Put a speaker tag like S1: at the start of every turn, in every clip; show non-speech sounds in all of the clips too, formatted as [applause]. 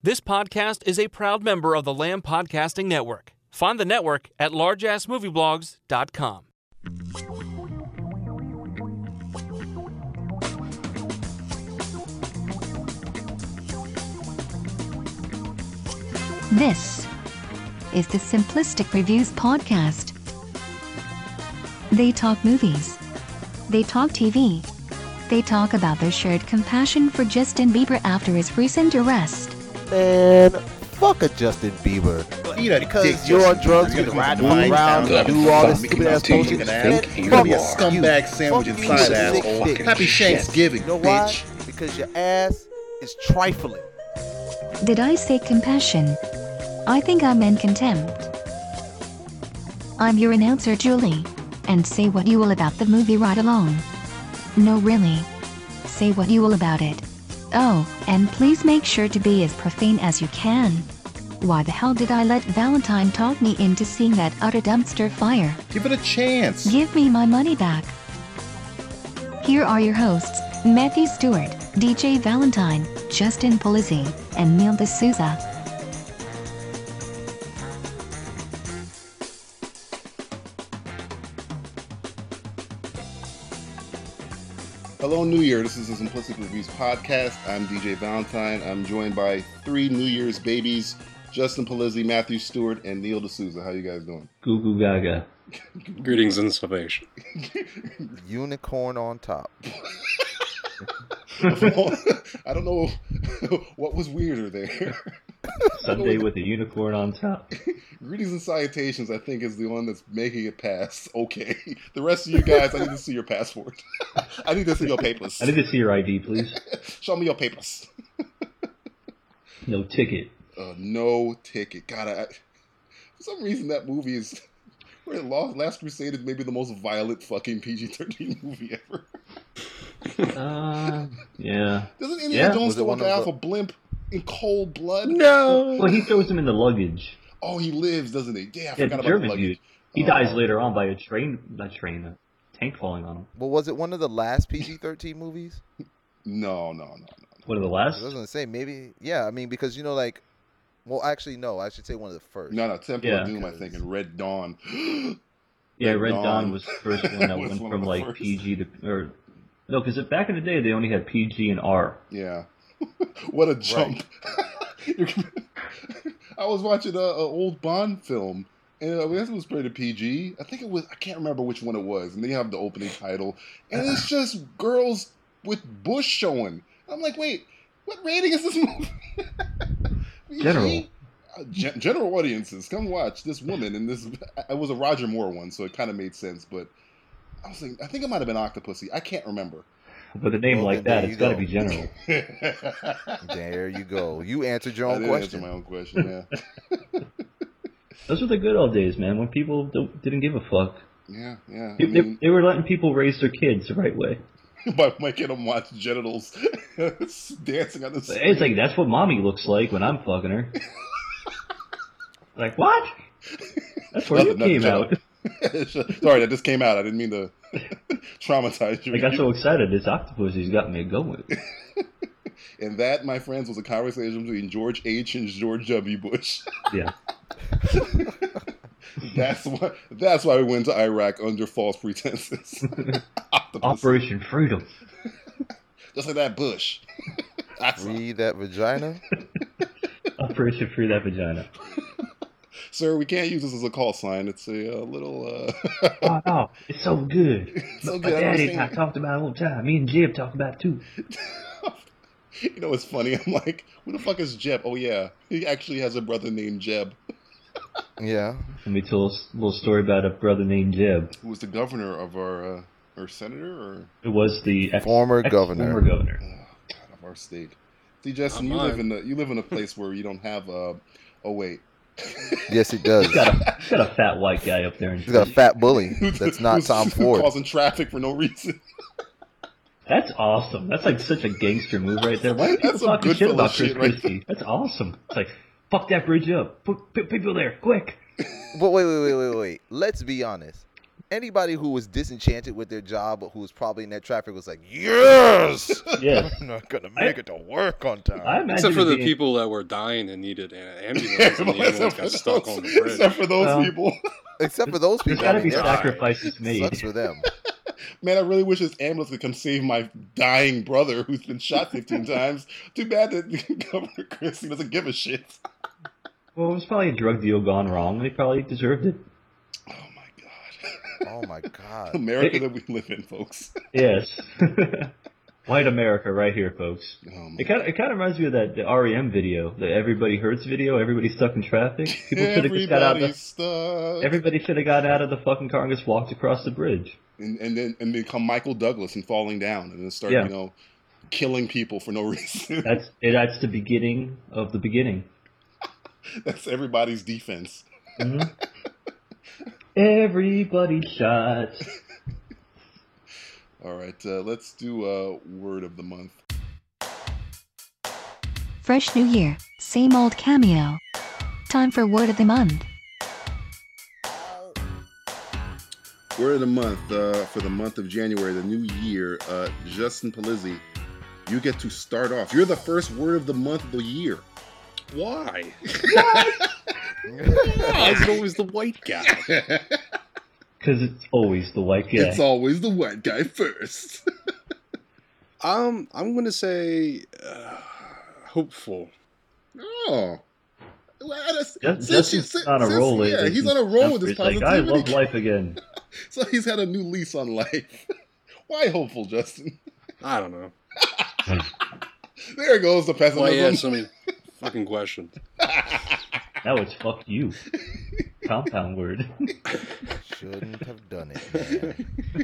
S1: This podcast is a proud member of the Lamb Podcasting Network. Find the network at largeassmovieblogs.com.
S2: This is the Simplistic Reviews Podcast. They talk movies, they talk TV, they talk about their shared compassion for Justin Bieber after his recent arrest.
S3: man, fuck a Justin Bieber.
S4: Eat a
S3: Because
S4: dick,
S3: you're on
S4: Justin
S3: drugs,
S4: Bieber.
S3: you can
S4: You're
S3: ride
S4: a
S3: around,
S4: wild
S3: around
S4: child.
S3: do all this
S5: Mickey
S3: stupid ass
S5: Mouse, you
S3: bullshit.
S5: can
S3: Man,
S5: think you
S3: fuck
S5: really
S4: a
S5: you.
S4: scumbag
S3: you. Fuck
S4: sandwich
S3: you,
S4: inside
S3: you sick
S4: asshole.
S3: dick.
S4: Happy
S5: shit.
S4: Thanksgiving,
S3: You know why?
S4: bitch.
S3: Because your ass is trifling.
S2: Did I say compassion? I think I meant contempt. I'm your announcer, Julie, and say what you will about the movie right along. No, really. Say what you will about it. Oh, and please make sure to be as profane as you can. Why the hell did I let Valentine talk me into seeing that utter dumpster fire?
S4: Give it a chance.
S2: Give me my money back. Here are your hosts, Matthew Stewart, DJ Valentine, Justin Polizzi, and Neil D'Souza.
S5: Hello, New Year. This is the Simplistic Reviews podcast. I'm DJ Valentine. I'm joined by three New Year's babies: Justin Polizzi, Matthew Stewart, and Neil D'Souza. How you guys doing? [laughs]
S6: Goo Goo Gaga.
S7: Greetings and salvation.
S3: Unicorn on top.
S5: I don't know [laughs] what was weirder there.
S6: Sunday with a unicorn on top.
S5: Greetings and salutations. I think is the one that's making it pass. [laughs] Okay, the rest of you guys, I need to see your passport. [laughs] I need to see your papers.
S6: I need to see your ID, please.
S5: Show me your papers.
S6: No ticket.
S5: uh, no ticket. God, I, for some reason that movie is. [laughs] Where Lost Last Crusade is maybe the most violent fucking PG thirteen [laughs] movie ever.
S6: Uh, yeah.
S5: Doesn't Indiana
S6: Yeah.
S3: Was
S5: Jones
S3: it
S5: throw
S3: one of
S5: down
S3: the-
S5: for blimp in cold blood?
S7: No.
S6: Well, he throws him in the luggage.
S5: Oh, he lives, doesn't he? Yeah, I
S6: Yeah,
S5: forgot
S6: the
S5: about
S6: German
S5: the
S6: dude.
S5: luggage.
S6: He
S5: Oh.
S6: dies later on by a train, not train, a tank falling on him.
S3: Well, was it one of the last PG-13 movies?
S5: No, no, no, no.
S6: One of the
S3: I
S6: last.
S3: was gonna say maybe. Yeah, I mean because you know like, well actually no, I should say one of the first.
S5: No, no, Temple
S6: Yeah.
S5: of Doom, I think, and Red Dawn.
S6: Yeah, Red
S5: Dawn.
S6: Dawn was the first one
S5: [laughs]
S6: that
S5: Was
S6: went
S5: one of
S6: from
S5: the
S6: like
S5: first.
S6: PG to or no, because back in the day they only had PG and R.
S5: yeah. [laughs] what a jump. [laughs] I was watching a, a old Bond film, and uh, this was pretty PG. I think it was, I can't remember which one it was. And they have the opening title, and it's just girls with bush showing. I'm like, wait, what rating is this movie? [laughs] PG?
S6: General.
S5: Uh, gen- general audiences, come watch this woman and this. I- It was a Roger Moore one, so it kind of made sense. But I was thinking, I think it might have been Octopussy. I can't remember.
S6: With a name
S3: Well,
S6: like
S3: there
S6: that,
S3: you
S6: it's got to
S3: go.
S6: be general.
S5: I
S3: There you go. You answered your own
S5: did answer
S3: question.
S5: my own question. Yeah,
S6: Those were the good old days, man, when people don't, didn't give a fuck.
S5: yeah,
S6: [laughs]
S5: yeah. I
S6: They, they-
S5: mean, [laughs]
S6: they were letting people raise their kids the right way.
S5: by making them watch genitals [laughs] dancing on the screen.
S6: It's like that's what mommy looks like when I'm fucking her. like what? That's where you
S5: Nothing,
S6: came out.
S5: nothing, [laughs] Sorry, that just came out. I didn't mean to [laughs] traumatize you.
S6: I got so excited. This octopus has got me going.
S5: And that, my friends, was a conversation between George H. and George W. Bush. [laughs]
S3: [laughs]
S6: Yeah.
S5: That's why. That's why we went to Iraq under false pretenses. [laughs] Octopus.
S6: Operation Freedom.
S5: Just like that Bush. [laughs] That's-
S3: Read that vagina.
S6: Operation Free That Vagina.
S5: Sir, we can't use this as a call sign. It's a, uh little. Uh, [laughs]
S6: Oh, no, it's so good.
S5: so
S6: My
S5: good. I don't
S6: daddy and I
S5: understand.
S6: talked about it all the time. Me and Jib talked about it too.
S5: [laughs] you know, it's funny. I'm like, who the fuck is Jeb? Oh yeah, he actually has a brother named Jeb,
S3: Yeah.
S6: Let me tell a s- little story about a brother named Jib.
S5: who was the governor of our, uh, our senator or
S6: It was the ex-
S3: Former governor.
S6: former governor.
S5: oh, God of our state. See, Justin, you
S7: Not
S5: live in
S7: mine.
S5: the you live in a place where you don't have. Uh, oh wait,
S3: Yes, it does.
S6: He's got a he's got a fat white guy up there. In
S3: He's got a fat
S6: [laughs]
S3: bully. That's not
S5: [laughs] Who's
S3: Tom Ford.
S5: causing traffic for no reason.
S6: That's awesome. That's like such a gangster move right there. Why are people
S5: That's some
S6: talking shit
S5: Goodfellas
S6: about Chris
S5: shit right
S6: Christie? That's awesome. It's like, fuck that bridge up. Put, put people there, quick.
S3: But wait, wait, wait, wait, wait. Let's be honest. anybody who was disenchanted with their job or who was probably in that traffic was like,
S6: [laughs]
S3: yes,
S6: Yes.
S3: I'm not gonna make it to work on time.
S6: I imagine
S7: Except for
S6: it
S7: the
S6: being-
S7: people that were dying and needed
S5: [laughs]
S7: an ambulance, and the
S5: except
S7: ambulance
S5: for
S7: got stuck on
S5: those-
S7: the bridge.
S5: except for those
S6: Well,
S5: people.
S3: Except for those
S6: There's
S3: people.
S6: got to
S3: I
S6: be
S3: mean, they're-
S7: [laughs]
S6: sacrifices
S3: Sucks
S6: made.
S3: for
S6: [laughs]
S3: them.
S5: Man, I really wish this ambulance could come save my dying brother who's been shot 15 [laughs] times. Too bad that [laughs] Governor Christie doesn't give a shit.
S6: Well, it was probably a drug deal gone wrong. They probably deserved it.
S5: Oh my God. [laughs]
S3: Oh my god.
S5: America that we live in, folks.
S6: Yes. [laughs] White America, right here, folks.
S5: Oh [laughs] my
S6: It kind of it kind of reminds me of that the REM video, the Everybody Hurts video. Everybody stuck in traffic. People should have just got out.
S5: Everybody
S6: Of the,
S5: stuck.
S6: everybody should have got out of the fucking car and just walked across the bridge.
S5: and, and then and become Michael Douglas and falling down and then start,
S6: Yeah.
S5: you know, killing people for no [laughs] reason.
S6: That's eh, that's the beginning of the beginning.
S5: That's everybody's defense.
S6: Mhm.
S5: Mm-hmm.
S6: [laughs] Everybody shot.
S5: All right, uh, let's do uh, word of the month.
S2: Fresh new year, same old cameo. Time for word of the month.
S5: Word of the month uh, for the month of January, the new year. Uh, Justin Palizzi, you get to start off. You're the first word of the month of the year. [laughs]
S7: Why? Why is it always the white guy?
S5: [laughs]
S6: Because it's always the white guy.
S5: It's always the white guy first. [laughs]
S7: Um, I'm gonna say uh, hopeful.
S5: oh. Well, that's-
S6: Just-
S5: since you-
S6: Justin's
S5: since-
S6: on a
S5: since-
S6: roll
S5: Yeah,
S6: lately.
S5: he's on a roll with his
S6: He's like,
S5: positivity.
S6: I love life again.
S5: So he's had a new lease on life. [laughs] Why hopeful, Justin? [laughs]
S7: I don't know.
S5: There goes the
S7: Why you ask
S5: pessimism.
S7: so many fucking questions?
S6: Now it's fuck
S5: [laughs]
S6: you. Compound word.
S3: Shouldn't have done
S6: [laughs]
S3: it.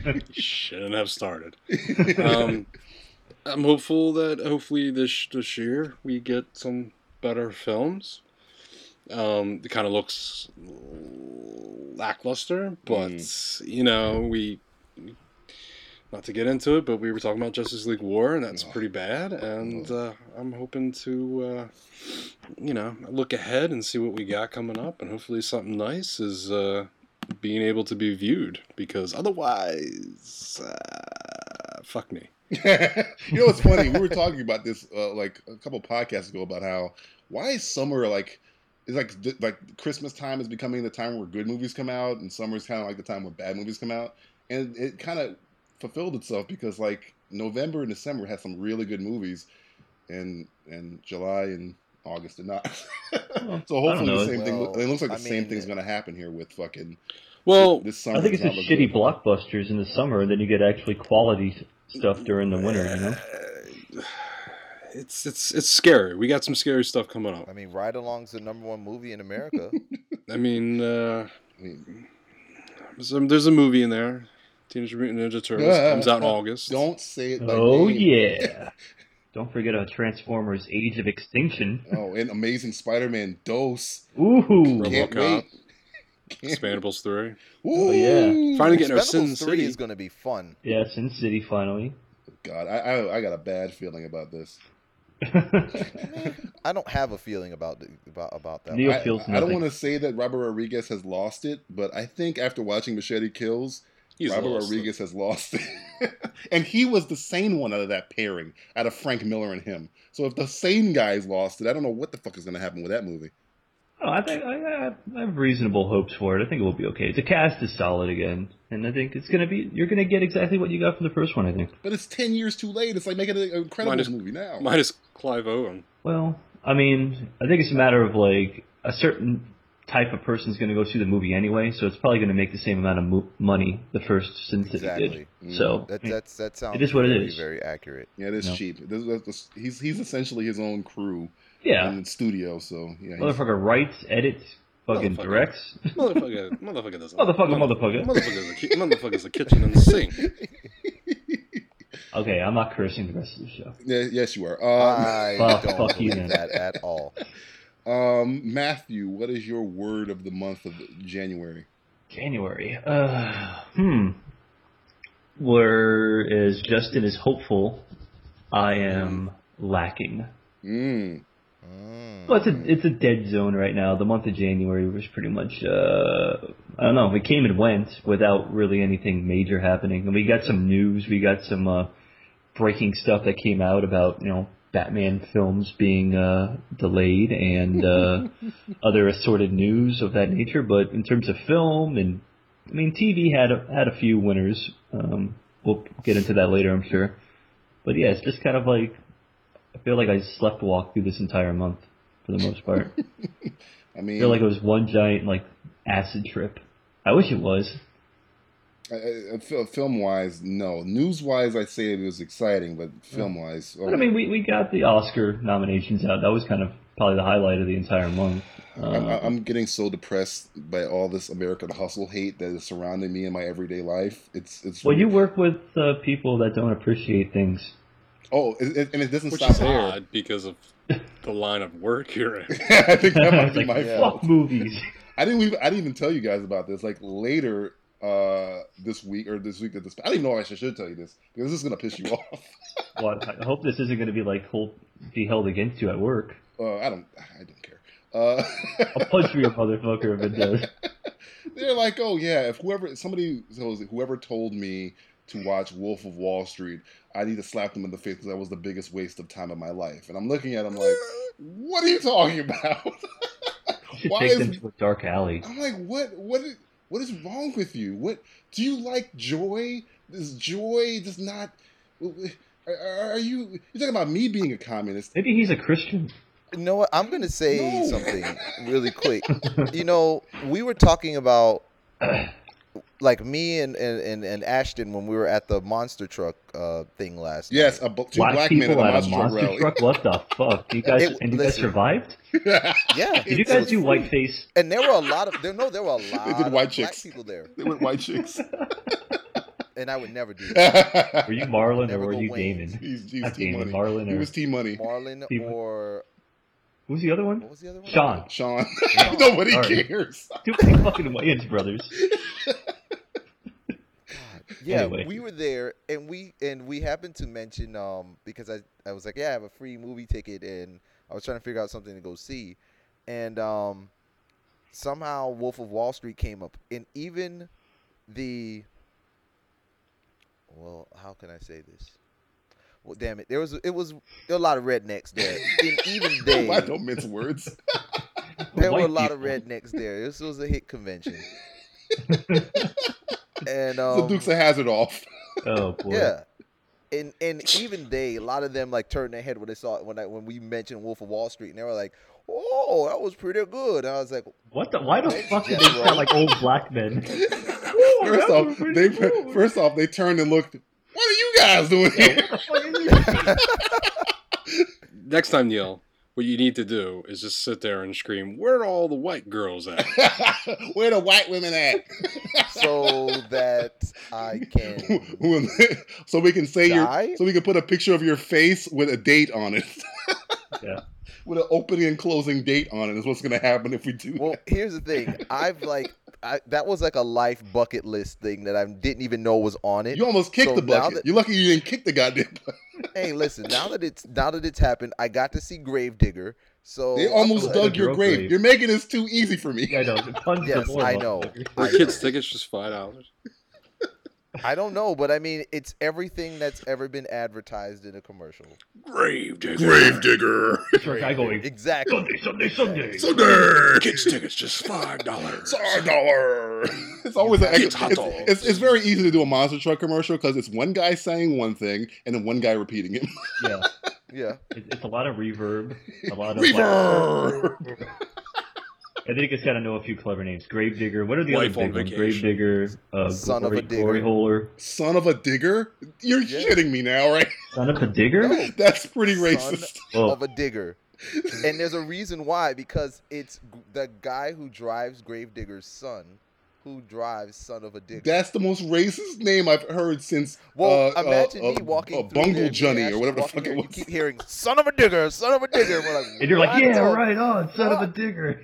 S3: Man.
S7: You shouldn't have started. Um, I'm hopeful that hopefully this this year we get some better films. Um, it kind of looks lackluster, but you know we. Not to get into it, but we were talking about Justice League War, and that's pretty bad. And uh, I'm hoping to, uh, you know, look ahead and see what we got coming up, and hopefully something nice is uh, being able to be viewed because otherwise, uh, fuck me.
S5: [laughs] you know what's funny? We were talking about this uh, like a couple podcasts ago about how why is summer like it's like th- like Christmas time is becoming the time where good movies come out, and summer is kind of like the time where bad movies come out, and it kind of fulfilled itself because like November and December had some really good movies, and and July and August did not. [laughs] so
S6: I don't
S5: hopefully the
S6: know.
S5: same thing.
S3: Well,
S5: It looks like the
S3: I
S5: same
S3: mean,
S5: thing's
S3: it-
S5: going to happen here with fucking
S7: Well,
S5: this summer.
S6: I think it's
S5: does not
S6: just
S5: look
S6: shitty blockbusters in the summer, and then you get actually quality s- stuff during the winter.
S5: [laughs]
S6: You know,
S7: [sighs] it's it's it's scary. We got some scary stuff coming
S3: I
S7: up.
S3: mean, Ride Along's the number one movie in
S6: [laughs]
S3: America.
S7: I mean, uh,
S5: good. I mean,
S7: some, there's a movie in there, Teenage Mutant Ninja Turtles, comes out in August.
S5: Uh, Don't say it. by
S6: Oh
S5: name.
S6: yeah. Don't forget a Transformers: Age of Extinction.
S5: Oh, and Amazing Spider-Man Dose.
S6: Ooh,
S7: Robo-
S5: Can't
S7: Robocop.
S5: wait. [laughs] Can't-
S7: Expandables three.
S5: Ooh.
S6: Oh, yeah.
S7: Finally getting our
S3: Expendables
S7: Sin
S3: 3
S7: City.
S3: is going to be fun.
S6: yeah, Sin City finally. [laughs]
S5: God, I, I I got a bad feeling about this.
S3: I don't have a feeling about the, about about that.
S6: Neo-
S3: one.
S5: I,
S6: feels
S5: I don't
S6: nothing.
S5: want to say that Robert Rodriguez has lost it, but I think after watching Machete Kills,
S7: He's
S5: Robert
S7: lost it.
S5: Rodriguez has lost it. [laughs] and he was the sane one out of that pairing, out of Frank Miller and him. So if the sane guy's lost it, I don't know what the fuck is going to happen with that movie.
S6: Oh, I think I, I- I have reasonable hopes for it. I think it will be okay. The cast is solid again, and I think it's gonna be. You're gonna get exactly what you got from the first one. I think.
S5: But it's 10 years too late. It's like making an incredible
S7: Minus-
S5: movie now.
S7: Minus Clive Owen.
S6: Well, I mean, I think it's a matter of like a certain type of person's going to go see the movie anyway, so it's probably going to make the same amount of mo- money the first since
S3: Exactly. Mm,
S6: it did. So
S3: That that's that sounds
S6: is what it
S3: very,
S6: is.
S3: very accurate.
S5: yeah, it is
S6: No.
S5: cheap. This- this- this- he's, he's essentially his own crew
S6: yeah,
S5: in the studio, so yeah. he's-
S6: motherfucker writes, edits, fucking
S7: Motherfucker.
S6: directs.
S7: Motherfucker, motherfucker
S6: [laughs]
S7: doesn't.
S6: Motherfucker,
S7: mother-
S6: motherfucker.
S7: Motherfucker's a, ki- motherfucker's a kitchen and sink.
S6: okay, I'm not cursing the rest of the show.
S5: [laughs] Yeah, yes, you are. Uh,
S3: I
S6: Fuck,
S3: don't
S6: fuck you
S3: believe
S6: then.
S3: that at all.
S6: Uh,
S5: um, Matthew, what is your word of the month of January?
S6: January. Uh, hmm. Whereas Justin is hopeful, I am lacking.
S5: Mm.
S3: Mm.
S6: Well, it's a it's a dead zone right now. The month of January was pretty much uh, I don't know. It came and went without really anything major happening. And we got some news. We got some uh, breaking stuff that came out about you know Batman films being uh, delayed and uh, other assorted news of that nature. But in terms of film and I mean TV had a, had a few winners. Um, we'll get into that later, I'm sure. But yeah, it's just kind of like I feel like I slept walk through this entire month for the most
S5: [laughs]
S6: part.
S5: I
S6: I
S5: mean,
S6: feel like it was one giant like acid trip. I wish it was.
S5: film wise, no. News wise, I'd say it was exciting, but film wise,
S6: But I mean, we we got the Oscar nominations out. That was kind of probably the highlight of the entire month.
S5: I'm,
S6: Uh,
S5: I'm getting so depressed by all this American hustle hate that is surrounding me in my everyday life. It's it's
S6: well, you work with uh, people that don't appreciate things.
S5: oh, it, it, and it doesn't
S7: Which
S5: stop
S7: is
S5: there.
S7: odd because of the line of work you're in.
S5: [laughs] I think [laughs] that might
S6: [laughs] It's
S5: be
S6: like,
S5: my
S3: yeah.
S5: fault.
S6: Fuck
S5: [laughs]
S6: movies.
S5: I didn't even I didn't even tell you guys about this. Like later uh this week or this week that this I didn't know I should, should tell you this because this is gonna piss you [laughs] off.
S6: well, I I hope this isn't going to be like hold, be held against you at work.
S5: Uh, I don't I don't care. Uh, [laughs]
S6: I'll punch you, [laughs] motherfucker, if it does.
S5: They're like, oh yeah, if whoever somebody so whoever told me to watch Wolf of Wall Street, I need to slap them in the face because that was the biggest waste of time of my life. And I'm looking at them
S6: [laughs]
S5: like, what are you talking about? [laughs]
S6: You should
S5: Why
S6: take
S5: is-
S6: them to a dark alley.
S5: I'm like, what what is, what is wrong with you? What do you like joy? This joy does not. Are, are you you're talking about me being a communist?
S6: Maybe he's a Christian.
S3: You know what? I'm gonna say
S5: No.
S3: something really quick.
S6: [laughs]
S3: you know, we were talking about like me and, and, and, and Ashton when we were at the monster truck uh, thing last
S5: Yes,
S3: night.
S5: a, bu- two
S6: Black,
S5: black men
S6: people
S5: in a
S6: at
S5: monster
S6: a
S5: truck
S6: monster truck. What the
S5: [laughs]
S6: fuck? You guys
S3: It-
S6: and you guys
S3: listen.
S6: survived?
S5: rally.
S3: Yeah.
S6: Did you
S5: It's
S6: guys
S5: so
S6: do
S5: funny.
S6: whiteface?
S3: And there were a lot of there no, there were a lot
S5: did
S3: of
S5: white
S3: black
S5: chicks.
S3: people there.
S5: they went white [laughs] chicks.
S3: And I would never do that.
S5: Were
S6: Were you Marlon or
S3: Never
S6: were
S3: go
S6: you
S3: Wayne's.
S6: Damon?
S5: He's, he's
S6: [laughs] Not
S5: T
S6: Damon,
S5: Money.
S6: Marlon
S5: He
S6: or
S5: was T Money.
S3: Marlon
S6: People-
S3: or
S6: who's the other one?
S3: what was the other one?
S6: Sean.
S5: Sean. [laughs] Nobody
S6: Sorry.
S5: cares. [laughs]
S6: Too many fucking Wayans brothers.
S3: Yeah,
S6: Anyway.
S3: we were there, and we and we happened to mention um because I I was like, yeah, I have a free movie ticket, and I was trying to figure out something to go see, and um somehow Wolf of Wall Street came up, and even the well, how can I say this? Well, damn it, there was it was there were a lot of rednecks
S6: [laughs]
S3: there, and even they
S5: I don't mince words.
S3: [laughs] there were a
S6: White
S3: lot of
S6: people.
S3: rednecks there. This was a hit
S6: [laughs]
S3: convention, and um,
S5: So Dukes of Hazard off. [laughs]
S6: Oh boy.
S3: Yeah. And and even they, a lot of them like turned their head when they saw it when I, when we mentioned Wolf of Wall Street, and they were like, "Oh, that was pretty good." And I was like,
S6: What the? Why the fuck did they
S3: Yeah,
S6: sound like old
S3: [laughs]
S6: black men?
S5: First off, they first off they turned and looked. What are you guys doing here?
S7: [laughs]
S5: [laughs]
S7: Next time, Neil, what you need to do is just sit there and scream, "Where are all the white girls
S5: [laughs]
S7: at?"
S5: Where the white women at? [laughs]
S3: "So that I can."
S5: When- [laughs] so we can say
S3: Die?
S5: your. So we can put a picture of your face with a date on it. [laughs]
S6: Yeah.
S5: With an opening and closing date on it is what's going to happen if we do.
S3: Well, here's the thing. I've like I, that was like a life bucket list thing that I didn't even know was on it.
S5: You almost kicked
S3: So
S5: the
S3: now
S5: bucket.
S3: that-
S5: You're lucky you didn't kick the goddamn [laughs] bucket.
S3: Hey, listen. Now that it's now that it's happened, I got to see Gravedigger. So
S5: They
S3: Oh, I'm [laughs]
S5: almost
S3: good.
S5: dug your
S6: Broke
S5: grave.
S6: grave.
S5: You're making this too easy
S3: [laughs]
S5: for me.
S6: Yeah, I know. the puns
S3: Yes,
S6: galore,
S3: I know.
S6: motherfucker.
S7: Were kids' tickets just five dollars?
S3: I don't know, but I mean, it's everything that's ever been advertised in a commercial.
S7: Grave digger.
S5: Gravedigger.
S6: It's like I go
S3: Exactly.
S5: [laughs]
S6: Sunday, Sunday,
S3: [laughs]
S6: Sunday.
S5: Sonar.
S7: Kids' tickets just five dollars.
S5: Sonar. [laughs] It's always an
S7: It's
S5: it's,
S7: hot
S5: it's,
S7: dogs.
S5: it's, it's very easy to do a monster truck commercial because it's one guy saying one thing and then one guy repeating it.
S6: Yeah,
S3: Yeah.
S6: it, it's a lot of reverb, a lot of
S5: Reverb.
S6: I think it's got to know a few clever names. Gravedigger. What are the
S7: Wife
S6: other
S7: on
S6: big ones?
S7: vacation.
S6: Gravedigger. Uh,
S3: Son of
S6: glory,
S3: a digger.
S6: Glory holer.
S5: Son of a digger? You're
S3: Yeah.
S5: shitting me now, right? [laughs]
S6: Son of a digger.
S3: No.
S5: That's pretty
S3: Son
S5: racist.
S6: Well,
S3: of a digger. And there's a reason why, because it's g- the guy who drives Gravedigger's son who drives son of a digger.
S5: That's the most racist name I've heard since.
S3: well,
S5: uh,
S3: imagine
S5: uh,
S3: me walking
S5: uh,
S3: through there,
S5: Bungle
S3: me
S5: Johnny
S3: actually
S5: or whatever the
S3: walking
S5: fuck
S3: there,
S5: it
S3: you
S5: was.
S3: keep hearing son of a digger, son of a digger. and We're
S5: [laughs]
S3: like,
S6: and you're like,
S3: "What
S6: yeah,
S3: the-"
S6: right on. Son of a
S3: fuck?
S6: digger.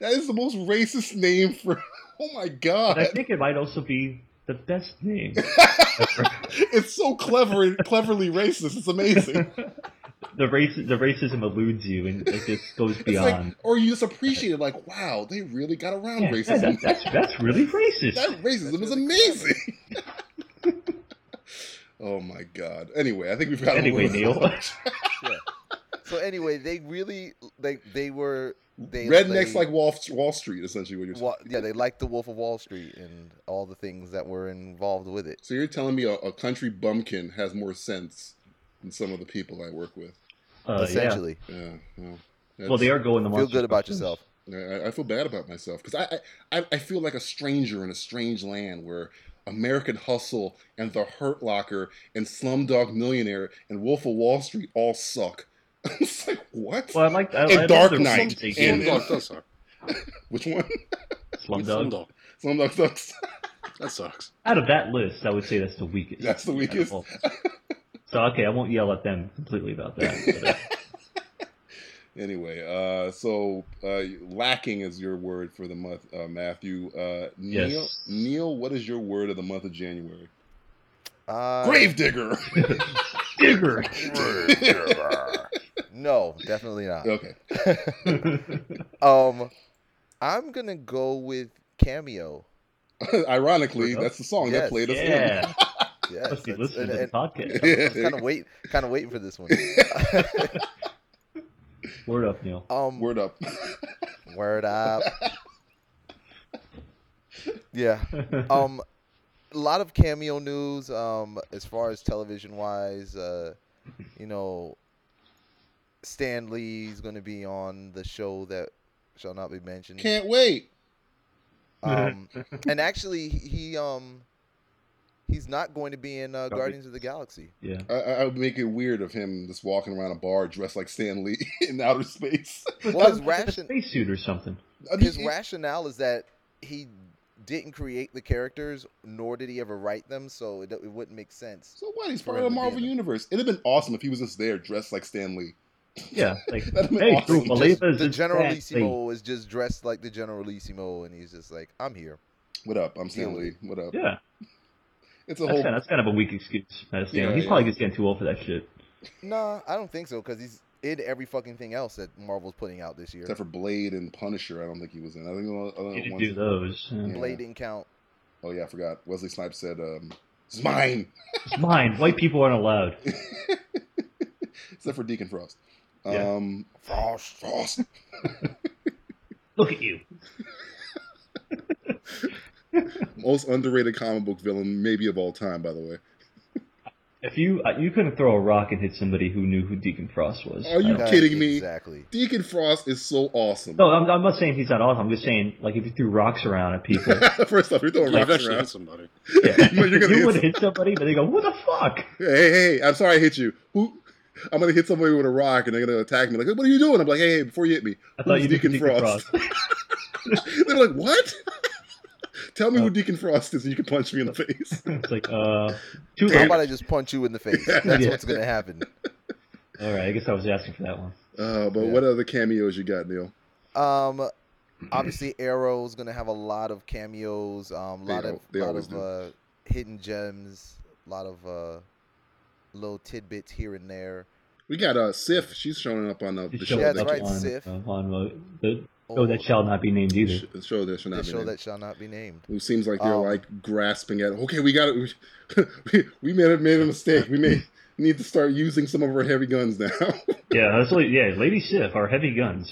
S5: That is the most racist name for. [laughs] Oh my god!
S6: But I
S5: [laughs]
S6: think it might also be the best name.
S5: it's so clever and cleverly racist. It's amazing.
S6: the race the racism eludes you and it just goes
S5: It's
S6: beyond.
S5: like, or you just appreciate it, like, wow, they really got around
S6: Yeah, yeah,
S5: racism.
S6: that- that's that's really racist.
S5: that racism is amazing. [laughs] oh my god. Anyway, I think we've got. a
S6: Anyway,
S5: little-
S6: Neil.
S3: [laughs] So anyway, they really they they were they
S5: Rednecks
S3: they-
S5: like Wall, Wall Street, essentially, what you're saying.
S3: Wa- yeah, they liked the Wolf of Wall Street and all the things that were involved with it.
S5: So you're telling me a, a country bumpkin has more sense than some of the people I work with?
S6: Uh, yeah.
S3: essentially,
S5: Yeah. Well,
S6: Well, they are going to
S3: feel
S6: Monster
S3: good about
S6: Trucks.
S3: yourself.
S5: I, I feel bad about myself because I, I I feel like a stranger in a strange land where American Hustle and The Hurt Locker and Slumdog Millionaire and Wolf of Wall Street all suck. [laughs] it's like what?
S6: Well, I like I, I
S5: And
S6: like
S5: Dark
S6: the
S5: Knight.
S6: reason they
S5: And- [laughs]
S6: and,
S7: Slumdog does suck.
S5: Which one? [laughs]
S6: Slumdog.
S7: Slumdog.
S5: Slumdog sucks. [laughs]
S7: That sucks.
S6: Out of that list, I would say that's the weakest.
S5: That's the
S6: out of
S5: weakest.
S6: all. So okay, I won't yell at them completely about that. but, uh,
S5: Anyway, uh, so uh, lacking is your word for the month, uh, Matthew. Uh, Neil,
S6: Yes.
S5: Neil, what is your word of the month of January?
S3: Uh,
S5: Gravedigger.
S3: [laughs]
S5: [laughs]
S6: Digger. [laughs]
S3: [laughs] no, definitely not.
S5: okay. [laughs]
S3: Um, I'm gonna go with cameo.
S5: Ironically, that's the song that
S3: Yes.
S5: played us in.
S6: yeah.
S3: Yes,
S6: Must be
S3: that's- and-
S6: listening to the
S3: and
S6: podcast.
S5: Yeah,
S3: [laughs] I was
S5: there
S3: kind
S5: you [laughs]
S3: of wait, kind of waiting for this one.
S6: Word
S5: [laughs]
S6: up, Neil. [laughs]
S5: go.
S3: Um, [laughs]
S5: Word up.
S3: word [laughs] up. Yeah. um a lot of cameo news um as far as television wise uh you know stan lee's going to be on the show that shall not be mentioned
S5: Can't wait.
S3: um and actually he um he's not going to be in uh, guardians of the galaxy
S6: yeah.
S5: I, I I would make it weird of him just walking around a bar dressed like Stan Lee [laughs] in outer space.
S3: [laughs]
S5: [laughs]
S3: well his,
S6: Put him in
S3: ration-
S6: a spacesuit or something.
S5: I mean,
S3: his
S5: it-
S3: rationale is that he didn't create the characters nor did he ever write them so it, it wouldn't make sense
S5: so what? He's
S3: For
S5: part of the
S3: him to be
S5: Marvel
S3: in it.
S5: Universe. It'd have been awesome if he was just there dressed like Stan Lee.
S6: Yeah, like
S5: That'd be
S6: hey,
S5: awesome.
S6: awesome.
S3: Just-
S6: Maleva is
S3: the
S6: in
S3: generalissimo is just dressed like the generalissimo, and he's just like, "I'm here."
S5: What up? I'm
S3: Deal
S5: Stan
S3: with
S5: Lee. What up?
S6: space. Yeah,
S5: It's a
S6: that's
S5: whole.
S6: kind, of, that's kind of a weak excuse. That's
S5: Yeah,
S6: yeah, He's
S5: yeah.
S6: probably just getting too old for that shit.
S3: Nah, I don't think so because he's in every fucking thing else that Marvel's putting out this year.
S5: Except for Blade and Punisher, I don't think he was in. I think the only- other
S6: You didn't
S5: ones-
S6: do those. Yeah.
S5: Yeah.
S3: Blade didn't count.
S5: Oh yeah, I forgot. Wesley Snipes said, um, "It's mine,"
S6: It's mine. White people aren't allowed.
S5: [laughs] except for Deacon Frost.
S6: Yeah.
S5: Um, Frost, Frost.
S6: Look at you.
S5: Most underrated comic book villain, maybe of all time, by the way.
S6: If you uh, you couldn't throw a rock and hit somebody who knew who Deacon Frost was.
S5: Are
S6: I
S5: you
S6: don't-
S3: That-
S5: kidding me?
S3: Exactly.
S5: Deacon Frost is so awesome.
S6: No, I'm, I'm not saying he's not awesome. I'm just saying like if you threw rocks around at people,
S5: [laughs] First off, you're throwing
S7: You've
S5: rocks
S7: actually
S5: around.
S7: hit somebody.
S5: [laughs]
S6: yeah,
S5: No, you're gonna hit
S6: you would
S5: some-
S6: hit somebody, but they go, "What the fuck?"
S5: Hey, hey, hey, I'm sorry I hit you. Who? I'm gonna hit somebody with a rock and they're gonna attack me. Like, what are you doing? I'm like, hey, hey, before you hit me, [laughs]
S6: I thought
S5: Who's
S6: you
S5: Deacon
S6: Deacon, Deacon
S5: Frost?
S6: Frost.
S5: they're like, what? [laughs] Tell me
S6: Uh,
S5: who Deacon Frost is, and you can punch me in the face. [laughs]
S6: it's like uh, too
S3: How
S6: late.
S3: about I just punch you in the face? That's
S6: Yeah.
S3: what's gonna happen.
S6: All right, I guess I was asking for that one.
S5: Uh, but
S3: Yeah.
S5: what other cameos you got, Neil?
S3: Um, obviously Arrow's gonna have a lot of cameos. Um, a
S5: They
S3: lot
S5: al-
S3: of
S5: they
S3: lot
S5: always
S3: of
S5: do.
S3: uh, hidden gems. A lot of uh, little tidbits here and there.
S5: We got uh, Sif. She's showing up on the, the
S6: Just
S5: show.
S6: showed
S3: Yeah,
S5: that
S3: that's right,
S6: on,
S3: Sif.
S6: uh, on, uh, the,
S3: Oh,
S6: oh, that shall not be named either.
S5: the show that Oh. should not
S3: the
S5: be
S3: show
S5: named.
S3: that shall not be named.
S5: Who seems like they're
S3: Um,
S5: like grasping at. Okay, we got it. We, [laughs] we may have made a mistake. We [laughs] may need to start using some of our heavy guns now.
S6: Yeah, that's like, yeah, Lady Sif are heavy guns.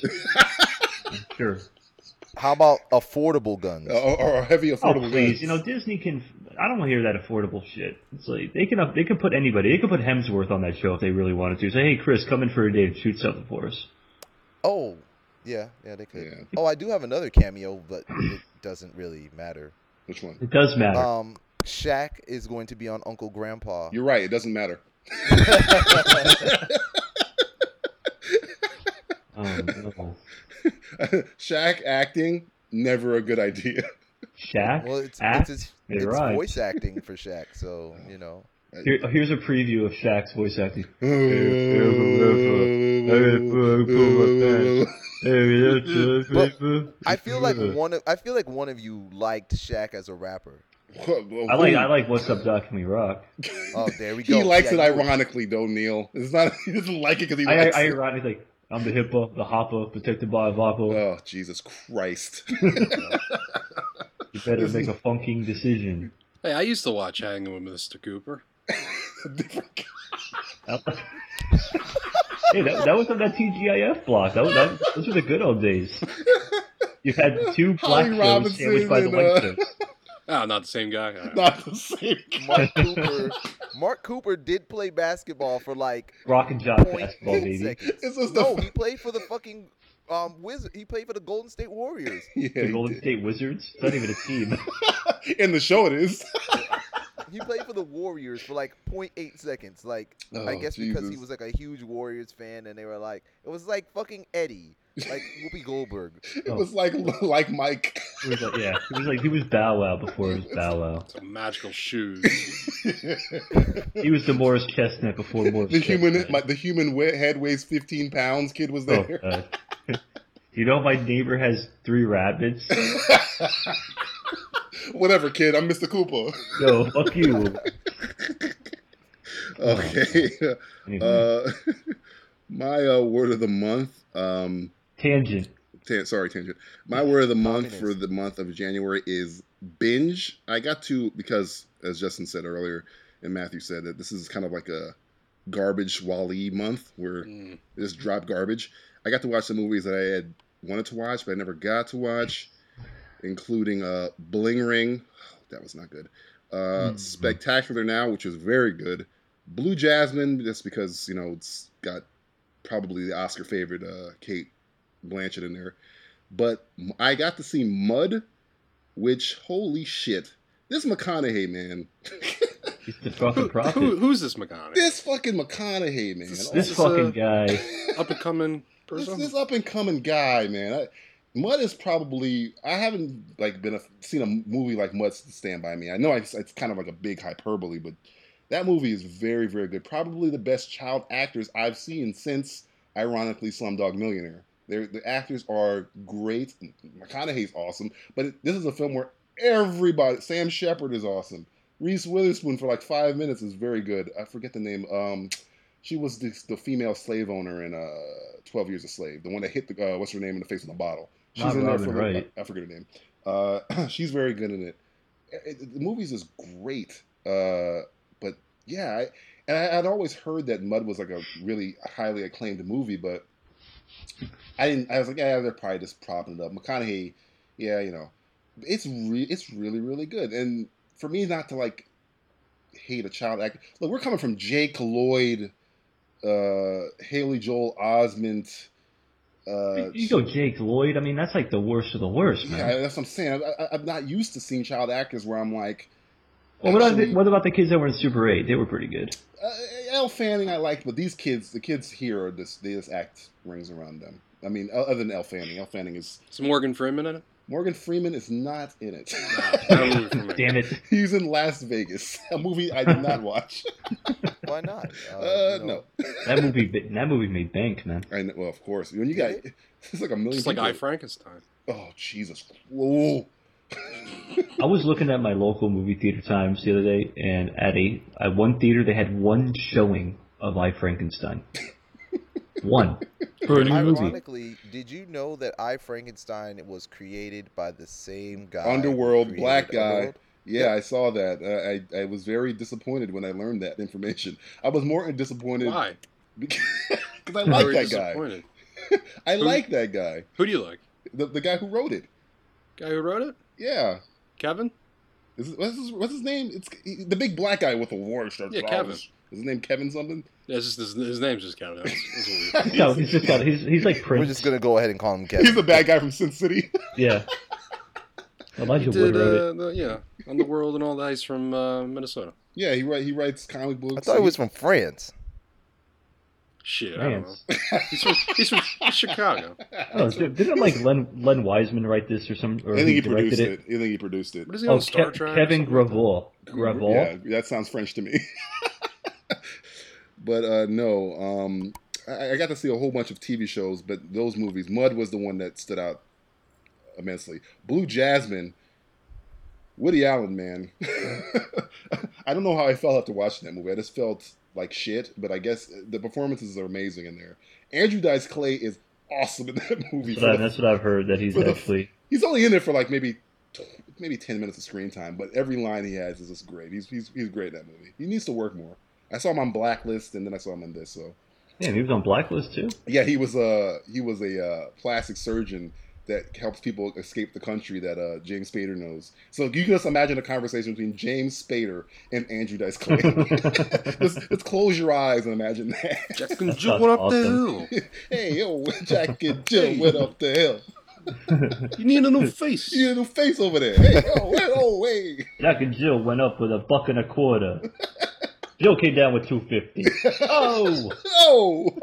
S6: sure.
S3: How about affordable guns?
S5: [laughs] or, or heavy
S6: Oh
S5: affordable
S6: please,
S5: guns.
S6: you know Disney can. I don't want to hear that affordable shit. It's like they can they can put anybody. They could put Hemsworth on that show if they really wanted to. Say, hey Chris, come in for a day and shoot something for us.
S3: Oh, yeah, yeah, they could.
S5: Yeah.
S3: Oh, I do have another cameo, but it doesn't really matter.
S5: Which one?
S6: It does matter.
S5: Oh.
S3: Um, Shaq is going to be on Uncle Grandpa.
S5: You're right. It doesn't matter. [laughs]
S6: oh no,
S5: Shaq acting never a good [laughs] idea.
S3: [laughs]
S6: Shaq.
S5: [laughs]
S3: Well, it's
S6: act?
S3: it's, his,
S6: Ah, You're
S3: it's
S6: right.
S3: voice acting for Shaq, so you know.
S6: Here, here's a preview of Shaq's voice acting.
S3: I feel like one of I feel like one of you liked Shaq as a rapper.
S5: Well,
S6: I like
S5: ooh.
S6: I like What's Up Doc Can We Rock.
S3: Oh, there we go.
S5: He likes
S3: Yeah,
S5: it
S3: you-
S5: ironically, though, Neil. It's not. [laughs] He doesn't like it because he
S6: I,
S5: likes
S6: I
S5: it.
S6: ironically like I'm the hippo, the hopper, protected by a vapor.
S5: Oh, Jesus Christ. [laughs]
S6: You better make a funking decision.
S7: Hey, I used to watch Hanging with Mr. Cooper.
S6: Hey, that, that was on that TGIF block. That was that, those were the good old days. You had two black
S5: Holly
S6: shows sandwiched by the
S5: Robinson
S6: white
S5: and, uh,
S6: show.
S7: Oh, not the same guy. All right.
S5: Not the same.
S3: Mark Cooper. Mark Cooper did play basketball for
S5: [laughs]
S3: like
S6: Rock and jock
S3: point
S6: basketball,
S3: eight
S6: baby.
S3: seconds.
S5: It's just
S3: No,
S5: the-
S3: he played for the fucking um wizard. He played for the Golden State Warriors.
S5: Yeah,
S6: The
S5: he
S6: Golden
S5: did.
S6: State Wizards. It's not even a team.
S5: In the show, it is. [laughs]
S3: He played for the Warriors for like 0.8 seconds. Like I
S5: Oh,
S3: guess because he
S5: Jesus.
S3: was like a huge Warriors fan, and they were like, it was like fucking Eddie, like Whoopi Goldberg.
S5: It was like [laughs] like Mike. [laughs]
S6: It was like, yeah, he was like he was Bow Wow before he was Bow Wow.
S7: Some
S5: [laughs]
S7: magical shoes.
S6: He was the Morris Chestnut before Morris.
S5: the human
S6: Chestnut.
S5: my, the human we- head weighs 15 pounds. Kid was
S6: Oh,
S5: there.
S6: God. [laughs] you know my neighbor has three rabbits.
S5: [laughs] Whatever, kid. I'm Mr. Cooper. [laughs]
S6: Yo, fuck you.
S5: Uh, Okay.
S6: Anyway,
S5: Uh, [laughs] my uh, word of the month. Um,
S6: tangent.
S5: Tan sorry, tangent. My word of the month
S3: Communist.
S5: for the month of January is binge. I got to because, as Justin said earlier, and Matthew said that this is kind of like a garbage Wally month where
S7: Mm.
S5: they just drop garbage. I got to watch some movies that I had wanted to watch but I never got to watch, including uh, Bling Ring. [sighs] That was not good. Uh,
S6: Mhm.
S5: Spectacular Now, which was very good. Blue Jasmine, just because you know it's got probably the Oscar favorite uh, Kate Blanchett in there. But m- I got to see Mud, which holy shit, this McConaughey man, [laughs]
S6: He's the fucking prophet.
S7: Who, who's this McConaughey?
S5: this fucking McConaughey man, Oh
S7: This-
S6: this
S7: is
S6: fucking
S7: a-
S6: guy.
S7: up and coming
S5: This,
S7: person.
S5: this up and coming guy, man. I, Mud is probably I haven't like been a, seen a movie like Mud Stand by Me. I know it's, it's kind of like a big hyperbole, but that movie is very very good. Probably the best child actors I've seen since, ironically, Slumdog Millionaire. They're, the actors are great. McConaughey's awesome, but it, this is a film where everybody. Sam Shepard is awesome. Reese Witherspoon for like five minutes is very good. I forget the name. Um, she was the, the female slave owner in uh, Twelve Years a Slave, the one that hit the uh, what's her name in the face with a bottle. She's
S6: Not
S5: in
S6: Robin
S5: there for
S6: Wright.
S5: I forget her name. Uh, [clears throat] she's very good in it. It- it- The movie's is great. Uh, but yeah, I, and I, I'd always heard that Mud was like a really highly acclaimed movie, but I didn't. I was like, yeah, they're probably just propping it up. McConaughey, yeah, you know, it's re- it's really really good. And for me, not to like hate a child actor. Look, we're coming from Jake Lloyd, uh, Haley Joel Osment. Uh,
S6: you go Jake Lloyd. I mean, that's like the worst of the worst, man.
S5: yeah, that's what I'm saying. I, I, I'm not used to seeing child actors where I'm like,
S6: well, what about, the,
S5: actually-
S6: what about the kids that were in Super 8? They were pretty good.
S5: uh, Elle Fanning I liked, but these kids, the kids here, are just they just act rings around them. I mean, o- other than Elle Fanning, Elle Fanning is
S7: Is Morgan Freeman in it?
S5: Morgan Freeman is not in it.
S7: No, not really for me.
S6: Damn it.
S5: He's in Las Vegas, [laughs] a movie I did
S7: [laughs]
S5: not watch.
S3: Why not? Uh,
S5: Uh,
S3: you know,
S5: no,
S6: That movie, [laughs] ba- that movie made bank, man.
S5: I know, well, of course, when you got it's like a million.
S7: Just like I
S5: people.
S7: Frankenstein.
S5: Oh Jesus! Whoa. [laughs]
S6: I was looking at my local movie theater times the other day, and at a at one theater they had one showing of I Frankenstein. one for a new movie.
S3: Ironically, did you know that I Frankenstein was created by the same guy? who
S5: Underworld,
S3: created
S5: black guy.
S3: Underworld?
S5: Yeah, I saw that. Uh, I I was very disappointed when I learned that information. I was more disappointed
S7: Why?
S5: because I
S7: Why
S5: like
S7: were you
S5: that guy.
S7: disappointed?
S5: [laughs] I
S7: Who-
S5: like that guy.
S7: Who do you like?
S5: The, the guy who wrote it.
S7: Guy who wrote it?
S5: Yeah.
S7: Kevin?
S5: Is, it- what's, his, what's his name? It's he- the big black guy with the war shirt.
S7: Yeah, Kevin.
S5: Is his name Kevin something?
S7: Yeah, it's just his, his name's just Kevin. That's, that's weird.
S6: No,
S5: [laughs]
S6: he's just got he's he's like Prince.
S3: We're just gonna go ahead and call him
S5: He's
S3: Kevin.
S5: the bad guy from Sin City. [laughs]
S6: yeah. Elijah [laughs]
S7: He
S6: Wood
S7: did,
S6: wrote
S7: uh, the, yeah, on the world and all that. He's from uh, Minnesota.
S5: yeah, he write, he writes comic books.
S3: I thought he
S5: [laughs]
S3: was from France.
S7: Shit,
S6: it.
S7: [laughs] I don't know.
S6: France.
S7: He's from,
S6: [laughs]
S7: he's from Chicago.
S6: Oh, did- didn't like Len Len Wiseman write this or some or
S5: I think
S6: he
S5: he produced
S6: directed
S5: it. I think he produced it.
S7: What is he
S6: Oh,
S7: on Star
S6: Ke-
S7: Trek? or
S6: Kevin
S7: something like
S6: Gravel. Gravel.
S5: Yeah, that sounds French to me. [laughs] but uh, no, um, I, I got to see a whole bunch of TV shows, but those movies, Mud was the one that stood out immensely. Blue Jasmine Woody Allen, man. [laughs] I don't know how I felt after watching that movie. I just felt like shit, but I guess the performances are amazing in there. Andrew Dice Clay is awesome in that [laughs] movie.
S6: That's what, I, that's what I've heard that he's
S5: for the-
S6: actually.
S5: he's only in it for like maybe tw- maybe 10 minutes of screen time, but every line he has is just great. He's, he's, he's great in that movie. He needs to work more. I saw him on Blacklist, and then I saw him on this, so.
S6: Damn, he was on Blacklist too.
S5: Yeah, he was a he was a uh, plastic surgeon that helps people escape the country that uh, James Spader knows. So you can just imagine a conversation between James Spader and Andrew Dice Clay. just, just close your eyes and imagine that. [laughs]
S7: Jack and
S6: That
S7: Jill
S6: sounds
S7: went up
S6: awesome.
S7: the hill.
S5: hey, yo, Jack and Jill went up the hill.
S7: You need
S6: [laughs]
S7: a new face.
S5: You little face over there. Hey, yo, wait, oh, wait.
S6: Jack and Jill went up with a buck and a quarter. Jill came down with two fifty. Oh,
S5: Oh.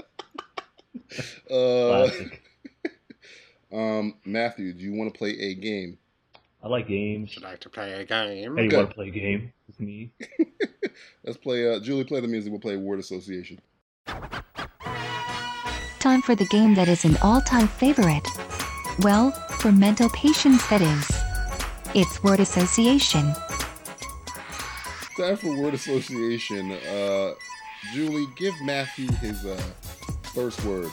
S5: Uh,
S6: [laughs] classic.
S5: um, Matthew, do you want to play a game?
S6: I like games.
S7: Should I like to play a game.
S6: Hey, you
S5: Okay.
S6: want to play a game with me?
S5: Let's play. Uh, Julie, play the music. We'll play word association.
S2: Time for the game that is an all time favorite. Well, for mental patients, that is. It's word association.
S5: Time for word association. Uh, Julie, give Matthew his uh, first word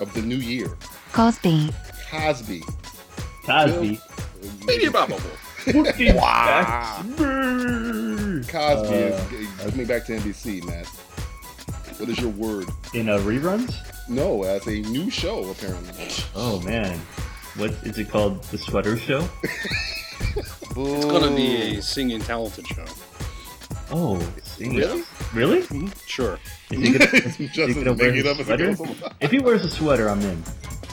S5: of the new year.
S2: Cosby.
S5: Cosby.
S6: Cosby.
S7: Media bubble.
S6: wow.
S5: Cosby
S6: Cosby Uh,
S5: is g- coming back to NBC, Matt. What is your word?
S6: in uh, reruns.
S5: No, as a new show apparently.
S6: Oh man, what is it called? The Sweater Show?
S7: It's gonna be
S5: Oh.
S7: a singing talented show.
S6: Oh, sing it.
S7: Really?
S6: Really?
S7: Sure.
S6: Is he
S5: [laughs]
S6: gonna- is he
S5: Justin's
S6: gonna wear
S5: making it up
S6: his
S5: as he
S6: sweater?
S5: goes along.
S6: If he wears a sweater, I'm in.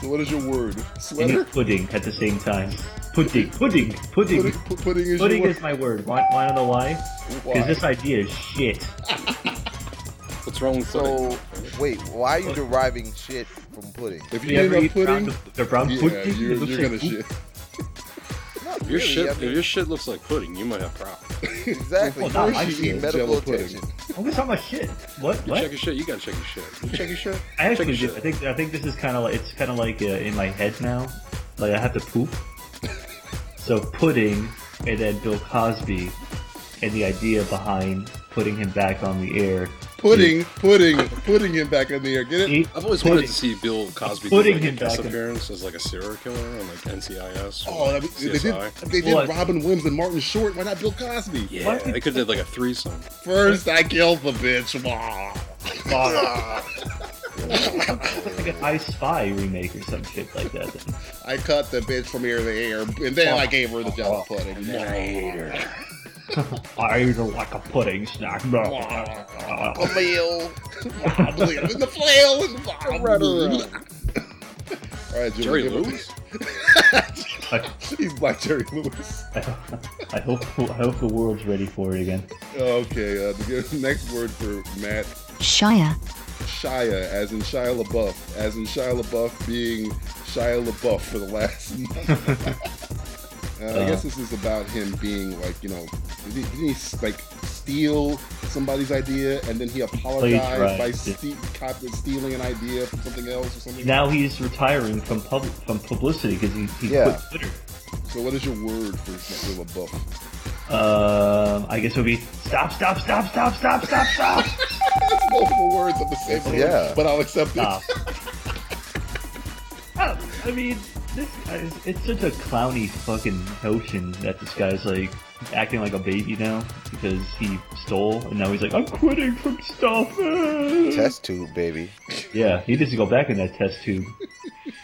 S5: So what is your word?
S6: And
S5: Sweater.
S6: pudding at the same time. Pudding, pudding, pudding.
S5: Pudding, pu- pudding is
S6: Pudding
S5: your
S6: is my word. Why, why don't know why?
S5: word.
S6: Because this idea is shit.
S7: What's wrong with pudding?
S3: So, wait, why are you deriving shit from
S5: [laughs]
S3: pudding?
S5: If
S6: You
S5: you
S6: ever
S5: eat enough
S6: eat
S5: pudding,
S6: brown, the brown
S5: yeah,
S6: pudding? It
S5: you're,
S6: looks
S5: you're
S6: like
S5: gonna
S6: poop.
S7: [laughs]
S5: shit.
S3: Not really,
S7: Your shit,
S3: I
S7: if
S3: mean-
S7: your shit looks like pudding, you might have problems.
S3: exactly.
S6: Well, not my
S3: You need
S6: shit,
S3: medical
S5: jello pudding.
S3: attention.
S6: Oh, we're talking about shit. What?
S7: You
S6: What?
S7: check your shit. You gotta check your shit. You check your shit.
S6: I actually
S7: check your
S6: do. I think I think this is kind of like it's kind of like uh, in my head now. Like I have
S5: [laughs]
S6: to poop. so pudding, and then Bill Cosby, and the idea behind putting him back on the air.
S5: Pudding, pudding, pudding him back in the air. Get it?
S6: Eat
S7: I've always wanted
S6: pudding.
S7: to see Bill Cosby do
S6: Pudding
S7: like a
S6: him
S7: guest
S6: back in-
S7: appearance as like a serial killer on like NCIS. Or
S5: Oh,
S7: like,
S5: that, they did.
S7: CSI.
S5: They did
S6: What?
S5: Robin Williams and Martin Short. Why not Bill Cosby?
S7: Yeah,
S6: Why did-
S7: they could have did like a threesome.
S5: First, I killed the bitch. Wah.
S6: like an I Spy remake or some shit like that. Then.
S5: I cut the bitch from ear to ear, and then I gave her the jello pudding.
S6: I eat it like a pudding snack. [laughs]
S5: A meal. Wobbling in the flail and
S6: [laughs]
S5: wobbling. All right, Jimmy,
S7: Jerry
S5: give it-
S7: Lewis.
S5: [laughs] He's black Jerry Lewis.
S6: I hope I hope the world's ready for it again.
S5: Okay, uh, the next word for Matt
S2: Shia.
S5: Shia, as in Shia LaBeouf, as in Shia LaBeouf being Shia LaBeouf for the last [laughs] month. Uh, I guess this is about him being like, you know, did he, did he like steal somebody's idea and then he apologized
S6: plagiarized
S5: by
S6: it.
S5: ste- cop- stealing an idea from something else or something?
S6: Now he's retiring from pub- from publicity because he, he
S3: Yeah.
S6: quit Twitter.
S5: So what is your word for Shia LaBeouf? [laughs]
S6: Um, I guess it would be stop, stop, stop, stop, stop, stop, stop,
S5: That's multiple words of the same word,
S3: Yeah.
S5: but I'll accept it.
S6: stop. [laughs] Oh, I mean, this guy's, it's such a clowny fucking notion that this guy's like acting like a baby now because he stole and now he's like, I'm quitting from stuff.
S3: Test tube, baby.
S6: Yeah, he needs to go back in that test tube.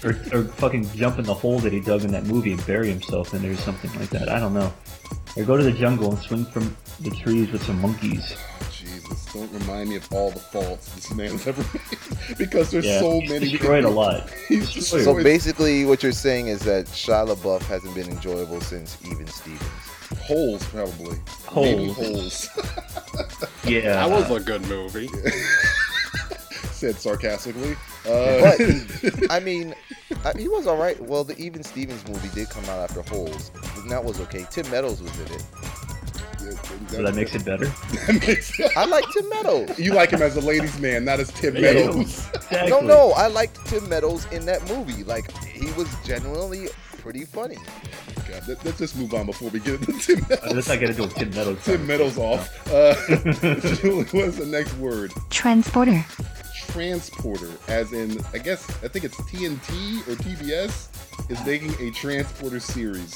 S6: or, or fucking jump in the hole that he dug in that movie and bury himself in there or something like that. I don't know. Or go to the jungle and swing from the trees with some monkeys.
S5: Jesus, don't remind me of all the faults this man's ever made [laughs] because there's
S6: Yeah,
S5: so
S6: he's
S5: many.
S6: destroyed a lot.
S5: He's
S6: Destroyed.
S5: destroyed
S3: So basically, what you're saying is that Shia LaBeouf hasn't been enjoyable since even Stevens.
S5: holes, probably. Maybe
S6: Holes.
S5: holes.
S6: Yeah.
S7: That was
S6: Uh-huh.
S7: a good movie.
S5: [laughs] Said sarcastically. [laughs]
S3: But
S5: Uh,
S3: he- I mean, I, he was all right. Well, the Even Stevens movie did come out after Holes, and that was okay. Tim Meadows was in it.
S6: so that makes it better.
S5: That
S6: [laughs]
S5: makes it-
S3: I like Tim Meadows.
S5: You like him as a ladies' man, not as Tim
S6: There you go.
S5: Meadows. [laughs]
S6: Exactly.
S3: No, no, I liked Tim Meadows in that movie. Like he was genuinely pretty funny.
S5: Okay. God. Let, us just move on before we get into Tim Meadows.
S6: Let's not get into a Tim
S5: [laughs]
S6: Meadows.
S5: Tim Meadows
S6: [laughs]
S5: off. Uh, [laughs] Julie, what's the next word?
S2: Transporter.
S5: Transporter, as in, I guess, I think it's TNT or TBS is making a transporter series.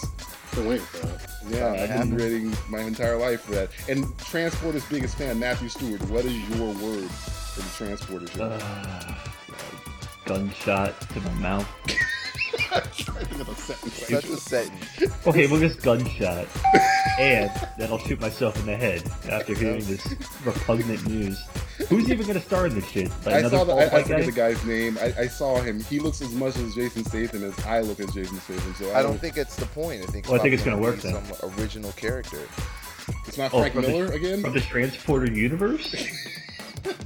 S7: Oh, wait, bro.
S5: Yeah, I've been reading my entire life for that. And Transporter's biggest fan, Matthew Stewart. What is your word for the Transporter? show?
S6: Uh, Gunshot to my mouth.
S5: I think of a sentence.
S3: Such a sentence.
S6: Okay, we'll just gunshot. and then I'll shoot myself in the head after hearing this repugnant news. Who's even going to star in this shit? Like
S5: I
S6: another
S5: saw the, I, I
S6: qualified
S5: forget
S6: guy?
S5: the guy's name. I, I saw him. He looks as much as Jason Statham as I look at Jason Statham. So I,
S3: I don't think it's the point. I think.
S6: Well, I think it's
S3: probably
S6: gonna
S3: gonna
S6: work
S3: be Some original character.
S5: it's not
S6: Oh,
S5: Frank
S6: from the-
S5: Miller again.
S6: From the transporter universe? [laughs]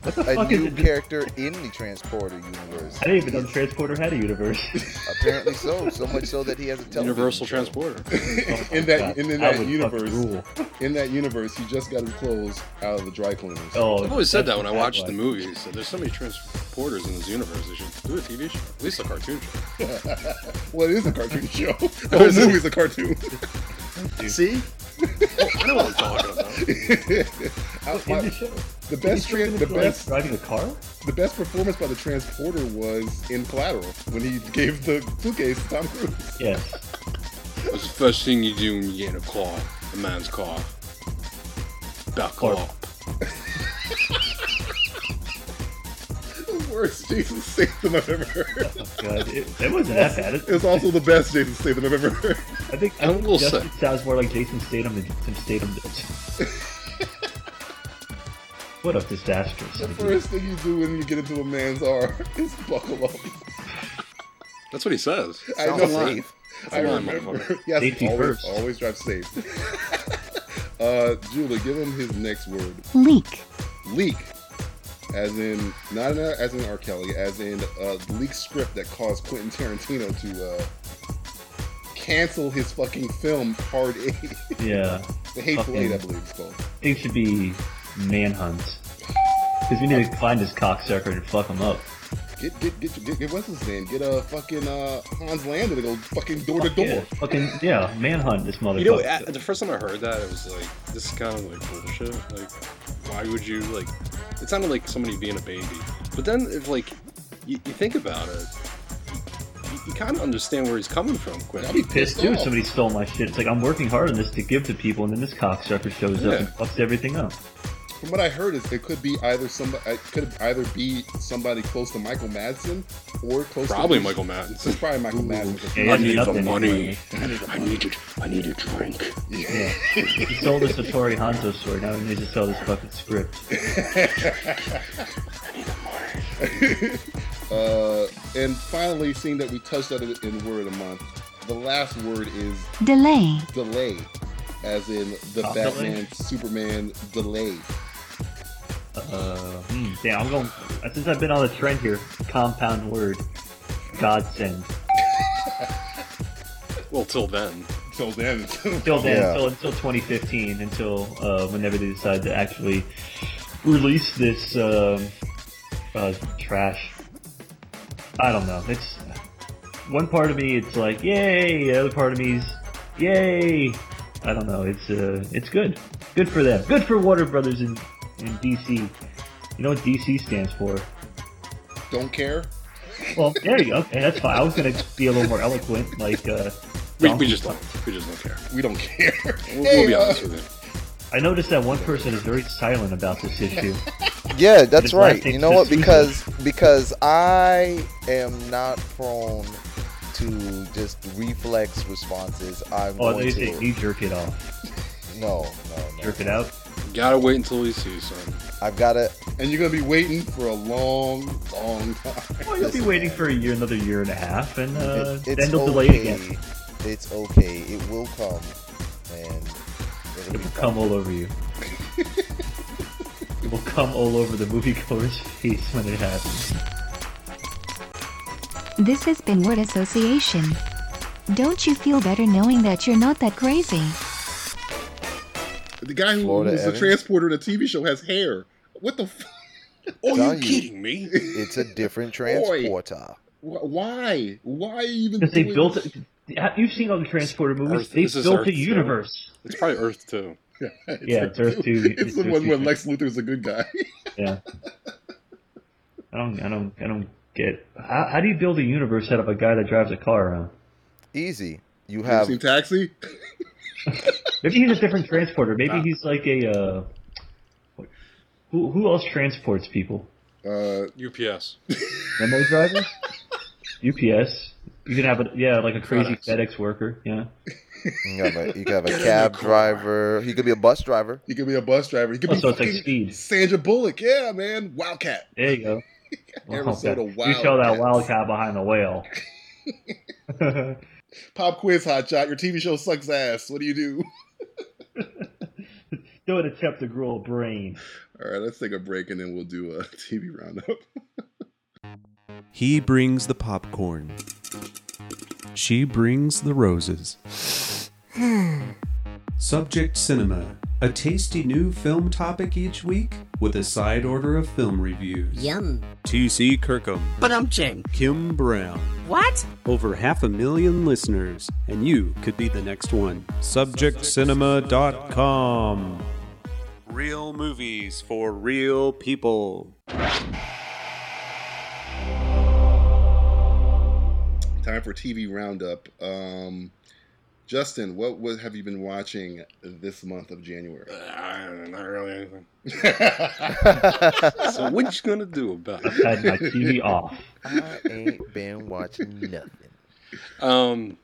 S6: What the
S3: A
S6: fuck is
S3: new
S6: it?
S3: character in the Transporter universe.
S6: I didn't even know the transporter had
S5: [laughs]
S6: a universe.
S3: [laughs] Apparently so. So much so that he has a television
S7: Universal
S3: show.
S7: Transporter.
S5: in that in, in
S6: I
S5: that
S6: would fucking
S5: universe,
S6: rule.
S5: in that universe, he just got his clothes out of the dry cleaners.
S6: Oh,
S7: I've always said that when I
S6: that's
S7: watched
S6: why.
S7: the movie. So there's so many transporters in this universe. They should do a TV show, at least a cartoon show.
S5: Well, it is a cartoon [laughs]
S6: [laughs]
S5: show. The whole movie's a cartoon.
S7: See? Oh, I know what I'm talking about.
S5: I-
S6: In the
S5: my-
S6: show.
S5: the best,
S6: He's
S5: tran- the
S6: like,
S5: best,
S6: driving a car.
S5: the best performance by the transporter was in Collateral when he gave the suitcase to Tom Cruise.
S6: Yes.
S7: What's the first thing you do when you get in a car? A man's car. Back
S6: Or-
S7: up.
S5: The worst Jason Statham I've ever heard.
S6: God, it, it wasn't that bad. It,
S5: It's also the best Jason Statham I've ever heard.
S6: I think
S7: I will
S6: Justin
S7: say-
S6: sounds more like Jason Statham than Jason Statham does.
S7: [laughs]
S6: what a disastrous
S5: The
S6: idea.
S5: first thing you do when you get into a man's arm [laughs] is buckle up.
S7: That's what he says.
S5: I
S3: Sounds
S5: know.
S3: safe.
S5: I
S7: Come on,
S5: remember.
S7: motherfucker.
S5: [laughs] Yes,
S6: Safety
S5: always,
S6: first.
S5: always drive safe. [laughs] uh, Julie, give him his next word.
S2: Leak.
S5: Leak, as in not in, as in R. Kelly, as in uh, leak script that caused Quentin Tarantino to uh, cancel his fucking film Part Eight, [laughs]
S6: Yeah,
S5: The Hateful
S6: Fucking-
S5: Eight, I believe it's called.
S6: it should be manhunt. Because we need to find this cocksucker and fuck him up.
S5: Get get get get, get what's his name? Get a uh, fucking uh, Hans Landa to go fucking door to
S6: Fuck yeah.
S5: door.
S6: Fucking yeah, manhunt this motherfucker.
S7: You know, at, the first time I heard that, it was like, this is kind of like bullshit. Like, why would you, like, it sounded like somebody being a baby. But then, if, like, you, you think about it, you, you kind of understand where he's coming from, quick.
S5: I'll be
S6: pissed
S5: pissed
S6: too. if
S5: off.
S6: Somebody stole my shit. It's like I'm working hard on this to give to people, and then this cocksucker shows
S7: Yeah.
S6: up and fucks everything up.
S5: From what I heard, is it could be either somebody, it could either be somebody close to Michael Madsen or close.
S7: Probably
S5: to
S7: Michael
S5: It's
S7: Madsen.
S5: probably Michael Madsen. Uh,
S6: Yeah, he
S7: I
S6: hasn't
S7: need
S6: been up
S7: the
S6: to anything
S7: money.
S6: lately.
S7: I need it. I need a drink.
S6: Yeah. he sold us the Tori Hanzo story. Now he needs to sell this fucking script.
S5: Uh, and finally, seeing that we touched on it in word a month, the last word is
S2: Delay.
S5: delay, as in the
S6: Oh,
S5: Batman
S6: delay.
S5: Superman delay.
S6: Uh, hmm, damn, I'm going. Since I've been on the trend here, compound word, godsend.
S7: Well, till then.
S5: Till then,
S6: Until then,
S3: Yeah.
S6: until, until 2015, until uh, whenever they decide to actually release this um, uh, trash. I don't know. It's one part of me, it's like yay. The other part of me's yay. I don't know. It's uh, it's good. Good for them. Good for Warner Brothers in, in DC. You know what DC stands for?
S5: don't care.
S6: Well, there you go. Okay, that's fine. I was gonna be a little more eloquent, like. Uh,
S7: We, we
S6: Donkey
S7: just don't. We just don't care.
S5: We don't [laughs] care.
S7: We'll,
S5: Hey,
S7: we'll be
S5: uh,
S7: honest with you.
S6: I noticed that one person is very silent about
S3: [laughs]
S6: this issue.
S3: Yeah, that's
S6: His
S3: right.
S6: wife
S3: You
S6: thinks
S3: know what?
S6: it's
S3: Because because I am not prone to just reflex responses. I'm
S6: Oh,
S3: going
S6: they say
S3: to
S6: knee jerk it off,
S3: no, no, no.
S6: jerk it out.
S7: Gotta wait until he sees something.
S3: I've got to.
S5: and you're gonna be waiting for a long, long time.
S6: Well, you'll be waiting for a year, another year and a half, and uh,
S3: it's
S6: then they'll
S3: okay.
S6: delay it again.
S3: It's okay. It will come, and it'll be
S6: It will come all
S3: [laughs]
S6: over you. it will come all over the moviegoer's face when it happens.
S2: This has been Word Association. Don't you feel better knowing that you're not that crazy?
S5: The guy who
S3: Florida
S5: was the
S3: Evans?
S5: transporter in the TV show has hair. What the? F-
S7: Oh,
S3: Tell
S7: you
S3: you.
S7: kidding me? [laughs]
S3: It's a different
S5: Oi.
S3: transporter.
S5: why? Why are you even?
S6: Because they
S5: doing
S6: built
S5: this?
S6: it. You've seen all the Transporter movies.
S7: Earth-
S6: They
S7: this is
S6: built
S7: Earth,
S6: a
S7: yeah.
S6: universe.
S7: It's probably Earth too.
S6: Yeah, it's Earth Two.
S5: [laughs] It's the
S6: Earth
S5: one
S6: Two
S5: where
S6: Trans-
S5: Lex Luthor's a good guy. [laughs]
S6: Yeah. I don't. I don't. I don't get. How, how do you build a universe out of a guy that drives a car around?
S3: Easy. You
S5: You
S3: have
S5: seen Taxi?
S6: Maybe he's a different transporter. Maybe
S7: Ah.
S6: he's like a. Uh, what- who who else transports people?
S5: Uh,
S7: UPS.
S6: Limo driver. UPS. You can have a yeah, like a crazy
S7: FedEx.
S6: FedEx worker. Yeah.
S3: you have a, you can have
S7: Get
S3: a
S7: in the
S3: cab
S7: car.
S3: driver. He could be a bus driver.
S5: he could be a bus driver. He could
S6: Oh,
S5: be
S6: so it's like
S5: fucking
S6: Speed.
S5: Sandra Bullock. Yeah, man. Wildcat. [laughs]
S6: There you go.
S5: Arizona
S6: Wildcat. You saw that
S5: Wildcats.
S6: wildcat behind the
S5: [laughs]
S6: whale. [laughs]
S5: Pop quiz, hotshot. Your TV show sucks ass. What do you do? [laughs]
S6: Don't attempt to grow a brain.
S5: All right, let's take a break and then we'll do a [laughs] TV roundup.
S4: He brings the popcorn. She brings the roses. Subject Cinema, a tasty new film topic each week with a side order of film reviews.
S8: Yum.
S4: TC Kirkham,
S8: But I'm Ching.
S4: Kim Brown,
S8: What?
S4: over half a million listeners, and you could be the next one. SubjectCinema.com. Real movies for real people.
S5: Time for TV roundup. Um, Justin, what what have you been watching this month of [laughs] January?
S7: Ah, not really anything.
S5: I
S7: So what you gonna do about it?
S6: Had my TV off.
S3: I ain't been watching nothing.
S7: Um,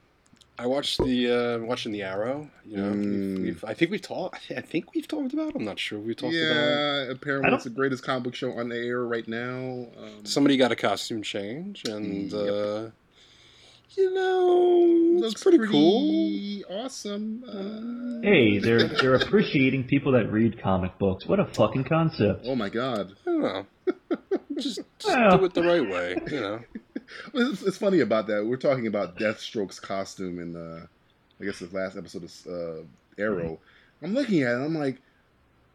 S7: I watched the uh, watching the Arrow. You know, we've,
S5: Mm.
S7: we've, I think we talked. I think we've talked about. it. I'm not sure we talked about. It.
S5: yeah, apparently
S6: I
S5: it's the greatest comic book show on the air right now. Um,
S7: Somebody got a costume change, and
S5: Yep.
S7: uh, you know, it's pretty, cool.
S5: Awesome. Uh,
S6: Hey, they're they're appreciating people that read comic books. What a fucking concept.
S5: Oh my god.
S7: I don't [laughs] know. just just
S6: Well.
S7: do it the right way. You know.
S5: Well, It's, it's funny about that. We're talking about Deathstroke's costume in uh, I guess his last episode of uh, Arrow. I'm looking at it. I'm like,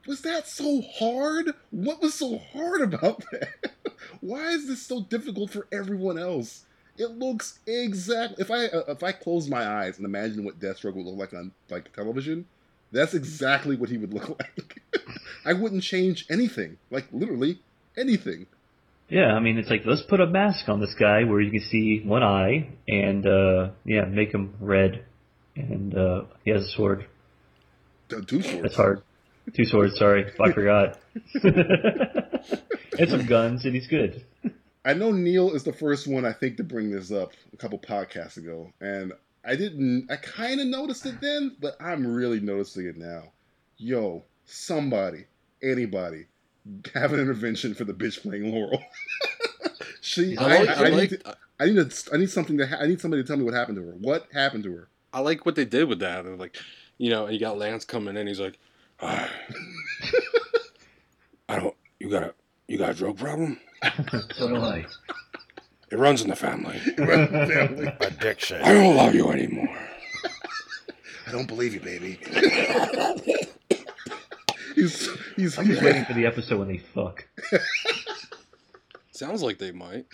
S5: was that so hard? What was so hard about [laughs] that? Why is this so difficult for everyone else? It looks exactly. If I uh, if I close my eyes and imagine what Deathstroke would look like on like television, that's exactly what he would look [laughs] like. I wouldn't change anything. Like literally anything.
S6: Yeah, I mean it's like let's put a mask on this guy where you can see one eye and uh yeah, make him red and uh he has a sword.
S5: Two swords.
S6: That's hard. Two swords, sorry. I forgot. [laughs] and some guns and he's good.
S5: I know Neil is the first one I think to bring this up a couple podcasts ago, and I didn't. I kind of noticed it then, but I'm really noticing it now. Yo, somebody, anybody, have an intervention for the bitch playing Laurel. [laughs] she, I,
S7: I like.
S5: I,
S7: I
S5: need
S7: like.
S5: to- I need to, I need something to. Ha- I need somebody to tell me what happened to her. What happened [laughs] to her?
S7: I like what they did with that. They're like, you know, you got Lance coming in. He's like, "Ah, I don't. You got a you got a drug problem.
S6: So do I.
S7: It runs in the family.
S5: Family.
S3: Addiction.
S7: I don't love you anymore.
S5: I don't believe you, baby. [laughs] he's he's,
S6: I'm
S5: he's
S6: just waiting for the episode when they fuck.
S7: Sounds like they might.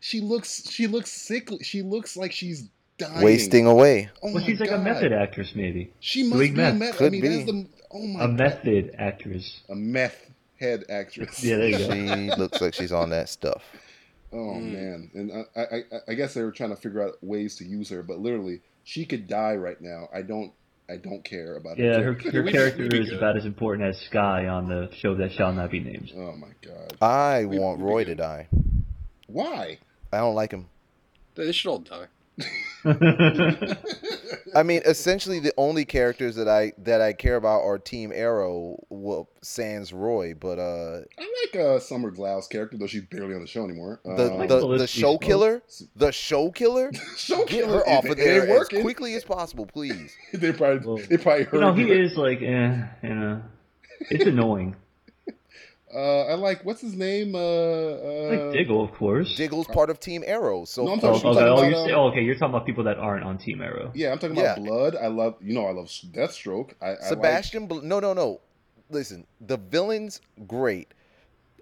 S5: She looks she looks sickly. She looks like she's dying.
S3: Wasting away.
S5: Oh
S6: Well
S5: my
S6: she's like
S5: God.
S6: a method actress maybe.
S5: She must
S6: doing
S5: be a
S6: meth.
S5: meth. I
S3: Could
S5: mean,
S3: be.
S5: that's the. Oh my.
S6: A
S5: God.
S6: method actress.
S5: A meth head actress.
S6: Yeah, there you go.
S3: She looks like she's on that stuff.
S5: Oh
S7: Mm.
S5: man, and I, I, I- I guess they were trying to figure out ways to use her, but literally, she could die right now. I don't, I don't care about
S6: Yeah, her,
S5: her. [laughs]
S6: her
S7: we-
S6: character
S7: we'd be
S6: is
S7: good.
S6: about as important as Sky on the show that shall not
S5: [laughs]
S6: be named.
S5: Oh my god,
S3: I
S5: We-
S3: want
S5: we
S3: Roy to
S5: could-
S3: die.
S5: why?
S3: I don't like him.
S7: They should all die.
S3: I mean, essentially, the only characters that I that I care about are Team Arrow, well, Sans Roy, but uh,
S5: I like uh, Summer Glau's character, though she's barely on the show anymore.
S3: the
S5: Um, [laughs]
S3: the, the
S6: Felicity
S3: show
S6: Smoke.
S3: killer, the show killer,
S5: show
S3: get
S5: [laughs] killer,
S3: her off
S5: it-
S3: of
S5: it ain't
S3: there as
S5: working.
S3: quickly as possible, please.
S5: [laughs] they
S6: Well,
S5: probably, they probably heard.
S6: you know, he
S5: her.
S6: is like, eh, you know, it's annoying.
S5: Uh, I like what's his name? Uh, uh,
S6: Like Diggle, of course.
S3: Diggle's part of Team Arrow, so
S5: No, I'm
S6: Oh,
S5: talking-
S3: fuck
S6: okay,
S5: talking
S6: oh,
S5: about,
S6: you're,
S5: um,
S6: oh, okay, you're talking about people that aren't on Team Arrow.
S5: Yeah, I'm talking
S3: Yeah.
S5: about blood. I love you know I love Deathstroke. I, I
S3: Sebastian. Bl- no, no, no. Listen, the villain's great.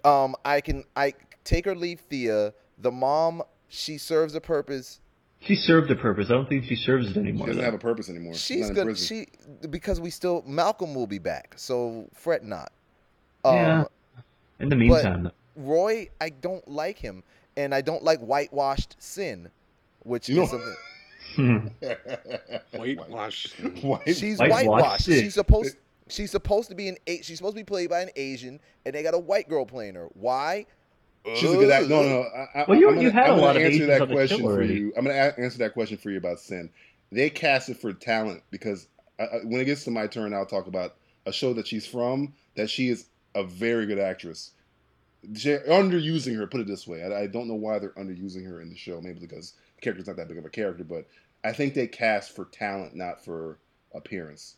S3: Um, I can I take or leave Thea. The mom, she serves a purpose
S6: She served a purpose. I don't think she serves it
S5: She
S6: anymore.
S5: doesn't
S6: though.
S5: have a purpose anymore. She's
S3: She's
S5: not in
S3: gonna
S5: prison.
S3: she because we still Malcolm will be back, so fret not.
S6: Yeah.
S3: Um,
S6: In the meantime, though.
S3: Roy, I don't like him, and I don't like whitewashed sin, which
S5: No.
S3: is something.
S5: [laughs]
S6: [laughs]
S7: Whitewash.
S3: [laughs]
S5: White.
S3: She's
S6: Whitewashed
S3: whitewashed.
S6: sin.
S3: She's supposed. She's supposed to be an eight. She's supposed to be played by an Asian, and they got a white girl playing her. Why?
S5: She's a good actor. No, no. no. I, I,
S6: Well, you-
S5: I'm gonna,
S6: you had
S5: I'm
S6: a
S5: gonna
S6: lot of
S5: answer
S6: Asians
S5: that
S6: on the show
S5: question for
S6: already.
S5: you. I'm going to answer that question for you about Sin. They cast it for talent because I, I, when it gets to my turn, I'll talk about a show that she's from that she is a very good actress. They're underusing her. Put it this way: I, I don't know why they're underusing her in the show. Maybe because the character's not that big of a character, but I think they cast for talent, not for appearance.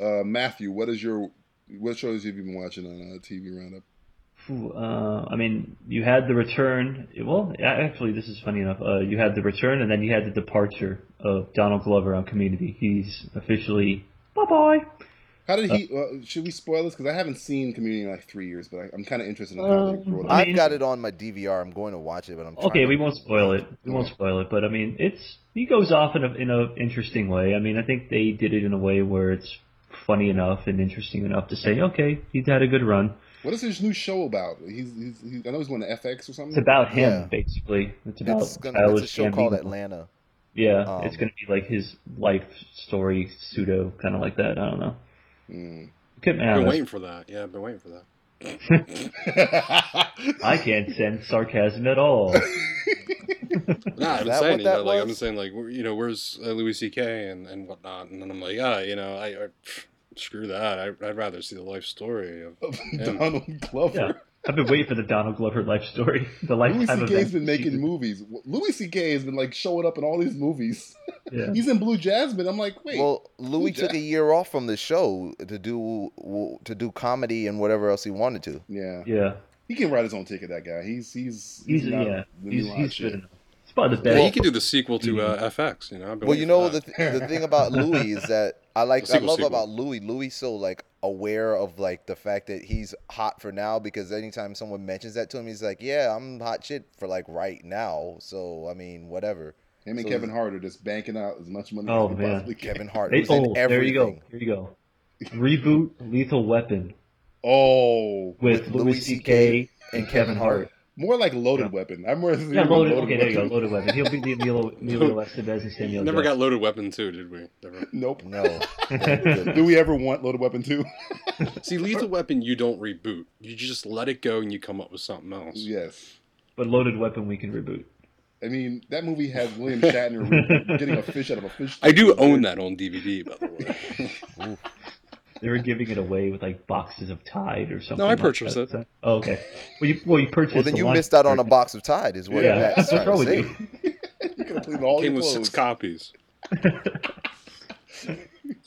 S5: Uh, Matthew, what is your what shows have you been watching on uh, TV Roundup?
S6: Phew, uh, I mean, you had the return. Well, a- actually, this is funny enough. Uh, you had the return, and then you had the departure of Donald Glover on Community. He's officially bye bye.
S5: How did he? Uh, should we spoil this? Because I haven't seen Community in like three years, but I, I'm kind of interested in how they
S6: Um,
S5: brought it.
S6: I
S5: up.
S3: I've
S6: mean-
S3: got it on my DVR. I'm going to watch it, but I'm trying
S6: Okay,
S3: to-
S6: we won't spoil it. We won't spoil it. But I mean, it's he goes off in a in a interesting way. I mean, I think they did it in a way where it's funny enough and interesting enough to say, okay, he's had a good run.
S5: What is his new show about? He's, he's, he's I know he's going to FX or something.
S6: It's about him,
S3: Yeah.
S6: basically. It's about
S3: It's, gonna, it's
S6: Childish
S3: a show called
S6: Gambino.
S3: Atlanta.
S6: Yeah,
S3: Um,
S6: it's gonna be like his life story, pseudo kind of like that. I don't know.
S3: Hmm.
S5: Mm.
S6: Couldn't
S7: I've been
S6: matter.
S7: waiting for that. Yeah, I've been waiting for that.
S6: I can't sense sarcasm
S3: [laughs]
S6: at all.
S7: No, I've been
S3: that
S7: saying
S3: what that
S7: you know, like I've been
S3: was?
S7: saying like where- you know where's uh, Louis C.K. and and whatnot, and then I'm like ah you know I, I pff, screw that I, I'd rather see the life story of
S5: [laughs] Donald
S6: Yeah,
S5: Glover.
S6: I've been waiting for the Donald Glover life story, the
S5: Louis
S6: lifetime
S5: C.K. has
S6: event.
S5: been making movies. Louis C.K. has been like showing up in all these movies.
S6: Yeah.
S5: He's in Blue Jasmine. I'm like, wait,
S3: Well, Louis
S5: Jack-
S3: took a year off from the show to do to do comedy and whatever else he wanted to.
S5: yeah,
S6: yeah,
S5: he can write his own ticket. That guy. He's he's
S6: he's
S5: not
S6: yeah,
S5: the new
S6: he's,
S5: hot
S6: he's
S5: shit.
S6: good enough. It's probably the
S7: yeah
S6: best.
S7: he could do the sequel to uh, FX you know I've
S3: Mm-hmm.
S7: been
S3: Well,
S7: waiting
S3: you
S7: for
S3: know the
S7: that.
S3: th- the thing about Louis is that I like
S7: Sequel,
S3: I love
S7: sequel.
S3: about Louis. Louis so like aware of like the fact that he's hot for now because anytime someone mentions that to him, he's like, "Yeah, I'm hot shit for like right now." So I mean, whatever.
S5: Him and
S3: So
S5: Kevin
S3: is-
S5: Hart are just banking out as much money
S6: Oh,
S5: as they
S6: man.
S5: possibly can.
S3: Kevin Hart
S6: They-
S3: was
S6: oh,
S3: in
S6: there you
S3: everything.
S6: go. Here you go. Reboot Lethal Weapon
S5: Oh,
S6: with, Louis C.K.
S3: and Kevin Hart.
S5: More like loaded
S6: Yeah.
S5: weapon. I'm more
S6: Yeah, loaded. Okay, there you go. Loaded Weapon. He'll be the Emilio,
S3: [laughs]
S6: Emilio Estevez and Samuel.
S7: Never
S6: Jackson.
S7: got loaded weapon too, did we? Never. [laughs]
S5: Nope.
S6: [laughs]
S3: No,
S5: Do we ever want loaded weapon two?
S7: See, Lethal Weapon, you don't reboot. You just let it go and you come up with something else.
S5: yes.
S6: but Loaded Weapon we can reboot.
S5: I mean, that movie has William Shatner getting a fish out of a fish.
S7: I do own that on DVD, by the way.
S5: [laughs]
S6: They were giving it away with like boxes of Tide or something.
S7: I
S6: like
S7: purchased
S6: that.
S7: it.
S6: Oh, okay. Well, you well you purchased.
S3: well then
S6: the
S3: you
S6: one-
S3: missed
S6: [laughs]
S3: out on a box of Tide, is what
S6: Yeah,
S3: that's
S6: what's
S3: trying
S6: wrong
S3: to
S6: with
S3: say.
S6: [laughs] you?
S5: You could have played all
S7: Came
S5: your
S7: with six
S5: clothes.
S6: [laughs]
S7: copies.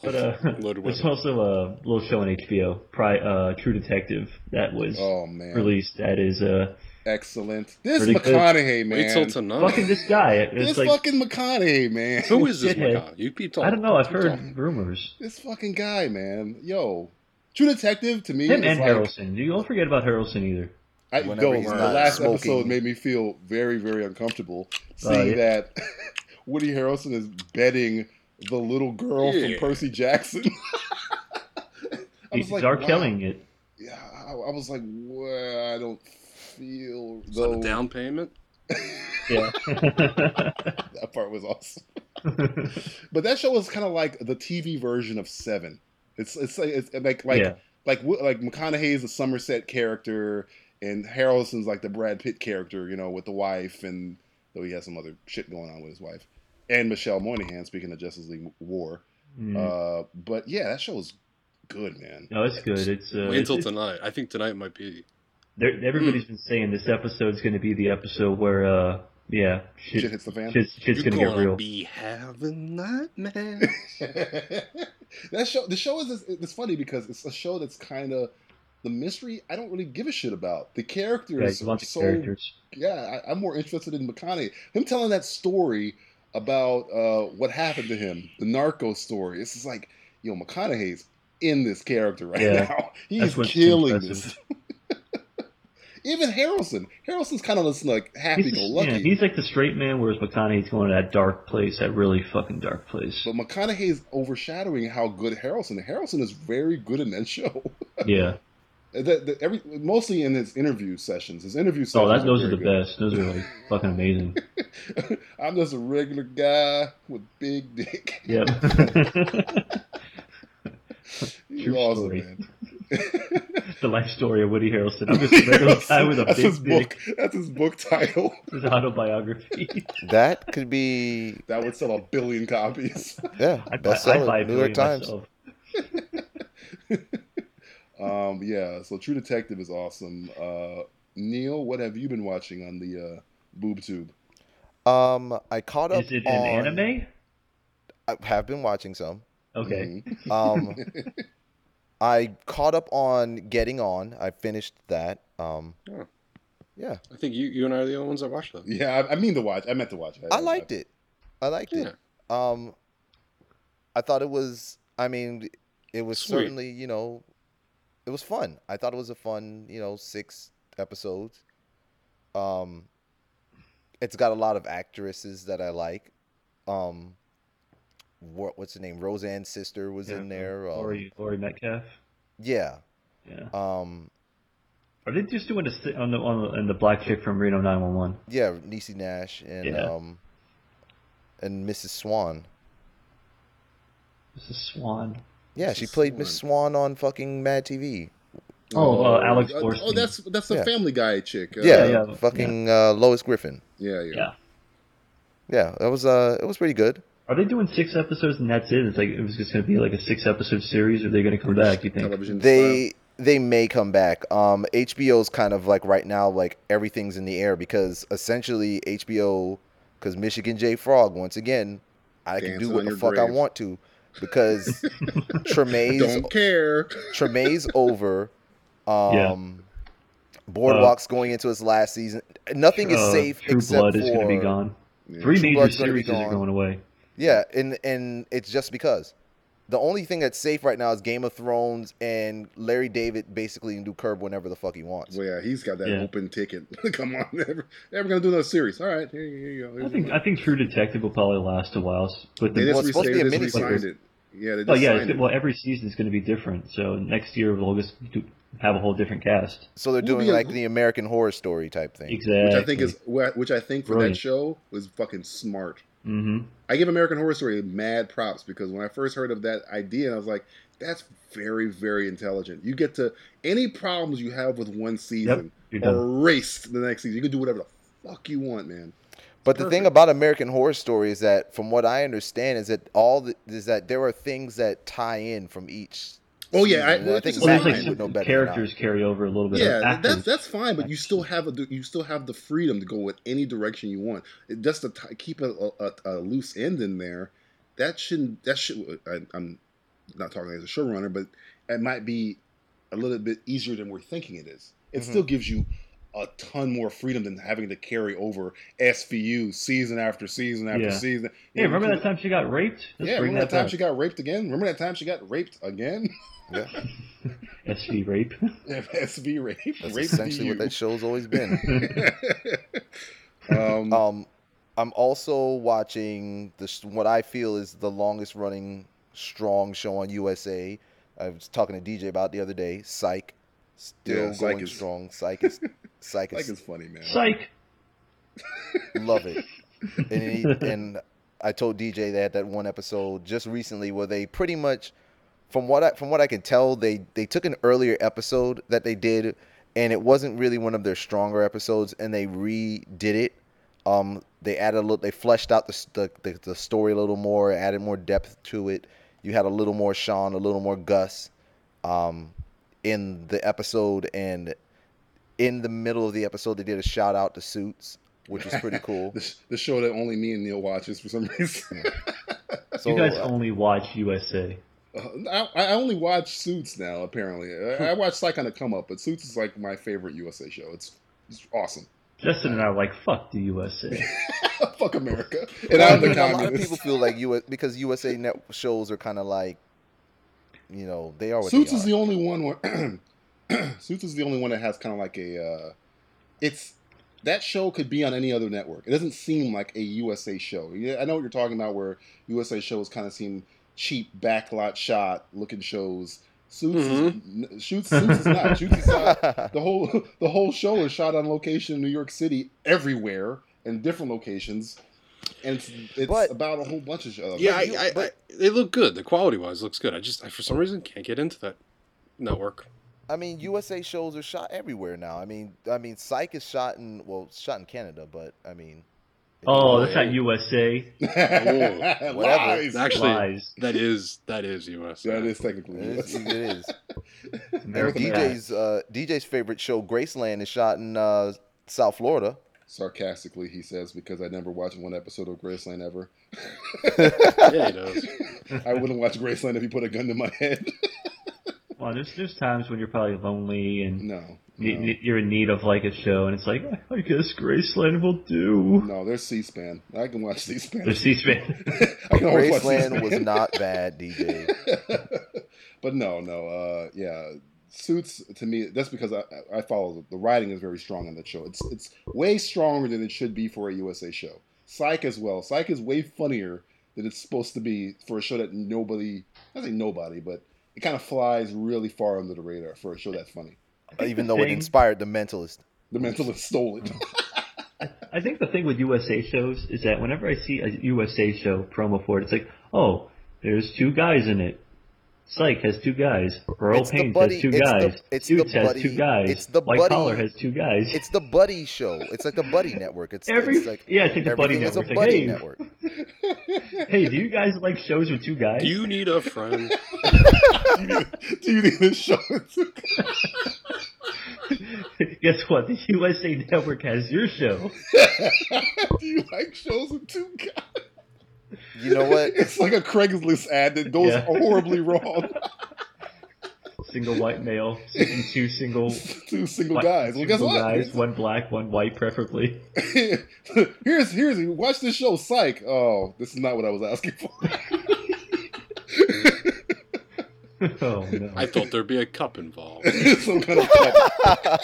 S6: But uh,
S7: Loaded
S6: there's
S7: Weapon.
S6: also a little show on HBO, Pri- uh, True Detective, that was
S5: Oh man,
S6: released. That is uh,
S5: excellent. This
S6: Really good.
S5: McConaughey
S7: Wait till
S5: man.
S6: fucking
S7: tonight.
S6: this guy. It's
S5: This
S6: like
S5: fucking McConaughey man.
S7: Who is this
S6: shithead.
S7: McConaughey? You keep talking.
S6: I don't know. I've
S5: Keep
S6: heard
S5: talking.
S6: rumors.
S5: [laughs] This fucking guy, man. Yo, True Detective to me.
S6: Him
S5: is
S6: and
S5: like,
S6: Harrelson. You don't forget about Harrelson either.
S5: I,
S3: Whenever
S5: yo,
S3: he's
S5: the
S3: not
S5: last
S3: smoking.
S5: episode made me feel very, very uncomfortable
S6: Oh,
S5: seeing
S6: yeah.
S5: that [laughs] Woody Harrelson is betting the little girl
S7: Yeah.
S5: from Percy Jackson. I was
S6: He's
S5: like,
S6: are
S5: wow.
S6: killing it.
S5: Yeah, I, I was like, well, I don't feel
S7: Is that
S5: though.
S7: a down payment?
S6: [laughs] Yeah.
S5: That part was awesome. [laughs] but that show was kind of like the TV version of Seven. It's it's like it's like like
S6: Yeah.
S5: like Wo- like McConaughey is a Somerset character, and Harrelson's like the Brad Pitt character, you know, with the wife, and though he has some other shit going on with his wife, and Michelle Moynihan. Speaking of Justice League War,
S6: Mm.
S5: uh, but yeah, that show is good, man.
S6: no, it's good. It's uh,
S7: Wait till
S6: it's-
S7: tonight. I think tonight might be.
S6: there- everybody's been saying this episode's going to be the episode where, uh, yeah, shit,
S5: Shit hits the fan.
S6: shit's, shit's
S7: You're
S6: going to get real.
S7: be having
S5: [laughs]
S7: nightmares.
S5: that show the show is it's funny because it's a show that's kind of the mystery I don't really give a shit about. The
S6: yeah,
S5: characters
S6: you
S5: are
S6: want the
S5: so
S6: characters.
S5: yeah, I, I'm more interested in McConaughey. Him telling that story about uh, what happened to him, the narco story. It's just like, yo, McConaughey's in this character right
S6: Yeah.
S5: now. [laughs]
S6: That's
S5: He's
S6: what's
S5: killing
S6: impressive.
S5: this. [laughs] Even Harrelson. Harrelson's kind of this like happy go lucky.
S6: Yeah, he's like the straight man, whereas McConaughey's going to that dark place, that really fucking dark place.
S5: [laughs] but McConaughey's overshadowing how good Harrelson. Harrelson is very good in that [laughs] show.
S6: Yeah.
S5: that, that Uh, every mostly in his interview sessions. His interview
S6: Oh,
S5: sessions.
S6: that, those are the
S5: very good.
S6: best. Those are like
S5: [laughs]
S6: fucking amazing.
S5: I'm just a regular guy with big dick.
S6: Yep. [laughs]
S5: He's
S6: True
S5: awesome,
S6: story.
S5: man.
S6: the life story of Woody Harrelson. I'm just
S3: [laughs]
S6: a [laughs] regular guy with a
S5: That's his
S6: big dick.
S5: book. That's his book title. [laughs]
S3: [laughs]
S6: His autobiography.
S3: That could be
S5: That would sell a billion copies. [laughs]
S3: yeah,
S6: I'd buy, I'd buy a
S3: bestseller. New
S6: billion
S3: York Times.
S6: myself.
S5: um, yeah, so True Detective is awesome. Uh, Neil, what have you been watching on the uh, boob tube?
S3: Um, I caught up.
S6: Is it
S3: on,
S6: an anime?
S3: I have been watching some.
S6: Okay.
S5: Mhm.
S7: [laughs]
S3: Um, I caught up on Getting On. I finished that. Um,
S7: Oh.
S3: yeah,
S7: I think you, you and I are the only ones that watched that.
S5: Yeah, I, I mean to watch. I meant to watch.
S3: I liked it. I liked
S7: Yeah.
S3: it. Um, I thought it was. I mean, it was
S7: Sweet.
S3: certainly you know, it was fun. I thought it was a fun you know six episodes. Um, it's got a lot of actresses that I like. Um, what what's her name? Roseanne's sister was
S7: uh,
S3: in there. Um,
S6: Lori, Lori Metcalf.
S3: Yeah.
S6: Yeah.
S3: Um,
S6: Are they just doing a sit on the on the, and the black chick from Reno 911?
S3: yeah, Niecy Nash and
S6: Yeah.
S3: um, and Mrs. Swan.
S6: This is Swan.
S3: Yeah,
S5: Mrs.
S3: she played Miss Swan on fucking Mad TV.
S6: Oh, uh, Alex
S5: uh,
S6: Borstein.
S5: Oh, that's that's the
S3: Yeah.
S5: Family Guy chick. Uh,
S3: yeah,
S6: yeah, yeah.
S3: fucking Uh, Lois Griffin.
S5: yeah, yeah.
S6: Yeah.
S3: Yeah, that was uh, it was pretty good.
S6: Are they doing six episodes and that's it? It's like it was just going to be like a six episode series. Or are they going to come back? You think?
S5: Television
S3: They they may come back. Um, HBO's kind of like right now, like everything's in the air because essentially HBO, because Michigan J Frog once again, I can
S5: Dancing
S3: do
S5: on
S3: what the
S5: your
S3: fuck I
S5: grave.
S3: want to
S5: [laughs]
S3: because
S5: style.
S3: Tremaine's
S5: don't care.
S3: Tremaine's over. Um,
S6: [laughs] Yeah.
S3: Boardwalk's going into its last season. Nothing is
S6: Uh,
S3: safe
S6: True
S3: except
S6: Blood
S3: for
S6: is going to be gone.
S5: Yeah.
S6: Three
S3: True
S6: major
S3: Blood's gonna be
S6: series are
S3: gone.
S6: going away.
S3: Yeah, and and it's just because the only thing that's safe right now is Game of Thrones and Larry David basically can do curb whenever the fuck he wants.
S5: Well, yeah, he's got that
S6: Yeah.
S5: open ticket. [laughs] Come on, ever, ever gonna do another series? All right, here, you- here you go.
S6: I think I think True Detective will probably last a while, s- but
S5: they
S6: the,
S3: Well, it's
S5: just
S3: supposed to
S5: restated,
S3: be a
S5: they just
S6: miniseries.
S5: resigned it. Yeah, they just
S6: oh yeah,
S5: signed
S6: it's-
S5: it.
S6: well every season is going to be different. So next year we'll just do, have a whole different cast.
S3: So they're
S5: We'll
S3: doing
S5: be a-
S3: like the American Horror Story type thing.
S6: Exactly.
S5: which I think is which I think for
S6: Brilliant.
S5: that show was fucking smart.
S6: hmm
S5: I give American Horror Story mad props because when I first heard of that idea, I was like, "That's very, very intelligent." You get to any problems you have with one season
S6: You're done.
S5: erased the next season. You can do whatever the fuck you want, man.
S3: But the thing
S5: Perfect.
S3: about American Horror Story is that, from what I understand, is that all the, is that there are things that tie in from each.
S5: Oh, yeah, I-
S3: season. And
S5: well,
S3: I think
S5: it's
S6: Well, there's
S5: Batman
S6: like
S3: Ryan would know
S6: some
S3: better. than
S6: characters carry over a little bit.
S5: yeah,
S6: of
S5: that-
S6: actors.
S5: that's that's fine, but you still have a, you still have the freedom to go with any direction you want. It, just to t- keep a, a, a loose end in there, that shouldn't that should I, I'm not talking as a showrunner, but it might be a little bit easier than we're thinking it is. It
S3: Mhm.
S5: still
S6: Mm-hmm.
S5: gives you a ton more freedom than having to carry over SVU season after season after
S6: Yeah.
S5: season.
S6: Hey, remember that time she got raped? Let's
S5: yeah,
S6: bring
S5: remember that time
S6: back.
S5: she got raped again? Remember that time she got raped again? [laughs]
S3: not. Yeah,
S6: SV rape.
S5: SV rape.
S3: that's
S5: rape
S3: essentially what
S5: VU.
S3: that show's always been.
S5: [laughs] um,
S3: Um, I'm also watching the s- what I feel is the longest running strong show on USA. I was talking to DJ about it the other day. Psych, still
S5: Yeah, Psych
S3: going
S5: is-
S3: strong. Psych
S5: [laughs]
S3: is, Psych
S5: like
S3: is,
S5: it's funny, man.
S6: Psych.
S3: love it. And, he- and I told DJ they had that one episode just recently where they pretty much, from what I from what I can tell, they they took an earlier episode that they did, and it wasn't really one of their stronger episodes, and they redid it. Um, they added a little, they fleshed out the, s- the the the story a little more, added more depth to it. You had a little more Sean, a little more Gus, um, in the episode, and in the middle of the episode, they did a shout out to Suits, which was pretty
S5: [laughs]
S3: cool.
S5: The, sh- the show that only me and Neil watches for some [laughs] reason.
S3: So
S6: you guys
S3: uh,
S6: only watch USA.
S5: Uh, I, I only watch Suits now. Apparently,
S3: Hmm.
S5: I, I watch Psych on the come up, but Suits is like my favorite USA show. It's it's awesome. [laughs]
S6: Justin and I are like, fuck the USA.
S5: Fuck America, and I'm the
S3: and a lot of
S5: communist.
S3: people feel like US because USA net shows are kind of like, you know, they are what
S5: Suits
S3: they
S5: is
S3: are.
S5: [clears throat] the only one where Suits is the only one that has kind of like a uh, it's that show could be on any other network. It doesn't seem like a USA show. Yeah, I know what you're talking about, where USA shows kind of seem cheap, backlot shot looking shows. Suits,
S7: Mm-hmm.
S5: is, n- shoots, suits is not.
S3: [laughs]
S5: Shoots is
S7: [laughs]
S5: not. The whole [laughs] the whole show is shot on location in New York City, everywhere, in different locations, and it's, it's
S3: But-
S5: about a whole bunch of uh, shows.
S7: Yeah,
S3: you-
S7: I, I, I,
S3: but-
S7: they look good. The quality wise looks good. I just, I, for some reason, can't get into that
S5: [laughs]
S7: network.
S3: I mean, USA shows are shot everywhere now. I mean, I mean, Psych is shot in well, it's shot in Canada, but I mean, it's-
S6: Oh, that's
S5: [laughs]
S6: not USA.
S7: [laughs] Oh,
S3: whatever.
S5: Lies.
S7: Actually,
S6: Lies.
S7: That is, that is US.
S5: that is
S3: it
S5: technically
S3: is.
S5: US.
S3: It
S6: [laughs]
S3: is.
S6: American
S5: E
S6: Pie.
S3: DJ's uh, DJ's favorite show, Graceland, is shot in uh, South Florida.
S5: [laughs] sarcastically he says because I never watched one episode of
S3: [laughs]
S5: Graceland ever.
S7: [laughs] Yeah, he does.
S5: I wouldn't watch Graceland if you put a gun to my head. [laughs]
S6: Well, there's there's times when you're probably lonely and
S5: no,
S6: ne-
S5: no,
S6: ne- you're in need of like a show, and it's like I guess Graceland will [laughs] do.
S5: no. There's C-SPAN. I can watch C-SPAN.
S6: There's C-SPAN.
S5: [laughs] I can always watch
S3: Graceland
S5: C-SPAN.
S3: was not bad,
S5: [laughs]
S3: DJ.
S5: but no, no. Uh, yeah, Suits to me. That's because I, I follow the writing is very strong on that show. It's it's way stronger than it should be for a USA show. Psych as well. Psych is way funnier than it's supposed to be for a show that nobody. I say nobody, but it kind of flies really far under the radar for a show that's funny.
S3: Even though it
S6: Thing.
S3: inspired The Mentalist.
S5: The mentalist
S6: [laughs]
S5: stole it.
S6: I think the thing with USA shows is that whenever I see a USA show promo for it, it's like, oh, there's two guys in it. Psych has two guys. Earl
S3: It's the
S6: Paint
S3: buddy-
S6: has two
S3: it's the-
S6: guys.
S3: it's the
S6: Suits has
S3: buddy-
S6: two guys.
S3: it's the
S6: White
S3: buddy-
S6: Collar has two guys.
S3: It's the Buddy Show. It's like the Buddy Network. It's,
S6: Every
S3: it's like
S6: yeah, it's like the buddy
S3: everything is a
S6: network. It's
S3: Buddy
S6: like, hey,
S3: Network.
S6: [laughs] hey, do you guys like shows with two guys?
S7: You need a friend.
S5: [laughs] Do you need this show?
S6: [laughs] Guess what? The USA Network has your show.
S5: [laughs] Do you like shows with two guys?
S3: You know what?
S5: [laughs] It's like a Craigslist ad that goes
S6: Yeah.
S5: horribly wrong. [laughs]
S6: Single white male, and
S3: [laughs]
S6: two single
S5: two single
S6: white-
S5: guys. Well, guess
S6: single
S5: what?
S6: guys, one black, one white, preferably.
S5: [laughs] here's here's watch this show, Psych. Oh, this is not what I was asking for. [laughs]
S6: oh [laughs] no!
S7: I thought there'd be a cup involved.
S5: Some kind of cup.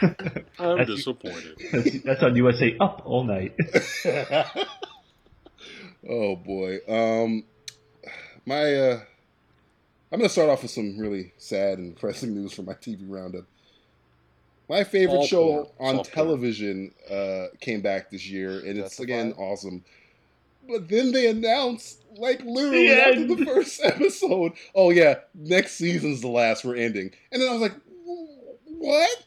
S7: I'm
S6: That's-
S7: disappointed.
S6: [laughs] That's, that's on USA Up all night.
S5: [laughs] oh boy. Um, my uh, I'm gonna start off with some really sad and depressing news from my TV roundup. My favorite
S7: All
S5: show
S7: porn.
S5: on
S7: All porn.
S5: television uh, came back this year, and it's
S3: Justified.
S5: again awesome. But then they announced, like literally
S6: The
S5: after
S6: end.
S5: the [laughs] first episode, oh yeah, next season's the last. We're ending, and then I was like, what?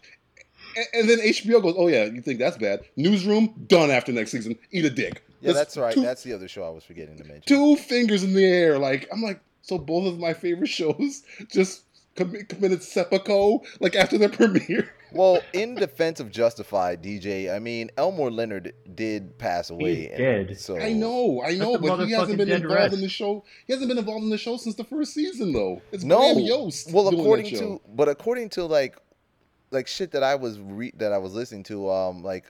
S5: A- And then HBO goes, oh yeah, you think that's bad? Newsroom done after next season. Eat a dick.
S3: Yeah, that's right.
S5: two-
S3: That's the other show I was forgetting to mention.
S5: two fingers in the air. Like I'm like, so both of my favorite [laughs] shows just commi- committed seppuku like after their [laughs] premiere.
S3: Well, in defense of Justified, DJ, I mean Elmore Leonard did pass away. and
S6: dead.
S3: So
S5: I know, I know,
S6: Let the
S5: but he hasn't
S6: motherfucking
S5: been
S6: dead
S5: involved
S6: rest.
S5: in the show. He hasn't been involved in the show since the first season, though. It's
S3: No.
S5: Graham Yost.
S3: Well,
S5: doing that
S3: according
S5: show.
S3: to but according to like like shit that I was re- that I was listening to, um, like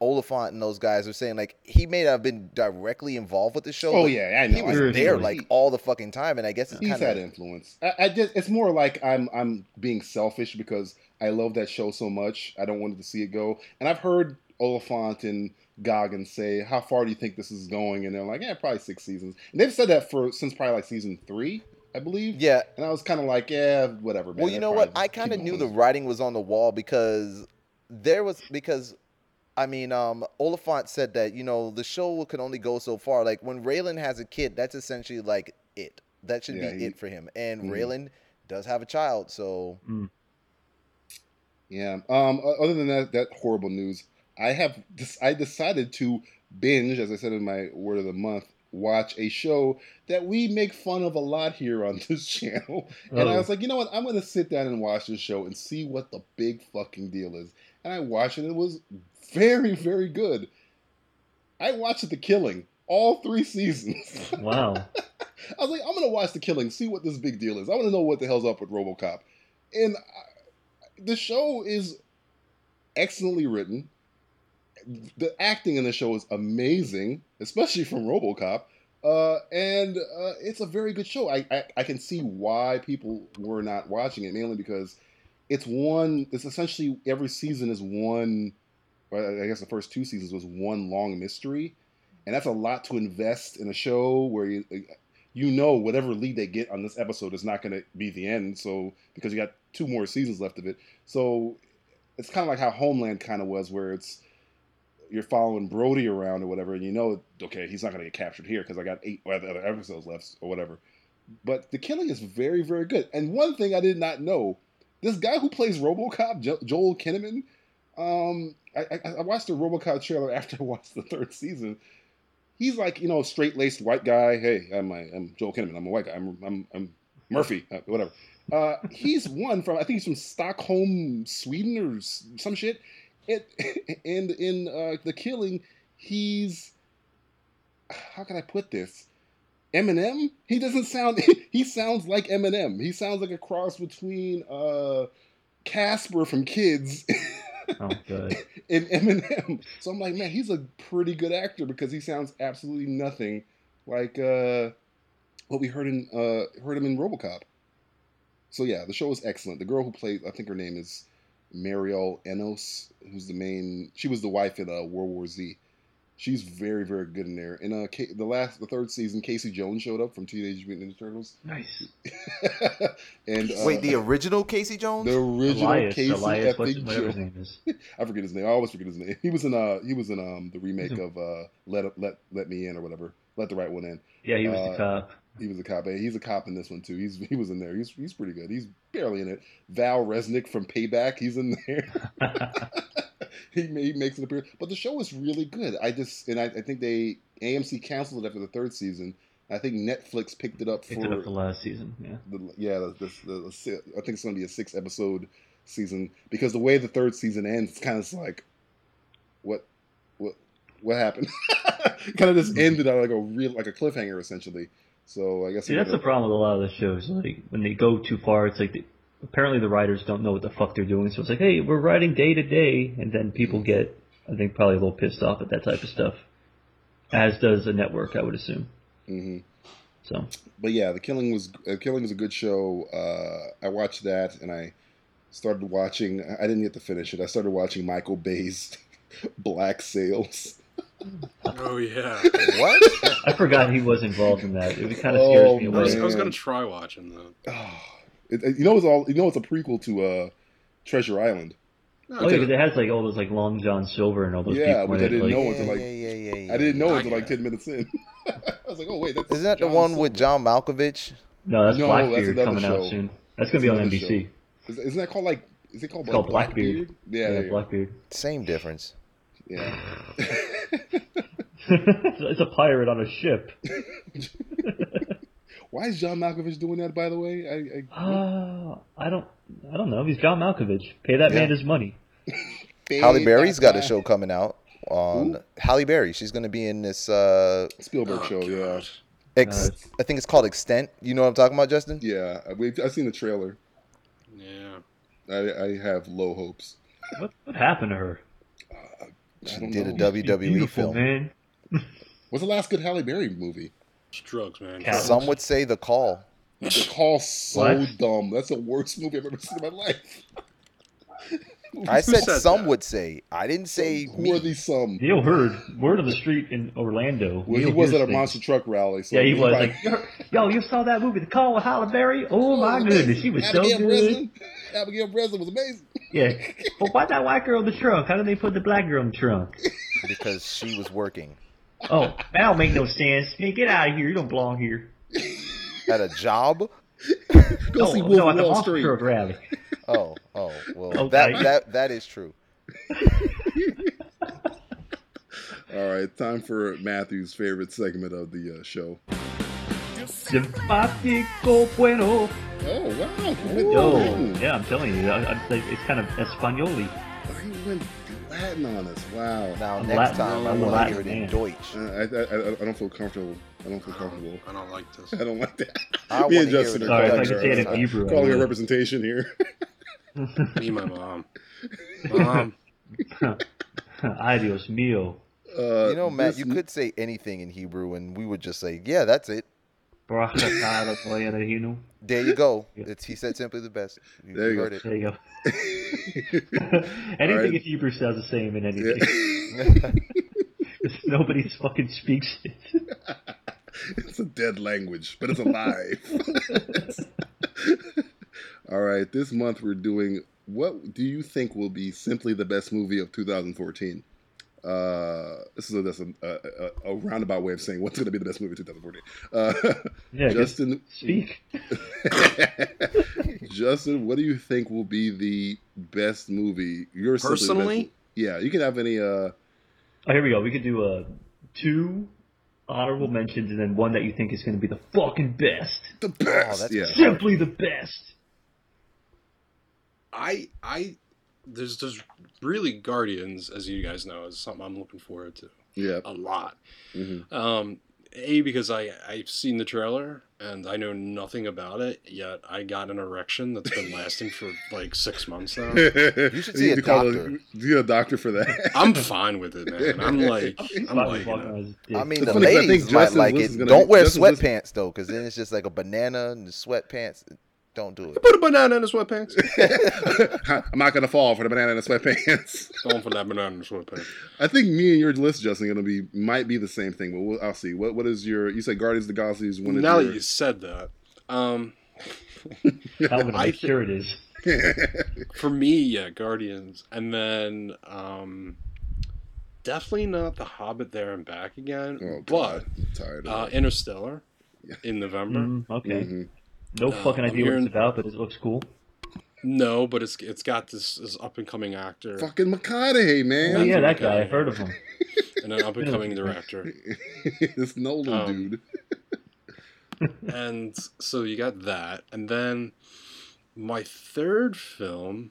S3: Olafant and those guys are saying like he may not have been directly involved with the show.
S5: oh
S3: but
S5: yeah, I know.
S3: he
S5: I know.
S3: was there
S6: Originally.
S3: like all the fucking time, and I guess it's
S5: He's
S3: kind
S5: had
S3: of
S5: influence. I, I just it's more like I'm I'm being selfish because I love that show so much. I don't want to see it go. And I've heard Oliphant and Goggins say, "How far do you think this is going?" And they're like, "Yeah, probably six seasons." And they've said that for since probably like season three, I believe.
S3: yeah.
S5: And I was kind of like, "Yeah, whatever." Man.
S3: Well, you
S5: They're
S3: know what?
S5: probably
S3: I
S5: just
S3: kind of
S5: keep
S3: knew the
S5: going."
S3: writing was on the wall because there was because I mean, um, Oliphant said that you know the show can only go so far. Like when Raylan has a kid, that's essentially like it. That should
S5: Yeah,
S3: be
S5: he-
S3: it for him. And
S5: Mhm.
S3: Raylan does have a child, so
S5: Yeah. Um. o- Other than that, that horrible news. I have. des- I decided to binge, as I said in my word of the month, watch a show that we make fun of a lot here on [laughs] this channel. [laughs] And I
S6: Oh.
S5: was like, you know what? I'm gonna sit down and watch this show and see what the big fucking deal is. And I watched it. It was very, very good. I watched The Killing, all three seasons. [laughs]
S6: Wow.
S5: I was like, I'm gonna watch The Killing, see what this big deal is. I want to know what the hell's up with RoboCop, and I, the show is excellently written. The acting in the show is amazing, especially from RoboCop, uh, and uh, it's a very good show. I, I I can see why people were not watching it, mainly because it's one. It's essentially every season is one. Well, I guess the first two seasons was one long mystery, and that's a lot to invest in a show where you you know whatever lead they get on this episode is not going to be the end. So because you got two more seasons left of it, so it's kind of like how Homeland kind of was, where it's you're following Brody around or whatever, and you know, okay, he's not going to get captured here because I got eight other episodes left or whatever. But the killing is very, very good. And one thing I did not know this guy who plays RoboCop, jo- Joel Kinnaman, um, I, I, I watched the RoboCop trailer [laughs] after I watched the third season. He's like, you know, straight laced white guy. Hey, I'm, a, I'm Joel Kinnaman. I'm a white guy. I'm, I'm, I'm Murphy, uh, whatever. Uh, he's one from, I think he's from Stockholm, Sweden or s- some shit. It, [laughs] and in uh, The Killing, he's, how can I put this? Eminem? He doesn't sound. [laughs] He sounds like Eminem. He sounds like a cross between uh, Casper from Kids [laughs]
S6: Oh, good.
S5: [coughs] and Eminem. So I'm like, man, he's a pretty good actor because he sounds absolutely nothing like uh, what we heard in uh, heard him in RoboCop. So yeah, the show is excellent. The girl who played, I think her name is Mariel Enos, who's the main. She was the wife in uh, World War Z. She's very, very good in there. And uh, Ca- the last, the third season, Casey Jones showed up from Teenage Mutant Ninja Turtles. [laughs]
S6: Nice.
S5: and uh,
S3: Wait, the original Casey Jones?
S5: the original
S6: Elias,
S5: Casey
S6: Elias, what's,
S5: effing
S6: whatever his
S5: Jones.
S6: name is.
S5: I forget his name. I always forget his name. [laughs] He was in uh he was in um the remake
S6: He's a-
S5: of uh let let let me in or whatever. Let the right one in.
S6: Yeah, he was
S5: Uh,
S6: the cop.
S5: He was a cop. and He's a cop in this one too. He's [laughs] he was in there. He's he's pretty good. He's barely in it. Val Resnick from Payback. He's in there.
S6: [laughs]
S5: [laughs] he, ma- he makes an appearance. But the show is really good. I just and I, I think they AMC canceled it after the third season. I think Netflix picked it up
S6: Picked
S5: for
S6: it up the last season. Yeah.
S5: the, yeah, the, the, the, the si- I think it's going to be a six episode season because the way the third season ends, it's kind of like, what, what, what happened? [laughs] kind of
S6: Mm-hmm.
S5: just ended on like a real like a cliffhanger essentially. So I guess
S6: See,
S5: they're
S6: that's the
S5: gonna-
S6: problem with a lot of the shows. Like when they go too far, it's like the, apparently the writers don't know what the fuck they're doing. So it's like, hey, we're writing day to day, and then people
S5: Mm-hmm.
S6: get, I think, probably a little pissed off at that type of stuff. As does a network, I would assume.
S5: Mhm.
S6: So
S5: but yeah, the killing was uh, killing was a good show. Uh, I watched that and I started watching. I didn't get to finish it. I started watching Michael Bay's [laughs] Black Sails. [sighs]
S7: Oh yeah.
S3: what?
S6: I forgot he was involved in that. It kind of
S5: Oh,
S6: scares me
S7: I was, I
S6: away.
S5: man.
S7: was gonna try watching though.
S5: Oh, it, it- you know it's all you know it's a prequel to uh, Treasure Island.
S7: No,
S6: Oh yeah, because it has like all those like Long John Silver and all those
S5: Yeah,
S6: people.
S5: which
S6: in
S5: I
S6: it,
S5: didn't
S6: like,
S5: know until like I didn't know until like ten minutes in. [laughs] I was like, oh wait, that's
S3: Isn't that the
S5: John
S3: one
S5: Silver.
S3: with John Malkovich?
S6: No, that's
S5: No, that's
S6: Blackbeard
S5: another
S6: coming
S5: show.
S6: out soon. That's gonna be on
S5: That's another
S6: NBC.
S5: Is- Isn't that called like? Is it called,
S6: It's called Blackbeard.
S5: Yeah, there you go.
S6: Blackbeard.
S3: Same difference.
S5: yeah.
S6: [laughs] it's a pirate on a ship.
S5: Why is John Malkovich doing that? By the way, I, I
S6: [gasps] Ah, I don't, I don't know. He's John Malkovich. Pay that
S5: Yeah.
S6: man his money.
S3: Halle
S5: Babe,
S3: Berry's
S5: [laughs] that
S3: got a
S5: guy-
S3: show coming out on Halle Berry. She's going to be in this. Uh,
S5: Spielberg
S7: Oh,
S5: show. Yeah,
S7: God.
S3: ex-
S6: Nice.
S3: I think it's called Extent. You know what I'm talking about, Justin?
S5: yeah. I- We, I've seen the trailer.
S7: Yeah.
S5: I, I have low hopes.
S6: What, what happened to her?
S5: I
S3: She
S5: don't
S3: did a
S5: know.
S6: She's
S3: WWE
S6: beautiful,
S3: film.
S6: man.
S5: What's the last good Halle Berry
S6: [laughs]
S5: movie?
S7: It's drugs, man.
S6: Cat.
S7: Drugs.
S3: Some would say The Call.
S5: The Call so
S6: What?
S5: dumb. That's the worst movie I've ever seen in my life.
S3: I said,
S7: said
S3: some
S7: that?
S3: would say. I didn't say
S5: Who
S3: me.
S5: are these some?
S6: Neil Hurd, word on the street in Orlando.
S5: Well, he
S6: Neil
S5: was
S6: hears
S5: at a
S6: things.
S5: monster truck rally. So
S6: Yeah, he was
S5: probably-
S6: like, yo, you saw that movie, The Call with Halle Berry? Oh my goodness, she was
S5: [laughs]
S6: so
S5: Abigail
S6: good.
S5: Breslin. Abigail Breslin was amazing. [laughs]
S6: Yeah, but why that white girl in the trunk? How did they put the black girl in the trunk?
S3: because she was working
S6: Oh, that don't make no sense. Hey, get out of here. You don't belong here.
S3: at a job.
S5: Go
S6: oh,
S5: see Wolf
S6: no, at
S5: of
S6: the
S5: Wall
S6: monster
S5: Street. [laughs]
S6: truck rally.
S3: Oh, oh,
S6: [laughs]
S3: well,
S6: Okay.
S3: that that that is true.
S5: All right, time for Matthew's favorite segment of the uh, show.
S6: Simpático
S5: Oh
S6: bueno.
S5: wow!
S6: Yo,
S5: Ooh.
S6: yeah, I'm telling you, I, I, it's kind of Espanoli.
S5: He went Latin on us. Wow.
S3: Now
S6: I'm
S3: next
S6: Latin-
S3: time I want
S7: I'm
S3: to
S6: Latin
S3: hear it in
S6: man.
S3: Deutsch.
S5: Uh, I, I, I I don't feel comfortable. I don't feel
S7: I don't,
S5: comfortable. [laughs]
S7: I don't like this.
S5: I don't like that.
S3: I
S5: Me
S3: wanna
S5: and
S3: hear
S5: Justin
S3: it
S5: are
S3: in
S5: calling,
S6: Sorry, if I
S3: Dutch.
S6: could
S5: her,
S6: say it in
S3: I-
S6: Hebrew. I
S5: calling her
S6: would.
S5: representation here.
S7: Me, my mom. Mom.
S6: [laughs] Ay, Dios mío.
S5: Uh,
S3: You know, Matt,
S5: this-
S3: you could say anything in Hebrew, and we would just say, "Yeah, that's it."
S6: Brahmatara Valerino.
S3: There you go.
S6: [laughs] Yeah.
S3: It's, he said simply the best. You,
S5: There you go.
S6: [clears throat]
S3: heard
S6: There you go. [laughs]
S5: All
S6: anything
S5: right.
S6: in Hebrew sounds the same in anything.
S5: Yeah.
S6: 'Cause
S5: [laughs]
S6: [laughs] Nobody fucking speaks [laughs] it.
S5: it's a dead language, but it's alive. [laughs] All right, this month we're doing what do you think will be simply the best movie of 2014? Uh, this is a, that's a, a, a- a roundabout way of saying what's going to be the best movie of 2014. Uh, [laughs]
S6: Yeah, just
S5: Justin,
S6: speak.
S5: Justin, what do you think will be the best movie? Your simply the best-
S7: Personally?
S5: yeah, you can have any. Uh,
S6: Oh, here we go. We could do uh, two honorable mentions and then one that you think is going to be the fucking best.
S5: the best.
S3: Oh, that's-
S5: yeah.
S6: Simply the best.
S7: I I there's there's really Guardians, as you guys know, is something I'm looking forward to
S5: Yeah.
S7: a lot.
S5: hmm
S7: Um, a because I I've seen the trailer and I know nothing about it yet. I got an erection
S5: [laughs]
S7: that's been lasting for like six months now.
S5: you
S3: should see a
S5: call
S3: doctor.
S5: you need a doctor for that.
S7: I'm fine with it, man.
S5: [laughs]
S7: I'm like I'm
S6: Bobby
S7: like
S6: Faulkner
S7: uh,
S6: was a dick.
S3: it. I mean,
S5: It's
S3: the
S5: funny 'cause I think
S3: ladies might
S5: Justin
S3: like
S5: List is
S3: it.
S5: gonna-
S3: Don't wear
S5: Justin List-
S3: sweatpants though, because then it's just like a banana and the sweatpants. Don't do it.
S7: put a banana in the
S5: [laughs]
S7: sweatpants.
S5: I'm not gonna fall for the banana and the sweatpants. [laughs]
S7: Going for that banana in the sweatpants.
S5: I think me and your list, Justin, gonna be might be the same thing, but we'll, I'll see. What what is your? You said Guardians of the Galaxy is one of
S7: Now
S5: your.
S7: that you said that, um,
S6: I'm going to
S7: I
S6: make
S7: thi-
S6: sure it is.
S7: for me, yeah, Guardians, and then um, definitely not The Hobbit there and back again,
S5: oh, God,
S7: but
S5: I'm tired.
S7: uh,
S5: Of it.
S7: Interstellar in November.
S6: Mm, okay.
S5: Mhm.
S6: No
S7: Uh,
S6: fucking
S7: I'm
S6: idea what
S7: hearing-
S6: it's about, but it looks cool.
S7: No, but it's it's got this, this up and coming actor
S5: Fucking McConaughey,
S6: Oh,
S5: man.
S6: yeah, that
S7: Matthew
S6: guy.
S7: McConaughey.
S6: I've heard of him.
S7: and an up and coming director,
S5: [laughs] this Nolan
S7: Um,
S5: dude.
S7: and so you got that, and then my third film.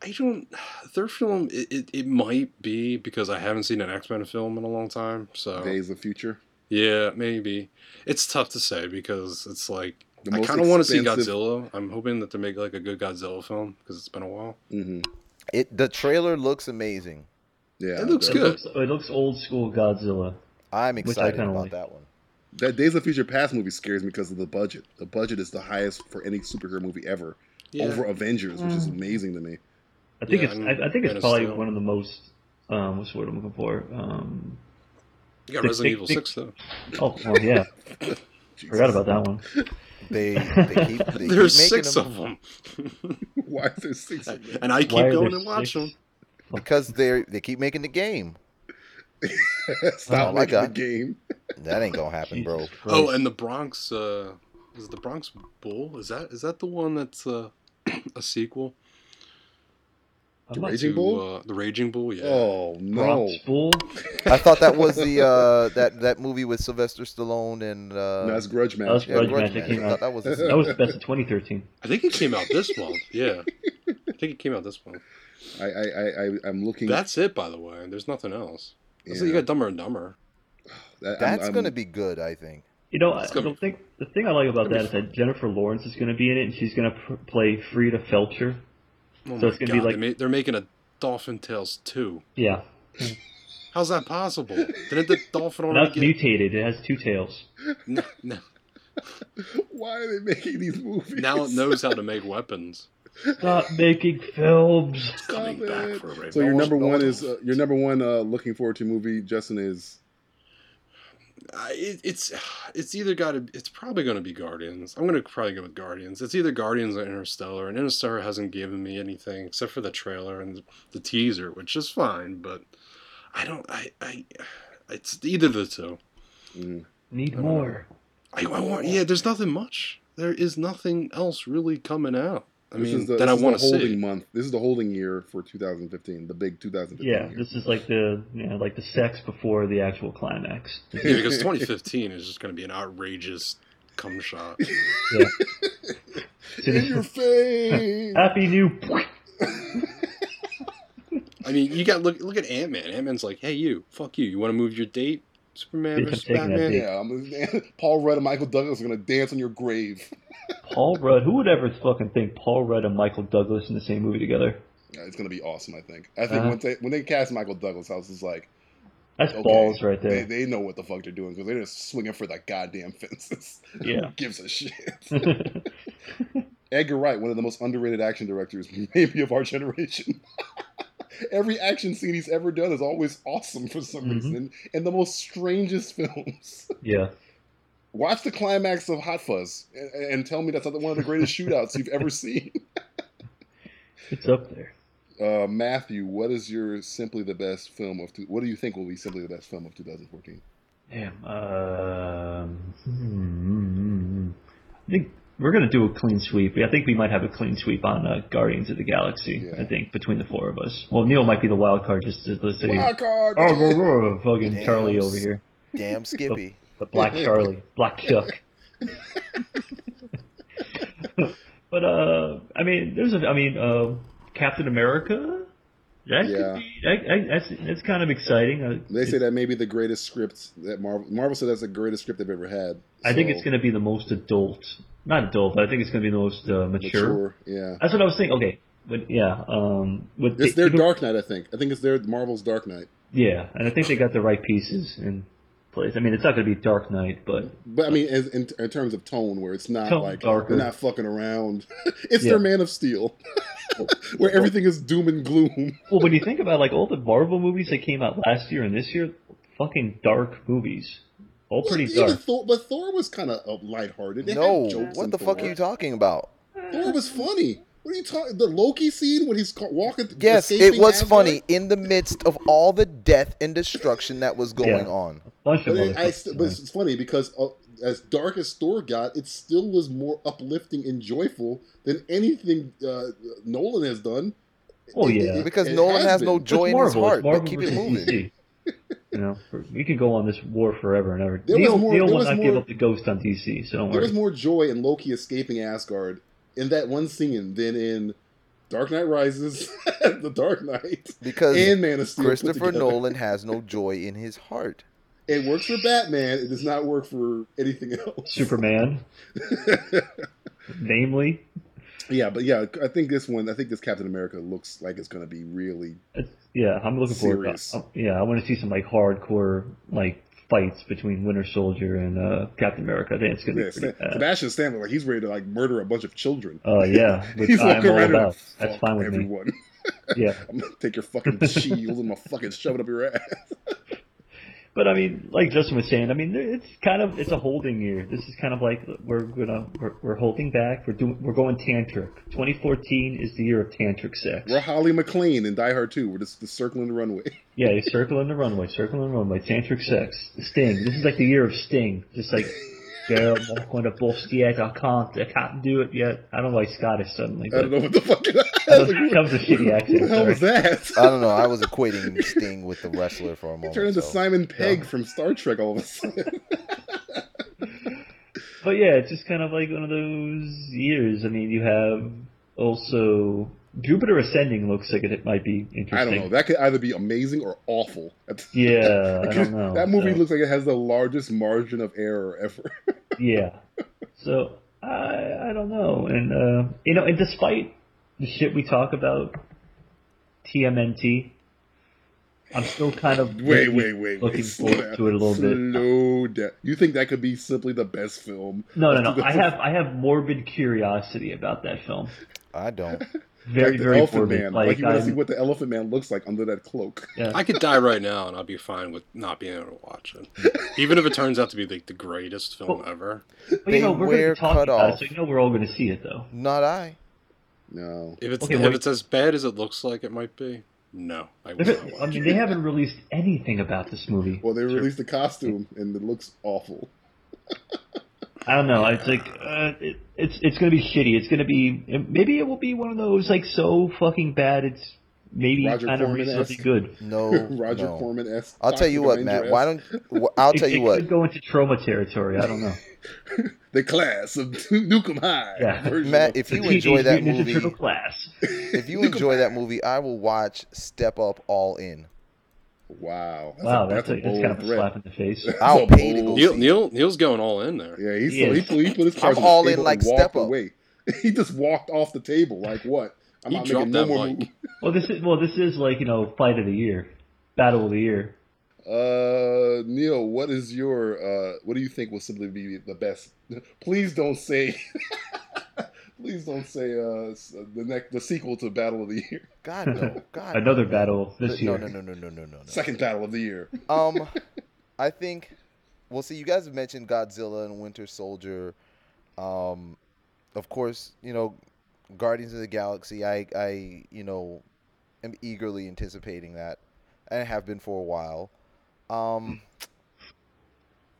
S7: I don't. Third film, it, it, it might be because I haven't seen an X Men film in a long time. So
S5: Days of Future.
S7: Yeah, maybe. It's tough to say because it's like
S5: The
S7: I
S5: most
S7: kind of want to see
S5: expensive-
S7: Godzilla. I'm hoping that they make like a good Godzilla film because it's been a while.
S5: hmm
S3: It the trailer looks amazing.
S5: Yeah,
S7: It looks
S5: that-
S6: It
S7: good.
S6: looks, it looks old school Godzilla.
S3: I'm
S6: Which I
S3: excited
S6: kinda
S3: about
S6: like.
S3: that one.
S5: That Days of Future Past movie scares me because of the budget. The budget is the highest for any superhero movie ever,
S7: Yeah.
S5: over Avengers, which is
S3: Mm.
S5: amazing to me. [laughs]
S6: I think
S7: Yeah,
S6: it's.
S7: and
S6: I, I think
S7: Man
S6: it's
S7: of
S6: probably
S7: Steel.
S6: one of the most. Um, what's the word I'm looking for? Um,
S7: you got
S6: Tick, tick,
S7: Resident Evil
S6: tick.
S7: Six though.
S6: oh, well,
S7: [laughs]
S6: yeah.
S5: Jesus.
S6: Forgot about that one.
S3: They
S6: [laughs]
S3: they keep they keep making
S7: There's six
S3: them
S7: of them,
S5: Why is there six? of them?
S7: [laughs] and I keep
S6: Why are
S7: going
S6: there
S7: and
S6: six?
S7: watch them.
S3: because they they keep making the game.
S5: Stop
S3: Oh, my
S5: making
S3: God.
S5: the game.
S3: That ain't gonna happen, bro.
S6: Jesus Christ.
S7: Oh, and the Bronx. Uh, is it the Bronx Bull? Is that is that the one that's uh, [clears throat] a sequel?
S6: I'm not-
S5: Raging
S7: to,
S5: Bull?
S7: Uh, the Raging Bull. Yeah.
S5: Oh no!
S6: Bronx Bull.
S3: I thought that was the uh, that that movie with Sylvester Stallone and uh,
S5: No, that's
S7: Um,
S5: Grudge Match.
S6: That's
S3: yeah,
S6: Grudge
S3: Grudge
S6: Match that
S3: Match.
S6: came
S3: I thought
S6: out.
S3: that
S5: [laughs]
S3: was
S6: That was the best
S7: [laughs]
S6: of 2013.
S7: I think it came out this month. Yeah. I think it came out this
S5: [laughs]
S7: month.
S5: I, I, I, I- I'm looking.
S7: That's it, by the way. There's nothing else. That's
S5: Yeah.
S7: you got Dumber and Dumber.
S5: That- I'm-
S3: that's
S5: I'm-
S3: gonna be good. I think.
S6: You know, I
S7: It's gonna
S6: don't think the thing I like about that is that Jennifer Lawrence is going to be in it, and she's going to pr- play Frida Felcher. So
S7: Oh my
S6: it's gonna
S7: god,
S6: be
S7: they
S6: like-
S7: ma- they're making a Dolphin Tales 2.
S6: Yeah,
S7: How's that possible?
S6: [laughs]
S7: Didn't the Dolphin
S6: that's
S7: already get...
S6: mutated. It has two tails.
S7: N- n-
S5: [laughs] Why are they making these movies? [laughs]
S7: now it knows how to make weapons.
S6: Stop making films.
S7: It's coming
S5: Stop
S7: back
S5: it.
S7: for a rainbow.
S5: So your
S3: No
S5: number
S3: one-
S5: one
S3: no
S5: is uh, your number one uh, looking forward to movie. Justin is
S7: I- it, it's it's either got to it's probably going to be Guardians. I'm going to probably go with Guardians. It's either Guardians or Interstellar, and Interstellar hasn't given me anything except for the trailer and the teaser, which is fine. But I don't. I I it's either the two.
S5: mm,
S6: Need more.
S7: I, I want. Yeah, there's nothing much. There is nothing else really coming out. I
S5: this
S7: mean,
S5: is the,
S7: that
S5: this
S7: I
S5: is the
S7: want to
S5: holding
S7: see.
S5: month. This is the holding year for 2015, the big 2015.
S6: Yeah,
S5: year.
S6: this is like the you know, like the sex before the actual climax.
S7: Yeah, because 2015 is just going to be an outrageous cum shot.
S6: Yeah. uh,
S5: in
S6: [laughs]
S5: your face.
S6: Happy new.
S7: I mean, you got look look at Ant Man. Ant Man's like, hey, you, fuck you. You want to move your date, Superman
S6: Yeah,
S7: versus
S6: I'm taking that
S7: Batman?
S6: date.
S5: yeah, I'm gonna, [laughs] Paul Rudd and Michael Douglas are gonna dance on your grave.
S6: Paul Rudd. Who would ever fucking think Paul Rudd and Michael Douglas in the same movie together?
S5: Yeah, it's gonna be awesome. I think. I think
S6: Uh-huh.
S5: once they, when they cast Michael Douglas, I was just like,
S6: That's balls right
S5: They,
S6: there.
S5: they know what the fuck they're doing because they're just swinging for the goddamn fences. [laughs]
S6: Yeah.
S5: Who gives a shit? [laughs] Edgar Wright, one of the most underrated action directors [laughs] maybe of our generation. [laughs] Every action scene he's ever done is always awesome for some
S6: Mhm.
S5: reason, and the most strangest [laughs] films.
S6: [laughs] yeah.
S5: Watch the climax of Hot Fuzz and, and tell me that's not one of the greatest shootouts you've ever seen. [laughs]
S6: It's up there.
S5: Uh, Matthew, what is your simply the best film of? Two, what do you think will be simply the best film of 2014?
S6: Damn. Um, hmm. I think we're gonna do a clean sweep. I think we might have a clean sweep on uh, Guardians of the Galaxy.
S5: Yeah.
S6: I think between the four of us. Well, Neil might be the wild card just to let's say.
S5: Wild card.
S6: Oh, whoa, whoa, fucking
S3: Damn.
S6: Charlie over here, [laughs]
S3: Damn Skippy.
S6: the Black Charlie,
S5: [laughs]
S6: Black Chuck. but uh, I mean, there's a, I mean, uh, Captain America. That
S5: Yeah.
S6: could be. I, I, that's that's kind of exciting. Uh,
S5: They
S6: it's-
S5: say that may be the greatest script that Marvel Marvel said that's the greatest script they've ever had.
S6: I think
S5: So,
S6: it's going to be the most adult, not adult, but I think it's going to be the most uh, mature.
S5: Yeah,
S6: That's what I was thinking. Okay, but yeah, um, with
S5: it's
S6: they-
S5: their Dark Knight. I think. I think it's their Marvel's Dark Knight.
S6: yeah, and I think they got the right pieces in place. I mean, it's not going to be Dark Knight, but
S5: But I mean, as, in, in terms of tone, where it's not
S6: Tone
S5: like
S6: darker.
S5: they're not fucking around. [laughs] it's
S6: Yeah.
S5: their Man of Steel, [laughs] where everything is doom and [laughs] gloom.
S6: well, when you think about like all the Marvel movies that came out last year and this year, fucking dark movies, all pretty
S5: Even
S6: dark.
S5: Thor, but Thor was kind of lighthearted. They had
S3: No,
S5: jokes in
S3: what the
S5: Thor.
S3: fuck are you talking about?
S5: Thor was funny. What are you talking? The Loki scene when he's ca- walking.
S3: Yes, it
S5: escaping
S3: was
S5: Asgard?
S3: funny in the midst of all the death and destruction that was going
S6: Yeah.
S3: on.
S6: Bunch
S5: But,
S6: of
S5: it,
S6: motherfuckers.
S5: I, st- but it's it's funny because uh, as dark as Thor got, it still was more uplifting and joyful than anything uh, Nolan has done.
S6: Oh,
S5: It-
S6: yeah.
S5: it- it-
S3: Because
S5: it
S3: Nolan has
S5: been.
S3: no
S6: It's
S3: joy in his
S6: Marvel, it's
S3: heart, but
S6: Marvel
S3: keep it
S6: versus
S3: moving.
S6: DC. You know, we could go on this war forever and ever.
S5: There was
S6: Neil,
S5: more-
S6: Neil
S5: there
S6: will
S5: was
S6: not
S5: more-
S6: give up the ghost on DC, so don't
S5: There
S6: worry.
S5: was more joy in Loki escaping Asgard in that one scene than in Dark Knight Rises, [laughs] The Dark Knight,
S3: Because
S5: and Man of Steel. put
S3: Christopher
S5: together.
S3: Nolan has no joy in his heart.
S5: It works for Batman. It does not work for anything else.
S6: Superman, namely.
S5: [laughs] yeah, but yeah, I think this one. I think this Captain America looks like it's going to be really
S6: It's- Yeah, I'm looking forward.
S5: Serious.
S6: To, uh, yeah, I want to see some like hardcore like fights between Winter Soldier and uh, Captain America. I think it's gonna
S5: Yeah,
S6: be pretty
S5: Stan, [laughs]
S6: bad.
S5: Sebastian Stan looked like he's ready to like murder a bunch of children.
S6: Oh yeah, which
S5: he's
S6: I'm
S5: walking
S6: all
S5: around
S6: about.
S5: and fuck
S6: That's fine with me.
S5: everyone.
S6: Yeah,
S5: I'm gonna take your fucking shield and I'm gonna fucking shove it up your ass.
S6: but I mean, like Justin was saying, I mean, there- it's kind of it's a holding year. This is kind of like we're gonna we're, we're holding back. We're doing we're going tantric. 2014 is the year of tantric sex.
S5: We're Holly McLean in Die Hard 2. We're just, just circling the runway.
S6: Yeah, you circle in the runway, circle in the runway, tantric sex, sting. This is like the year of sting. Just like, yeah, I'm not going to bust yet. I can't, I can't do it yet. I don't know why Scottish suddenly.
S5: I
S6: But
S5: don't know what the fuck.
S6: That was- that was a shitty accent, Oh,
S5: Who the hell was that?
S3: I don't know. I was
S5: [laughs]
S3: equating Sting with the wrestler for a
S5: He
S3: moment.
S5: [laughs] turned into
S3: so.
S5: Simon Pegg from Star Trek all of a sudden.
S6: but yeah, it's just kind of like one of those years. I mean, you have also Jupiter ascending looks like it, it might be interesting.
S5: I don't know. That could either be amazing or awful. That's-
S6: Yeah,
S5: [laughs]
S6: I don't know.
S5: That movie
S6: So-
S5: looks like it has the largest margin of error ever. [laughs]
S6: Yeah. So I I don't know, and uh, you know, and despite the shit we talk about, TMNT, I'm still kind of
S5: Wait, wait, wait.
S6: looking
S5: wait. Slow
S6: forward
S5: down.
S6: to it a little
S5: Slow
S6: bit.
S5: down. You think that could be simply the best film?
S6: No, no, no.
S5: [laughs]
S6: I have I have morbid curiosity about that film.
S3: I don't.
S6: Very,
S5: like the
S6: very
S5: Elephant
S6: morbid.
S5: Man. Like,
S6: Like,
S5: you want to see
S6: I'm- [laughs]
S5: what the Elephant Man looks like under that cloak.
S7: I could die right now and I'd be fine with not being able to watch it. Even if it turns out to be like the greatest film ever.
S6: but you know, we're going to
S3: Beware
S6: be talking about it,
S3: cutoff.
S6: so you know we're all going to see it though.
S3: Not I.
S5: No.
S7: If it's
S6: Okay,
S7: if
S6: wait.
S7: it's as bad as it looks like it might be, no, I will not
S6: I
S7: watch
S6: mean,
S7: it.
S6: they haven't released anything about this movie.
S5: Well, they released the costume and it looks awful.
S6: I don't know. It's like uh, it, it's it's gonna be shitty. It's gonna be maybe it will be one of those like so fucking bad. It's maybe
S5: Roger
S6: kind of
S5: Corman-esque.
S6: something good.
S3: No.
S5: [laughs] Roger
S3: Oh, no.
S5: Corman esque.
S3: I'll tell you what, Matt. Why don't wh- I'll
S6: It-
S3: tell
S6: [laughs] it
S3: you what,
S6: Could go into trauma territory. I
S3: [laughs]
S6: don't know.
S5: the class of [laughs] Nukem High?
S6: Yeah.
S5: version
S3: Matt.
S5: of-
S3: If you
S6: The Teenage
S3: enjoy that
S6: Mutant Ninja
S3: movie, [laughs]
S6: Turtle class.
S3: if you enjoy that movie, I will watch Step Up All In.
S5: [laughs] wow,
S6: Wow, that's,
S5: a
S6: a, that's
S5: bold
S6: kind of a
S5: threat.
S6: slap in the
S3: [laughs]
S6: face.
S5: That's
S3: I'll
S5: a
S3: pay to
S5: bold-
S3: go
S7: Neil, Neil Neil's going all in there.
S5: Yeah, he's
S6: He
S5: he,
S6: is.
S5: put- he put his cards
S3: [laughs] I'm
S5: on the
S3: all in
S5: table
S3: like
S5: and walked
S3: Step Up.
S5: away. [laughs] He just walked off the table like what? I'm
S7: He
S5: not
S7: dropped
S5: making no
S7: that
S5: more
S7: mic.
S5: moves.
S6: Well, this is well, this is like you know, fight of the year, battle of the year.
S5: Uh, Neil, what is your uh, what do you think will simply be the best? [laughs] Please don't say. [laughs] Please don't say uh, the next the sequel to Battle of the Year, [laughs]
S3: God
S6: [laughs]
S3: no, God. no,
S6: Another
S3: man.
S6: battle this
S3: no,
S6: year.
S3: no, no, no, no, no, no, no.
S5: second Battle of the Year.
S3: Um, I think. Well, see, you guys have mentioned Godzilla and Winter Soldier. Um, of course, you know, Guardians of the Galaxy. I, I, you know, am eagerly anticipating that, and have been for a while. Um,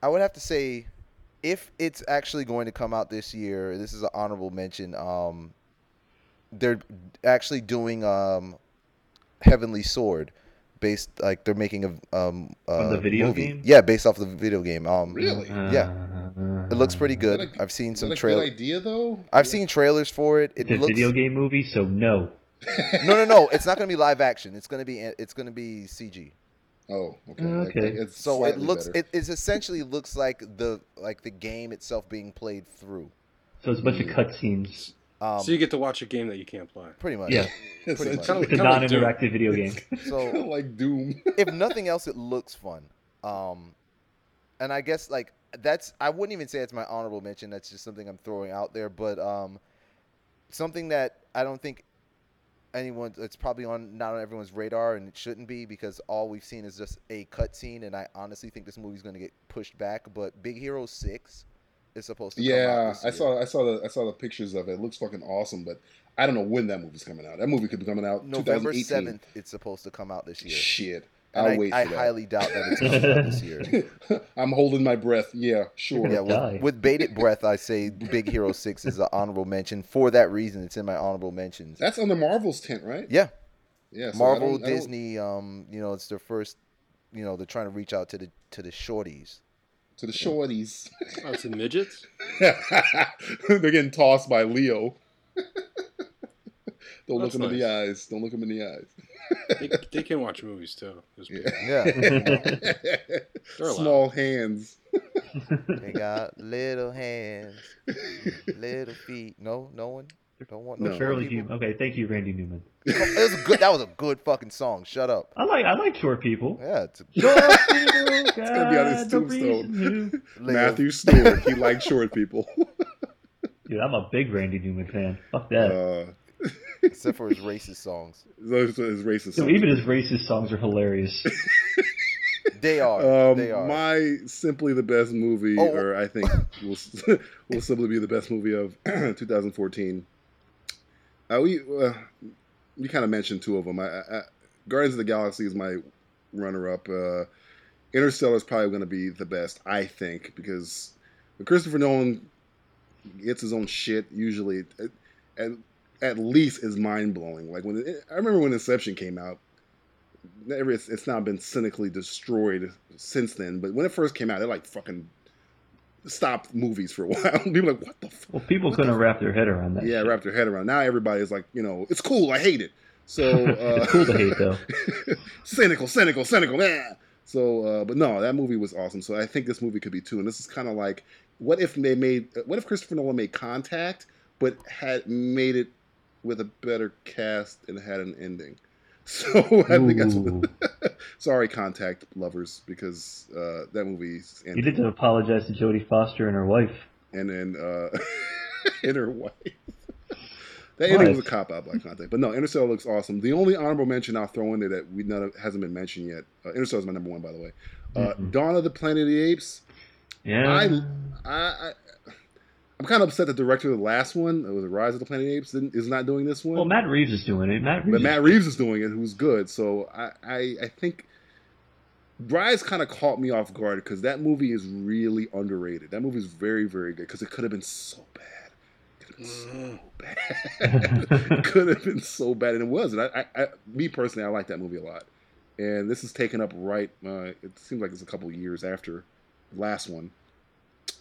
S3: I would have to say, if it's actually going to come out this year, this is an honorable mention. Um, they're actually doing um, Heavenly Sword, based like they're making a um
S6: Of the
S3: uh,
S6: video
S3: movie.
S6: game?
S3: Yeah, based off the video game. Um,
S5: Really,
S6: Uh,
S3: it looks pretty good.
S5: Is that a-
S3: I've seen
S5: Is that
S3: some
S5: a
S3: trailers.
S5: good idea though.
S3: I've seen trailers for it. It
S6: It's a
S3: looks
S6: video game movie, so no.
S3: no, no, no. It's not going to be live action. It's going to be it's going to be CG.
S5: Oh, okay.
S6: Okay.
S5: That- It's
S3: So it
S5: slightly
S3: looks
S5: better.
S3: it, it essentially looks like the like the game itself being played through.
S6: So it's a
S3: Mm.
S6: bunch of cutscenes.
S3: Um,
S7: so you get to watch a game that you can't play.
S3: pretty much.
S6: Yeah,
S5: [laughs] It's
S3: pretty
S5: actually
S6: it's a
S7: Kinda like Doom.
S6: non-interactive video game.
S5: [laughs]
S3: So-
S5: kinda
S3: [laughs]
S5: like Doom.
S3: if nothing else, it looks fun. Um, and I guess like that's I wouldn't even say it's my honorable mention. That's just something I'm throwing out there. But um, something that I don't think anyone it's probably on not on everyone's radar and it shouldn't be because all we've seen is just a cutscene. And I honestly think this movie's going to get pushed back. But Big Hero Six is supposed to come out
S5: Yeah,
S3: this
S5: I
S3: year.
S5: saw I saw the I saw the pictures of it. It looks fucking awesome, but I don't know when that movie's coming out. That movie could be coming out
S3: November
S5: 2018.
S3: seventh. It's supposed to come out this year.
S5: Shit,
S3: And
S5: I'll
S3: I-
S5: wait.
S3: I
S5: for that.
S3: highly doubt that it's coming out this
S5: [laughs]
S3: year.
S5: I'm holding my breath. Yeah, sure.
S3: Yeah,
S6: die.
S3: with, with bated breath, I say Big Hero Six is an honorable mention. For that reason, it's in my honorable mentions.
S5: That's under Marvel's tent, right?
S3: Yeah,
S5: Yeah. so I
S3: Marvel,
S5: don't- I don't-
S3: Disney. Um, you know, it's their first. You know, they're trying to reach out to the to the shorties.
S5: to the shorties. [laughs]
S7: Oh, it's in midgets.
S5: They're getting tossed by Leo. [laughs] Don't
S7: That's
S5: look him in the
S7: nice.
S5: eyes. Don't look him in the eyes.
S7: They, they can watch movies too. Those people.
S6: [laughs]
S3: Yeah,
S7: [laughs] They're allowed.
S5: [laughs] Small hands. [laughs]
S3: they got little hands, little feet. No, no one. Don't want [laughs] no.
S5: No.
S3: short
S6: Fairly
S3: people.
S6: human. Okay, thank you, Randy Newman.
S3: It was a good. That was a good fucking song. Shut up.
S6: I like I like short people.
S3: Yeah, it's a
S6: it's
S5: gonna be on his tombstone. Matthew Stewart. He liked short people. [laughs]
S6: Dude, I'm a big Randy Newman fan. Fuck that.
S5: Uh,
S3: [laughs] except for his racist songs.
S5: those are his racist.
S6: so
S5: songs.
S6: even his racist songs are hilarious.
S3: They are. they are.
S5: Um, my simply the best movie,
S3: Oh.
S5: or I think will [laughs] will simply be the best movie of [clears throat] 2014. Uh, we uh, you kind of mentioned two of them. I, I, I- Guardians of the Galaxy is my runner-up. Uh, Interstellar is probably going to be the best, I think, because when Christopher Nolan gets his own shit, usually it, at at least is mind blowing. Like when I remember when Inception came out, never- it's, it's now been cynically destroyed since then. But when it first came out, they like fucking stopped movies for a [laughs] while. People were like, what the fuck?
S6: Well, people couldn't wrap their head around that.
S5: Yeah,
S6: shit.
S5: wrap their head around. Now everybody's like, you know, it's cool. I hate it.
S6: [laughs]
S5: So uh,
S6: It's cool to hate, though.
S5: [laughs] cynical, cynical, cynical. Man. So, uh, but no, that movie was awesome. So I think this movie could be too. And this is kind of like, what if they made, uh, what if Christopher Nolan made Contact, but had made it with a better cast and had an ending? [laughs] So I think that's
S6: Ooh.
S5: what. [laughs] Sorry, Contact lovers, because uh, that movie's
S6: You didn't apologize to Jodie Foster and her wife.
S5: and then uh, [laughs] Inner White. That ending was a
S6: Nice.
S5: cop out by contact, but no, Interstellar looks awesome. The only honorable mention I'll throw in there that we none of, hasn't been mentioned yet. Uh, Interstellar is my number one, by the way. Uh,
S6: Mhm.
S5: Dawn of the Planet of the Apes.
S6: Yeah.
S5: I, I, I, I'm kind of upset the director of the last one, it was Rise of the Planet of the Apes, didn't, is not doing this one.
S6: well, Matt Reeves is doing it. Matt Reeves.
S5: But Matt Reeves is doing it, who's good. So I, I, I think Rise kind of caught me off guard because that movie is really underrated. That movie is very, very good because it could have been so bad. It could have been
S7: Mm-hmm.
S5: so
S6: Mm.
S5: bad.
S6: [laughs]
S5: it could have been so bad, and it was. And I, I, I, me personally, I like that movie a lot. And this is taken up right. Uh, it seems like it's a couple of years after the last one.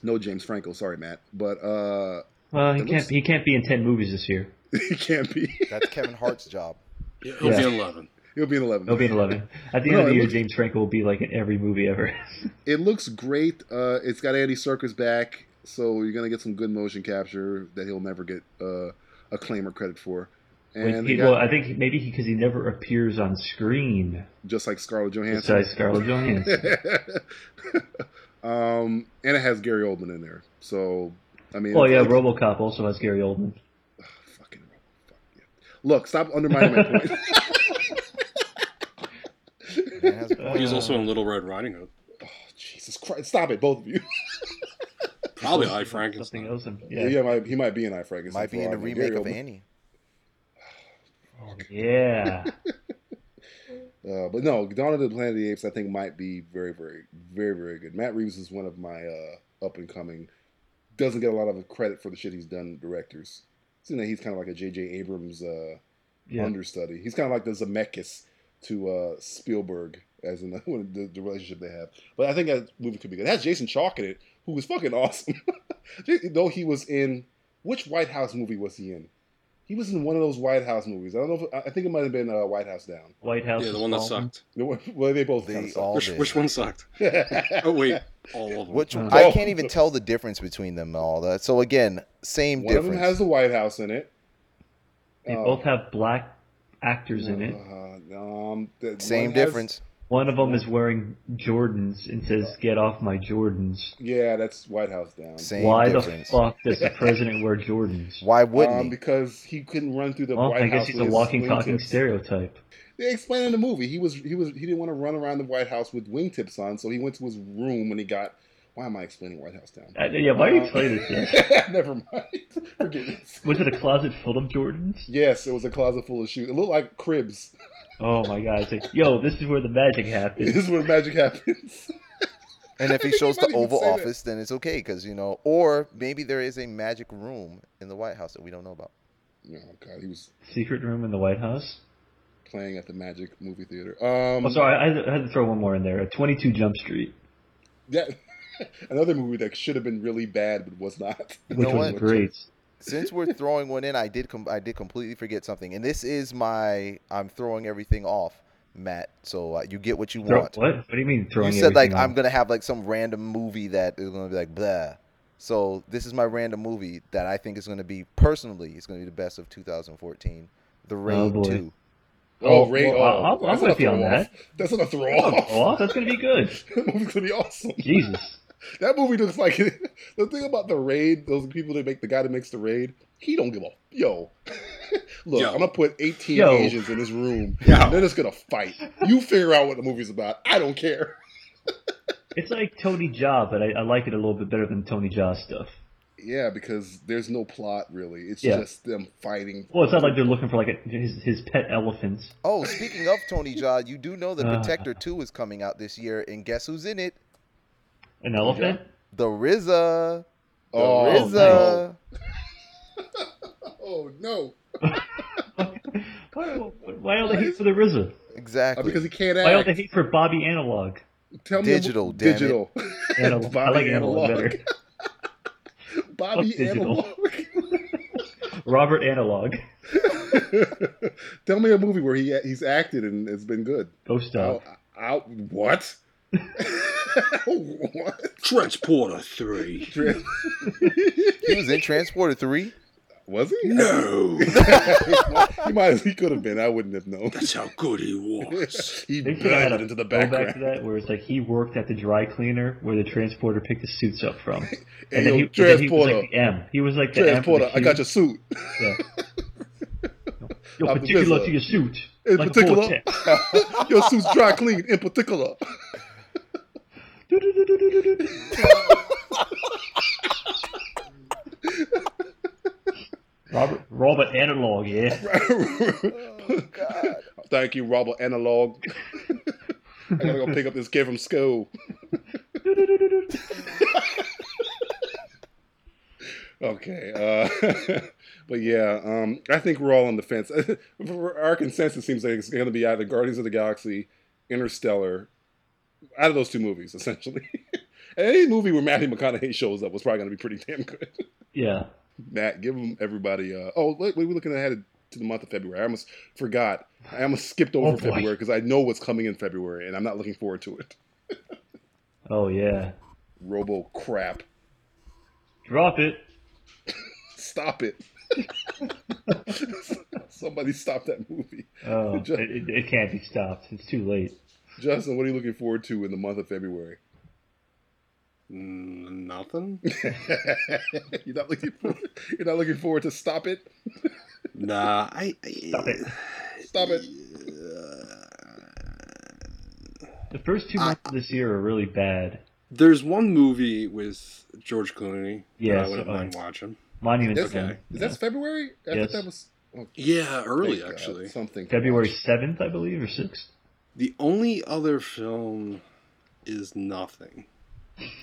S5: No James Franco, sorry Matt, but uh, [laughs]
S6: well, he
S5: it
S6: can't.
S5: looks-
S6: He can't be in ten movies this year.
S5: he can't be.
S3: That's Kevin Hart's job.
S7: Yeah, it'll
S6: Yeah.
S7: be eleven.
S5: He'll be in eleven.
S6: He'll be in eleven. At the
S5: No,
S6: end of
S5: it
S6: the year,
S5: looks-
S6: James Franco will be like in every movie ever. [laughs]
S5: it looks great. Uh, it's got Andy Serkis back, so you're gonna get some good motion capture that he'll never get uh, acclaim or credit for.
S6: Like,
S5: And they
S6: he, well,
S5: got-
S6: I think maybe because he never appears on screen
S5: just like Scarlett Johansson.
S6: besides
S5: [laughs]
S6: Scarlett Johansson.
S5: um, and it has Gary Oldman in there. So, I mean,
S6: Oh yeah,
S5: it's-
S6: RoboCop also has Gary Oldman.
S5: Fucking fuck yeah. Look, stop undermining
S6: [laughs]
S5: my point. [laughs]
S3: Man, has-
S6: Uh,
S7: He's also in Little Red Riding Hood.
S5: oh, Jesus Christ! Stop it, both of you.
S7: Probably I
S6: Something
S7: Frankenstein.
S6: else. and-
S5: Yeah,
S6: Yeah.
S5: might, he might be in I Frankenstein.
S3: might be
S5: for
S3: in
S5: all
S3: the
S5: I know.
S3: remake
S5: Gary
S3: of
S5: Oldman.
S3: Annie.
S6: Yeah.
S5: [laughs] Uh, but no, Dawn of the Planet of the Apes, I think, might be very, very, very, very good. Matt Reeves is one of my uh, up and coming. Doesn't get a lot of credit for the shit he's done. Directors, seeing that he's kind of like a J.J. Abrams uh,
S6: yeah.
S5: understudy. He's kind of like the Zemeckis to uh, Spielberg, as in [laughs] the, the, the relationship they have. But I think that movie could be good. That's Jason Chalk in it, who was fucking awesome. [laughs] Though he was in which White House movie was he in? He was in one of those White House movies. I don't know. If, I- I think it might have been uh, White House Down.
S6: White House.
S7: Yeah, the
S6: is
S7: one that
S6: falling.
S7: sucked.
S5: The one- Well, they both
S3: They
S5: kind
S3: all [laughs]
S7: Which,
S3: did.
S7: which one sucked? Oh wait, all of them.
S3: Which
S6: Uh,
S3: I
S5: Oh.
S3: can't even tell the difference between them and all that. So again, same
S5: One of
S3: difference.
S5: them has the White House in it.
S6: They
S5: Uh,
S6: both have black actors in it.
S5: uh, um, the-
S3: same
S5: one has-
S3: difference.
S6: One of them is wearing Jordans and says, "Get off my Jordans."
S5: yeah, that's White House Down.
S3: Same
S6: Why
S3: difference.
S6: the fuck
S5: [laughs]
S6: does the president wear Jordans?
S3: Why wouldn't
S5: Um,
S3: he?
S5: because [laughs] he couldn't run through the
S6: Well,
S5: White
S6: I guess
S5: House.
S6: he's a
S5: with his
S6: walking,
S5: wingtips.
S6: talking stereotype.
S5: They explain in the movie he was he was he didn't want to run around the White House with wingtips on, so he went to his room when he got. Why am I explaining White House Down?
S6: I, yeah, Uh, why are you
S5: Um,
S6: explaining this?
S5: [laughs] Never mind. [laughs] Forgive me.
S6: Was it a closet full of Jordans?
S5: Yes, it was a closet full of shoes. It looked like cribs.
S6: Oh my god! It's like, yo, this is where the magic
S5: this [laughs]
S6: happens.
S5: is where magic happens.
S3: And if he
S5: [laughs] They
S3: shows the
S5: might even
S3: Oval
S5: say that.
S3: Office, then it's okay because you know. Or maybe there is a magic room in the White House that we don't know about.
S5: Oh God, he was
S6: Secret room in the White House.
S5: playing at the Magic movie theater. Um,
S6: Oh, sorry, I had to- I had to throw one more in there. Twenty-two Jump Street,
S5: that- [laughs] another movie that should have been really bad but was not.
S6: which
S3: know
S6: was
S3: what?
S6: great.
S3: Since
S5: [laughs]
S3: we're throwing one in, I did com- I did completely forget something, and this is my I'm throwing everything off, Matt. So uh, you get what you
S6: Throw,
S3: want.
S6: what? What do you mean throwing?
S3: you said like
S6: everything
S3: I'm
S6: out?
S3: gonna have like some random movie that is gonna be like blah. So this is my random movie that I think is gonna be personally it's gonna be the best of 2014. The Raid
S6: boy.
S3: 2.
S5: Oh,
S6: Oh,
S5: Ray,
S6: well,
S5: oh,
S6: I'm- I'm
S5: that's
S6: with
S5: gonna
S6: you
S5: throw
S6: on
S5: off.
S6: that.
S5: That's gonna throw
S6: Oh,
S5: off.
S6: that's gonna be good.
S5: [laughs] that movie's gonna be awesome.
S6: Jesus.
S5: That movie looks like [laughs] the thing about the raid. Those people that make the guy that makes the raid, he don't give a yo. [laughs] Look,
S7: Yo.
S5: I'm gonna put 18
S6: Yo.
S5: Asians in this room.
S7: [laughs] Yo.
S5: and They're just gonna fight. You figure out what the movie's about. I don't care. [laughs]
S6: It's like Tony Jaa, but I, I like it a little bit better than Tony Jaa stuff.
S5: Yeah, because there's no plot really. It's
S6: Yeah.
S5: just them fighting.
S6: Well, it's not like they're looking for like a, his his pet elephants.
S3: Oh, speaking of Tony Jaa, you do know the
S6: Ah.
S3: Protector 2 is coming out this year, and guess who's in it?
S6: An elephant?
S3: The RZA. The
S5: Oh,
S3: RZA.
S5: no. Oh no!
S6: Why, why all the hate for the RZA?
S5: Uh,
S3: Exactly.
S5: because he can't
S6: Why all the
S5: act.
S6: hate for Bobby Analog?
S5: Tell
S3: Digital,
S5: me
S3: damn it. [laughs]
S5: digital.
S6: Analog. I like Analog better.
S5: Bobby
S6: Fuck Oh, digital.
S5: Analog.
S6: Robert Analog.
S5: [laughs] Tell me a movie where he he's acted and it's been good.
S6: Ghost
S5: Out,
S6: Dog.
S5: out what? [laughs] what?
S7: Transporter Three.
S5: Tra-
S3: he was in Transporter 3.
S5: Was he?
S7: No,
S5: [laughs] he might. He could have been. I wouldn't have known.
S7: that's how good
S5: [laughs]
S7: he was.
S5: he
S6: They should have had
S5: blended
S6: a
S5: into the
S6: Go back to
S5: background.
S6: that where it's like he worked at the dry cleaner where the transporter picked the suits up from. And,
S5: [laughs] Hey, yo,
S6: then, he, and then he was
S5: transporter,
S6: like the M. He was like the
S5: transporter.
S6: M.
S5: I got your suit.
S6: your.
S5: [laughs]
S6: Yo,
S5: I'm
S6: particular
S5: the
S6: to your suit.
S5: In
S6: like a
S5: particular, [laughs]
S6: vortex.
S5: your suit's dry clean. In particular,
S6: Do-do-do-do-do-do-do.
S5: [laughs]
S6: Robert, Robert Analog, yeah.
S3: God.
S5: thank you, Robert Analog. I gotta go pick up this kid from school. Okay, uh, [laughs] but yeah, um, I think we're all on the fence. [laughs] Our consensus seems like it's going to be either Guardians of the Galaxy, Interstellar, out of those two movies, essentially. [laughs] And Any movie where Matthew McConaughey shows up was probably going to be pretty damn good.
S6: yeah.
S5: Matt, give 'em everybody. Uh, oh, wait, wait, we're looking ahead to the month of February. I almost forgot. I almost skipped over
S6: Oh, boy.
S5: February because I know what's coming in February, and I'm not looking forward to it.
S6: Oh, yeah.
S5: Robo crap.
S6: Drop it.
S5: Stop it. [laughs] Somebody stop that movie. [laughs]
S6: Oh, it, it, it can't be stopped. It's too late.
S5: Justin, what are you looking forward to in the month of February? [laughs]
S7: Mm, Nothing.
S5: you're not looking. For, you're not looking forward to stop it.
S7: Nah, Uh, I, I
S6: Stop it.
S5: Stop it.
S6: The first two months of this year are really bad.
S7: There's one movie with George Clooney that
S6: Yes,
S7: I wouldn't
S6: uh,
S7: mind watching.
S6: Monument
S5: That's-
S6: Stone.
S5: Is that February? I
S6: Yes.
S5: thought that was oh,
S7: Yeah, early
S5: thank God,
S7: actually.
S5: something.
S6: February seventh, I believe, or sixth.
S7: The only other film is nothing.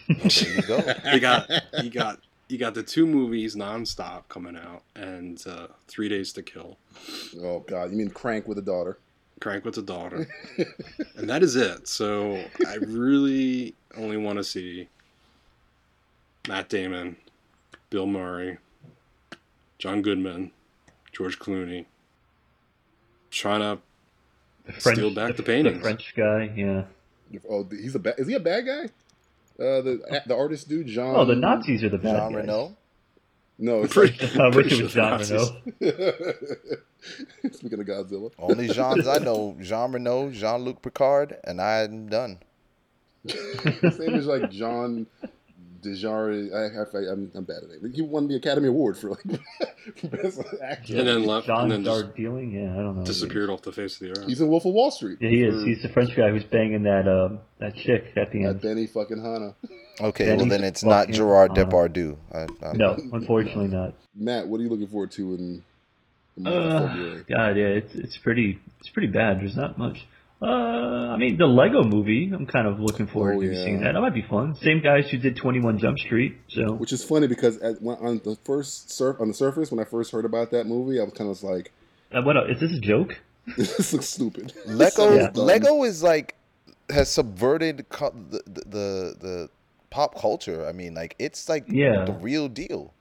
S3: There you
S6: [laughs]
S3: go.
S7: You got you got you got the two movies nonstop coming out and uh, Three Days to Kill,
S5: Oh God, you mean Crank with a daughter?
S7: Crank with a Daughter, and that is it. So I really only want to see Matt Damon, Bill Murray, John Goodman, George Clooney. Trying to
S6: The French,
S7: Steal back
S6: The
S7: the paintings.
S6: French guy, yeah.
S5: Oh, he's a ba- is he a bad guy? Uh, the the artist dude John.
S6: Oh, the Nazis are the bad
S3: Jean
S6: guys.
S3: Reno.
S5: No, it's
S7: [laughs] Pretty-
S6: I wish
S7: pretty
S6: it was
S7: sure
S6: John
S7: that's
S6: Renault.
S5: [laughs] Speaking of Godzilla,
S3: Only Jeans I know: Jean Reno, Jean Luc Picard, and I'm done.
S5: his name is like John Dejari. I, I, I'm, I'm bad at it. He won the Academy Award for like [laughs] best actor.
S7: And then left-
S6: John
S7: and then just
S6: Darjeeling? Yeah, I don't know.
S7: disappeared Hmm. off the face of the earth.
S5: He's in Wolf of Wall Street.
S6: Yeah, he is. He's the French guy who's banging that um that chick at the
S5: At
S6: end.
S5: Benny fucking Hanna.
S3: Okay,
S6: Then
S3: well
S6: he
S3: then it's not
S6: fucking-
S3: Gerard
S6: uh,
S3: Depardieu. I, I,
S6: No, unfortunately
S7: [laughs]
S6: not.
S5: Matt, what are you looking forward to in the month of
S6: Uh,
S5: February?
S6: God, yeah, it's it's pretty it's pretty bad. There's not much. Uh, I mean, the Lego Movie. I'm kind of looking forward
S5: Oh,
S6: to
S5: yeah.
S6: seeing that. That might be fun. Same guys who did 21 Jump Street. So
S5: Which is funny because at, when, on the first surf on the surface, when I first heard about that movie, I was kind of like, [laughs]
S6: uh, what else? is this a joke?
S5: "This looks stupid." [laughs]
S3: Lego.
S6: Yeah.
S3: Lego is like has subverted co- the, the the the pop culture. I mean, like it's like
S6: Yeah.
S3: the real deal.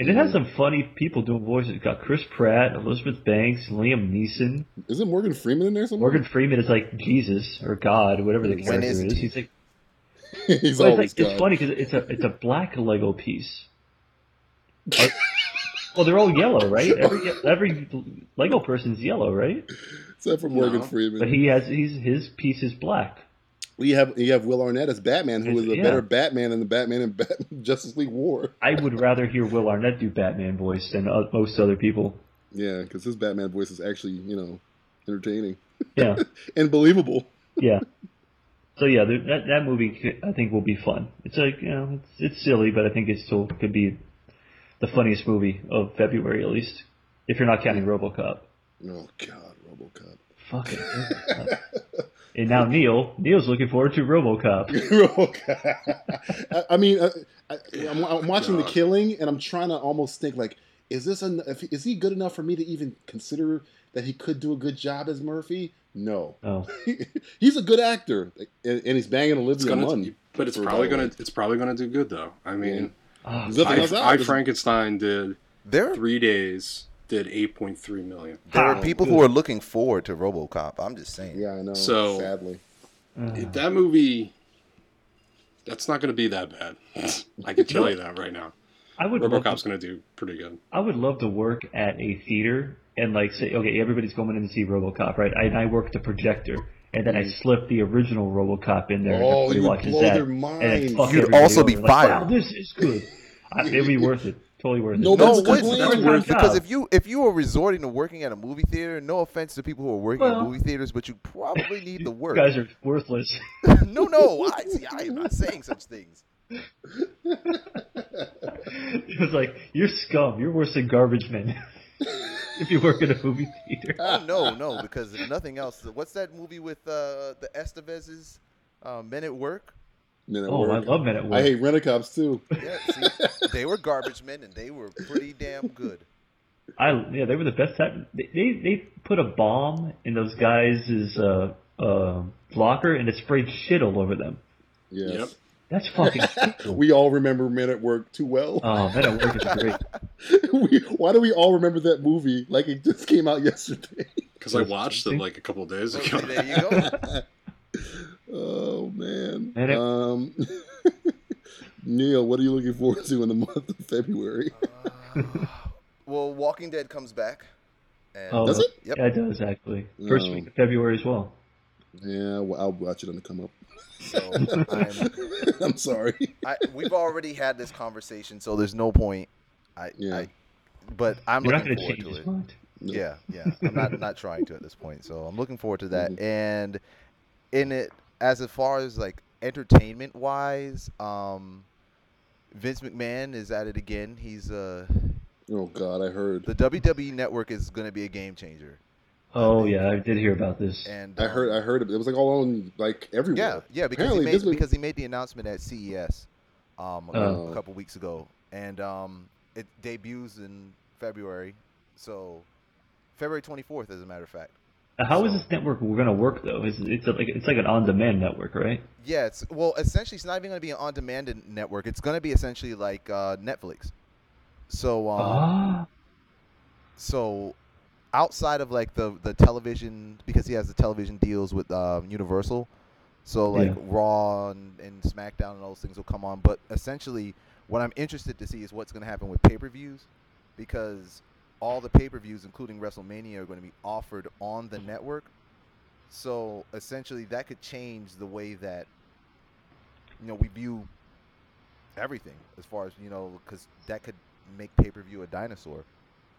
S6: And it
S3: Mm-hmm.
S6: has some funny people doing voices. It's got Chris Pratt, Elizabeth Banks, Liam Neeson.
S5: Is it Morgan Freeman in there somewhere?
S6: Morgan Freeman is like Jesus or God, whatever the
S3: When
S6: character
S3: is
S6: is.
S3: he?
S6: He's like,
S5: [laughs] He's
S6: well, it's,
S5: always
S6: like it's
S5: God.
S6: funny because it's a it's a black Lego piece. Are- well, they're all yellow,
S5: [laughs]
S6: right? Every every Lego person's yellow, right?
S5: Except for Morgan
S7: No.
S5: Freeman.
S6: But he has he's his piece is black.
S5: You have you have Will Arnett as Batman, who
S6: It's-
S5: is a
S6: yeah.
S5: better Batman than the Batman in Bat- [laughs] Justice League War.
S6: I would rather hear Will Arnett do Batman voice than uh, most other people.
S5: Yeah, because his Batman voice is actually you know entertaining
S6: Yeah,
S5: and believable.
S6: yeah. So yeah, there, that that movie c- I think will be fun. It's like you know it's it's silly, but I think it still could be the funniest movie of February at least, if you're not counting RoboCop.
S5: Oh God, RoboCop. [laughs]
S6: Fucking. and now Neil, Neil's looking forward to RoboCop.
S5: RoboCop. [laughs] I, I mean, uh, I, I'm, I'm watching The
S7: God.
S5: Killing, and I'm trying to almost think like, is this en- if- is he good enough for me to even consider that he could do a good job as Murphy? No,
S6: Oh,
S5: [laughs] he's a good actor, like, and, and he's banging
S7: It's
S5: Olivia
S7: gonna,
S5: Munn.
S7: but it's
S5: for
S7: probably
S5: Violet.
S7: gonna it's probably gonna do good though. I mean,
S6: oh
S5: There's nothing
S7: I,
S5: else out.
S7: I
S5: There's-
S7: Frankenstein did
S3: There,
S7: three days, did eight point three million.
S3: there
S6: How
S3: are people who
S6: good.
S3: are looking forward to RoboCop. I'm just saying.
S5: [laughs] Yeah, I know.
S7: So-
S5: sadly,
S7: If that movie, that's not gonna be that bad. [laughs] I can tell you that right now.
S6: I would love to,
S7: RoboCop's gonna do pretty good.
S6: I would love to work at a theater and like say, okay, everybody's going in to see RoboCop, right? I, and I work the projector, and then I slip the original RoboCop in there. and
S5: Mm-hmm. Oh,
S6: everybody
S5: you'd
S6: watches
S5: blow
S6: that,
S5: their
S6: and
S5: minds.
S6: it'd fuck
S3: You'd
S6: everybody
S3: also
S6: over.
S3: be
S6: Like, wow,
S3: fired.
S6: this is good.
S5: [laughs]
S6: I, it'd be worth it. Totally worth it.
S5: No,
S3: No,
S5: That's
S3: it
S5: a
S3: wouldn't.
S5: complete-
S3: That's
S5: That's
S3: worse
S6: my
S3: because
S6: job.
S3: if you if you are resorting to working at a movie theater, no offense to people who are working
S6: Well-
S3: at movie theaters, but you
S6: [laughs]
S3: probably need the
S6: you
S3: work.
S6: guys are worthless. [laughs]
S3: no, no, I see. I am not saying such things.
S6: it was like you're scum. You're worse than garbage men. [laughs] if you work at a movie theater.
S5: [laughs]
S3: Oh no, no, because if nothing else, what's that movie with uh, the Estevez's uh, Men at Work?
S5: Men at
S6: Oh,
S5: Work.
S6: I love Men at Work.
S5: I hate Rent-A-Cops too.
S3: Yeah, see, they were garbage men, and they were pretty damn good.
S6: I yeah, they were the best. Type. They, they they put a bomb in those guys' uh, uh, locker and it sprayed shit all over them.
S5: Yes.
S3: [laughs]
S6: That's fucking. cool.
S5: We all remember Men at Work too well.
S6: oh, Men at Work
S3: [laughs]
S6: is great.
S5: [laughs] we, why do we all remember that movie like it just came out [laughs] yesterday?
S7: Because I watched it like a couple of days
S3: Okay, [laughs]
S7: ago.
S3: there you go.
S5: oh man.
S6: Men at-
S5: um, [laughs] Neil, what are you looking forward to in the month of February?
S3: Well, Walking Dead comes back. And
S6: Oh,
S5: Does it?
S3: Yep.
S6: Yeah, it does actually. First
S5: No.
S6: week of February as well.
S5: [laughs] Yeah, well, I'll watch it on the come up. [laughs]
S3: So I'm,
S5: I'm sorry.
S3: I, we've already had this conversation, so there's no point. I,
S5: Yeah.
S3: I but I'm
S6: You're not
S3: looking
S6: going to
S3: forward
S6: change
S3: to
S6: his
S3: it.
S6: mind.
S5: No.
S3: Yeah, yeah. I'm not not trying to at this point, so I'm looking forward to that. And in it, as far as like entertainment wise, um, Vince McMahon is at it again. He's uh,
S5: Oh God, I heard.
S3: the WWE Network is going to be a game changer.
S6: Oh yeah, I did hear about this.
S3: And
S5: I
S3: um,
S5: heard. I heard it. It was like all on like everywhere.
S3: Yeah, yeah, because he
S5: Apparently
S3: made,
S5: this was-
S3: because he made the announcement at CES um, a, cou-
S5: Oh.
S3: a couple weeks ago, and um, it debuts in February, so February 24th, as a matter of fact.
S6: How is this network going to work though? Is it's a, like it's like an on-demand network, right?
S3: Yeah, it's well, essentially, it's not even going to be an on-demand n- network. It's going to be essentially like uh, Netflix. So, um,
S6: Ah,
S3: so outside of like the the television, because he has the television deals with um, Universal, so like
S6: Yeah.
S3: Raw and, and SmackDown and all those things will come on. But essentially, what I'm interested to see is what's going to happen with pay-per-views, because all the pay-per-views, including WrestleMania, are going to be offered on the network. So essentially, that could change the way that you know we view everything, as far as you know, because that could make pay-per-view a dinosaur.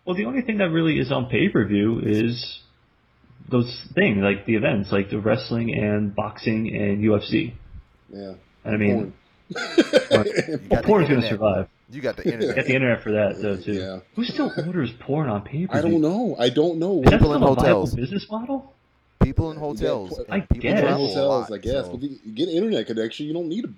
S6: well, the only thing that really is on pay-per-view is those things like the events, like the wrestling and boxing and UFC.
S5: Yeah.
S6: And I
S5: Porn.
S6: mean,
S3: You
S6: well,
S3: got the
S6: porn's going to
S3: internet.
S6: survive.
S5: [laughs]
S3: You
S6: [laughs]
S3: got the internet.
S6: Got the internet for that though too.
S5: Yeah.
S6: Who still orders porn on pay-per-view?
S5: [laughs] I don't know. I don't know.
S6: Is that
S3: People
S6: still
S3: in
S6: a viable
S3: hotels.
S6: business model?
S3: People in hotels.
S5: pl-
S3: and
S6: I
S3: people
S6: guess.
S5: Yeah,
S3: travel a
S5: hotels,
S3: lot,
S5: I guess.
S3: so-
S5: But the, you get an internet connection. You don't need a.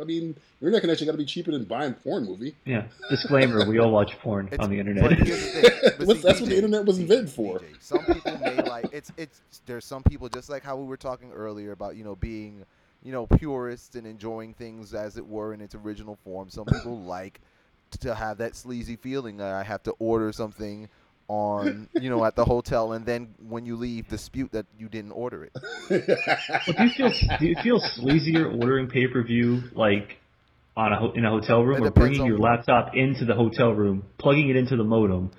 S5: I mean, your internet connection got to be cheaper than buying porn movie. [laughs]
S6: Yeah. Disclaimer: We all watch porn
S3: It's-
S6: on the
S3: but
S6: [laughs] internet.
S3: here's
S5: [laughs]
S3: the thing. But
S5: What's-
S3: see,
S5: that's what the
S3: DJ,
S5: internet was invented for.
S3: DJ, some people
S5: [laughs]
S3: may like it's it's there's some people just like how we were talking earlier about you know being you know purists and enjoying things as it were in its original form. Some
S5: [laughs]
S3: people like to have that sleazy feeling that I have to order something on you know at the hotel and then when you leave dispute that you didn't order it.
S6: But do you feel do you feel sleazier ordering pay per view like on a ho- in a hotel room,
S3: It
S6: or
S3: depends
S6: bringing
S3: on-
S6: your laptop into the hotel room, plugging it into the modem,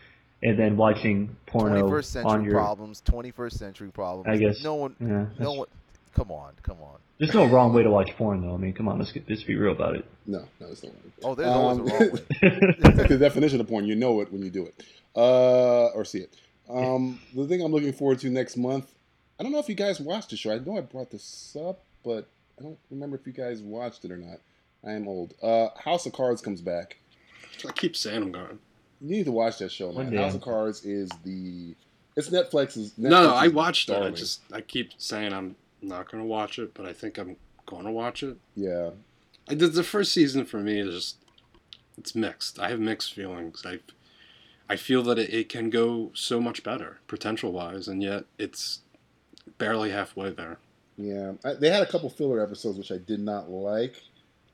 S6: and then watching porno
S3: 21st
S6: on
S3: century
S6: your?
S3: problems, 21st century problems.
S6: I guess.
S3: no one
S6: Yeah, that's-
S3: no one come on, come on.
S6: There's no wrong way to watch porn though. I mean, come on, let's get, let's be real about it.
S5: No, no, it's not.
S3: Oh, there's always a
S5: Um, [laughs]
S3: wrong way.
S5: the definition of porn. You know it when you do it, uh, or see it. Um, the thing I'm looking forward to next month. I don't know if you guys watched the show. I know I brought this up, but I don't remember if you guys watched it or not. I am old. Uh, House of Cards comes back.
S7: [laughs] I keep saying I'm going.
S5: You need to watch that show,
S6: One
S5: man.
S6: day.
S5: House of Cards is the. It's Netflix's. Netflix's
S7: No, no, I watched it. I
S5: darling.
S7: just I keep saying I'm not going to watch it, but I think I'm going to watch it.
S5: Yeah.
S7: I did the first season for me is just it's mixed. I have mixed feelings. I I feel that it, it can go so much better potential wise, and yet it's barely halfway there.
S5: Yeah, I, they had a couple filler episodes which I did not like.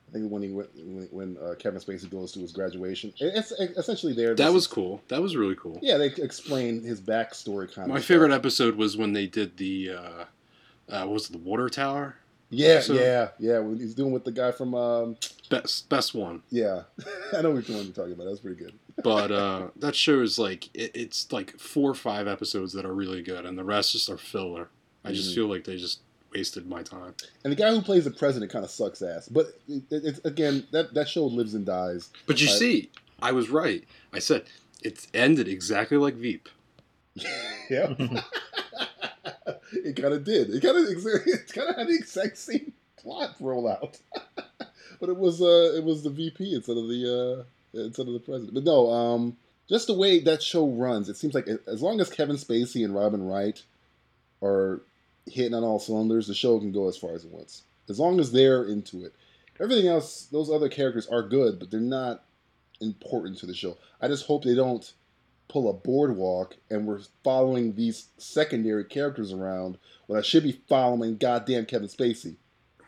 S5: I think when he went, when, when uh, Kevin Spacey goes to his graduation, It- it's essentially there.
S7: That was cool. That was really cool.
S5: yeah. They explain his backstory kind of.
S7: My favorite episode was when they did the uh, uh, what was it, the water tower
S5: Yeah,
S7: So-
S5: yeah, yeah. When he's doing with the guy from, um,
S7: best best one,
S5: yeah, [laughs] I know which one you're talking about. That was pretty good.
S7: but uh, [laughs] that show is like it, it's like four or five episodes that are really good, and the rest just are filler. I just
S5: Mhm.
S7: feel like they just wasted my time.
S5: And the guy who plays the president kind of sucks ass. But it, it, it's again that that show lives and dies.
S7: But you
S5: I-
S7: see, I was right. I said it ended exactly like Veep.
S5: yeah. [laughs] it kind of did. It kind of [laughs] it kind of had the exact same plot rollout, [laughs] but it was uh it was the VP instead of the uh instead of the president. But no, um, just the way that show runs, it seems like as long as Kevin Spacey and Robin Wright are hitting on all cylinders, the show can go as far as it wants. As long as they're into it, everything else, those other characters are good, but they're not important to the show. I just hope they don't pull a boardwalk and we're following these secondary characters around when I should be following goddamn Kevin Spacey.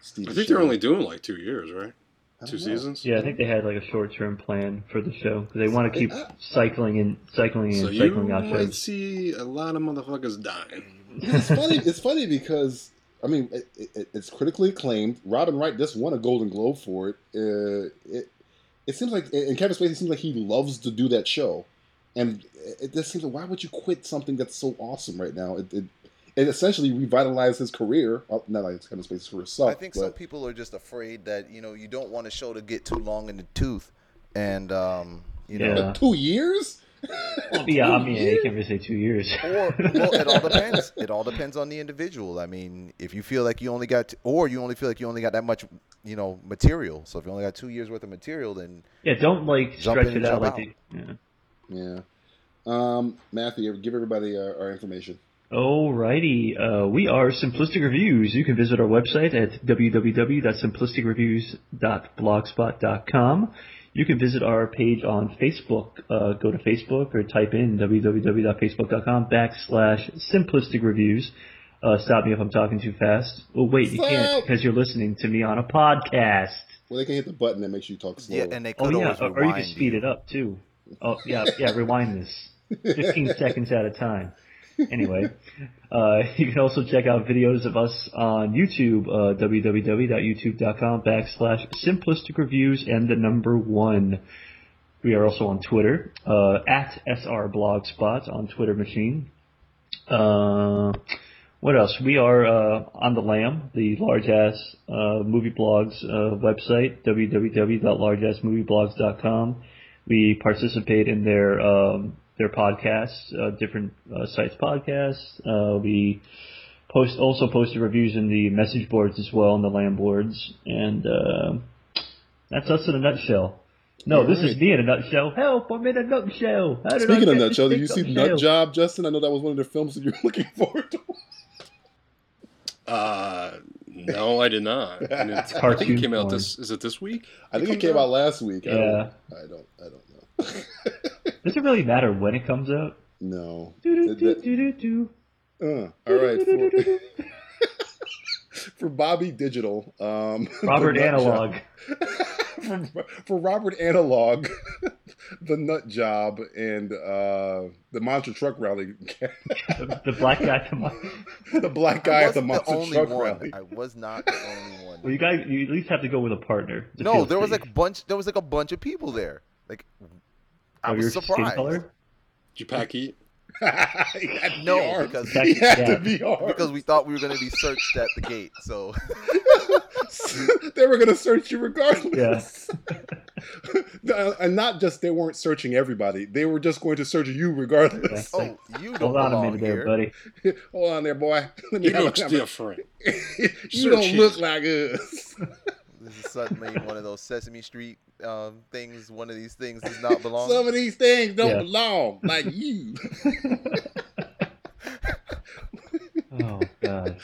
S5: Steve
S7: I think they're only doing like two years, right? Two seasons.
S6: yeah, I think they had like a short-term plan for the show because they want to keep cycling and cycling and
S7: So you
S6: cycling out
S7: might
S6: shows.
S7: see a lot of motherfuckers dying.
S6: [laughs]
S5: it's funny. It's funny because I mean it, it, it's critically acclaimed. Robin Wright just won a Golden Globe for it. Uh, it it seems like and Kevin Spacey seems like he loves to do that show, And it just seems like why would you quit something that's so awesome right now? It it, it essentially revitalized his career. Well, not like it's kind of space for himself.
S3: I think some people are just afraid that you know you don't want a show to get too long in the tooth, and um, you know,
S5: [laughs]
S6: Yeah.
S5: two years.
S6: yeah, I
S5: Two
S6: mean, you
S5: years?
S6: can't really say two years.
S3: or well, it
S6: [laughs]
S3: all depends. It all depends on the individual. I mean, if you feel like you only got, or you only feel like you only got that much, you know, material. So if you only got two years worth of material, then
S6: yeah, don't like
S3: Jump
S6: stretch
S3: in and
S6: it out
S3: jump
S6: like
S3: out.
S6: the. Yeah.
S5: Yeah. Um, Matthew, give everybody uh, our, our information.
S6: Alrighty, uh, we are Simplistic Reviews. You can visit our website at www.simplisticreviews.blogspot.com. You can visit our page on Facebook. Uh, go to Facebook or type in www.facebook.com backslash Simplistic Reviews. Uh, stop me if I'm talking too fast. Well, wait, you can't
S5: Stop.
S6: because you're listening to me on a podcast.
S5: Well, they can hit the button that makes you talk slow.
S3: yeah, and they
S6: Oh
S3: could
S6: yeah,
S3: always
S6: or, or you
S3: rewind.
S6: can speed it up too. Oh yeah, yeah. rewind this.
S3: [laughs]
S6: Fifteen seconds at a time. Anyway, uh, [laughs] you can also check out videos of us on YouTube, uh, www.youtube.com backslash simplistic reviews and the number one. We are also on Twitter, uh, at SRBlogspot on Twitter machine. Uh, what else? We are uh, on the Lamb, the large ass uh, movie blogs uh, website, www.largeassmovieblogs.com. We participate in their um, their podcasts, uh, different uh, sites podcasts. Uh, we post also posted reviews in the message boards as well on the Lamb boards, and uh, that's us in a nutshell. No, this is
S5: Alright.
S6: me in a nutshell. Help! I'm in a nutshell. How did I
S5: Speaking of
S6: get
S5: nut
S6: this
S5: job, did you
S6: big
S5: see
S6: nutshell?
S5: Nut Job, Justin? I know that was one of the films that you're [laughs] looking forward to.
S7: Uh, no, I did not.
S5: [laughs]
S7: And it, I think
S6: Cartoon
S7: it came out
S6: porn.
S7: this. Is it this week?
S5: I think it
S7: comes
S5: came
S7: out?
S5: out last week. I
S6: Yeah.
S5: don't, I don't. I don't know. [laughs]
S6: Does it really matter when it comes out?
S5: no. Did that-
S6: Do-do-do-do-do-do.
S5: uh, all right. For, [laughs] for Bobby Digital, um, [laughs]
S6: Robert
S5: the Nut Job- [laughs]
S6: Analog.
S5: for, for Robert Analog, [laughs] the Nut Job, and uh, the Monster Truck Rally, [laughs]
S6: the, the black guy from
S5: the black
S3: I
S5: guy at the
S3: wasn't
S5: Monster
S3: only
S5: Truck
S3: one.
S5: Rally. [laughs]
S3: I was not the only one.
S6: Well you guys you at least have to go with a partner. to
S3: no,
S6: feel
S3: there was
S6: safe.
S3: like a bunch. There was like a bunch of people there. Like, I
S6: Oh, your
S3: was
S6: skin
S3: surprised.
S6: color?
S7: Did you pack eat?
S5: He had to be
S3: No,
S5: armed.
S3: because-
S5: he had
S6: Yeah.
S5: to be armed.
S3: Because we thought we were going to be searched at the gate, so
S5: [laughs]
S3: [laughs]
S5: they were going to search
S3: [laughs]
S5: you regardless.
S6: Yeah.
S5: No, and not just they weren't searching everybody; they were just going to search you regardless.
S6: Yeah.
S3: oh, you don't
S6: Hold on a
S3: belong
S6: minute
S3: here. [laughs]
S6: there, buddy.
S5: [laughs] Hold on there, boy. Let me
S7: You
S5: have a
S7: look
S5: conver-
S7: [laughs] different.
S5: [laughs] you don't
S7: Search you.
S5: look like us.
S3: This is suddenly one of those Sesame Street um, things. One of these things does not belong.
S5: Some of these things don't
S6: Yeah.
S5: belong, like
S7: [laughs]
S5: you.
S6: Oh god.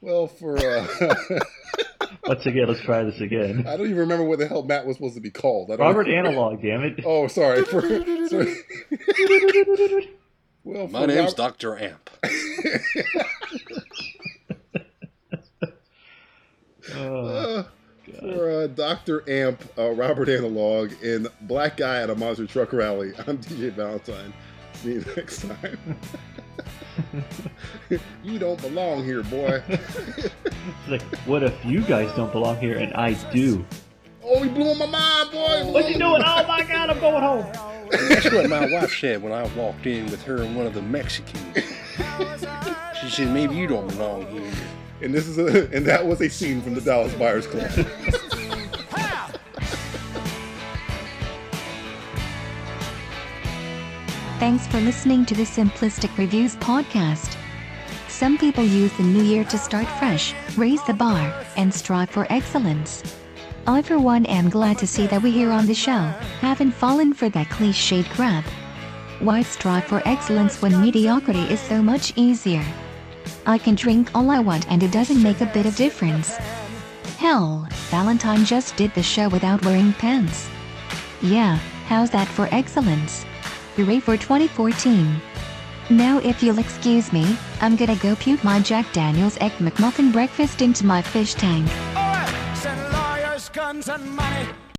S5: well, for uh, [laughs]
S6: Once again, let's try this again.
S5: I don't even remember what the hell Matt was supposed to be called. I don't
S6: Robert Analog, damn it. [laughs]
S5: Oh,
S7: [laughs]
S5: sorry. For, sorry. well,
S7: My
S5: for
S7: name's
S5: Rob-
S7: Doctor Amp.
S5: Uh,
S6: Uh,
S5: for uh, Dr. Amp, uh, Robert Analog, and Black Guy at a Monster Truck Rally, [laughs] I'm DJ Valentine. See you next time. [laughs] you don't belong here, boy.
S6: it's like, what if you guys don't belong here and I do?
S5: oh, he blew my mind, boy.
S6: What you doing? Oh my god, I'm going home.
S7: That's what my wife said when I walked in with her and one of the Mexicans. She said, "Maybe you don't belong here."
S5: And this is a, and that was a scene from the Dallas Buyers Club.
S2: Thanks for listening to the Simplistic Reviews podcast. Some people use the new year to start fresh, raise the bar, and strive for excellence. I, for one, am glad to see that we here on the show haven't fallen for that cliched crap. Why strive for excellence when mediocrity is so much easier? I can drink all I want and it doesn't make a bit of difference. Hell, Valentine just did the show without wearing pants. Yeah, how's that for excellence? Hooray for 2014. Now, if you'll excuse me, I'm gonna go puke my Jack Daniels Egg McMuffin breakfast into my fish tank.
S8: Send lawyers, guns, and money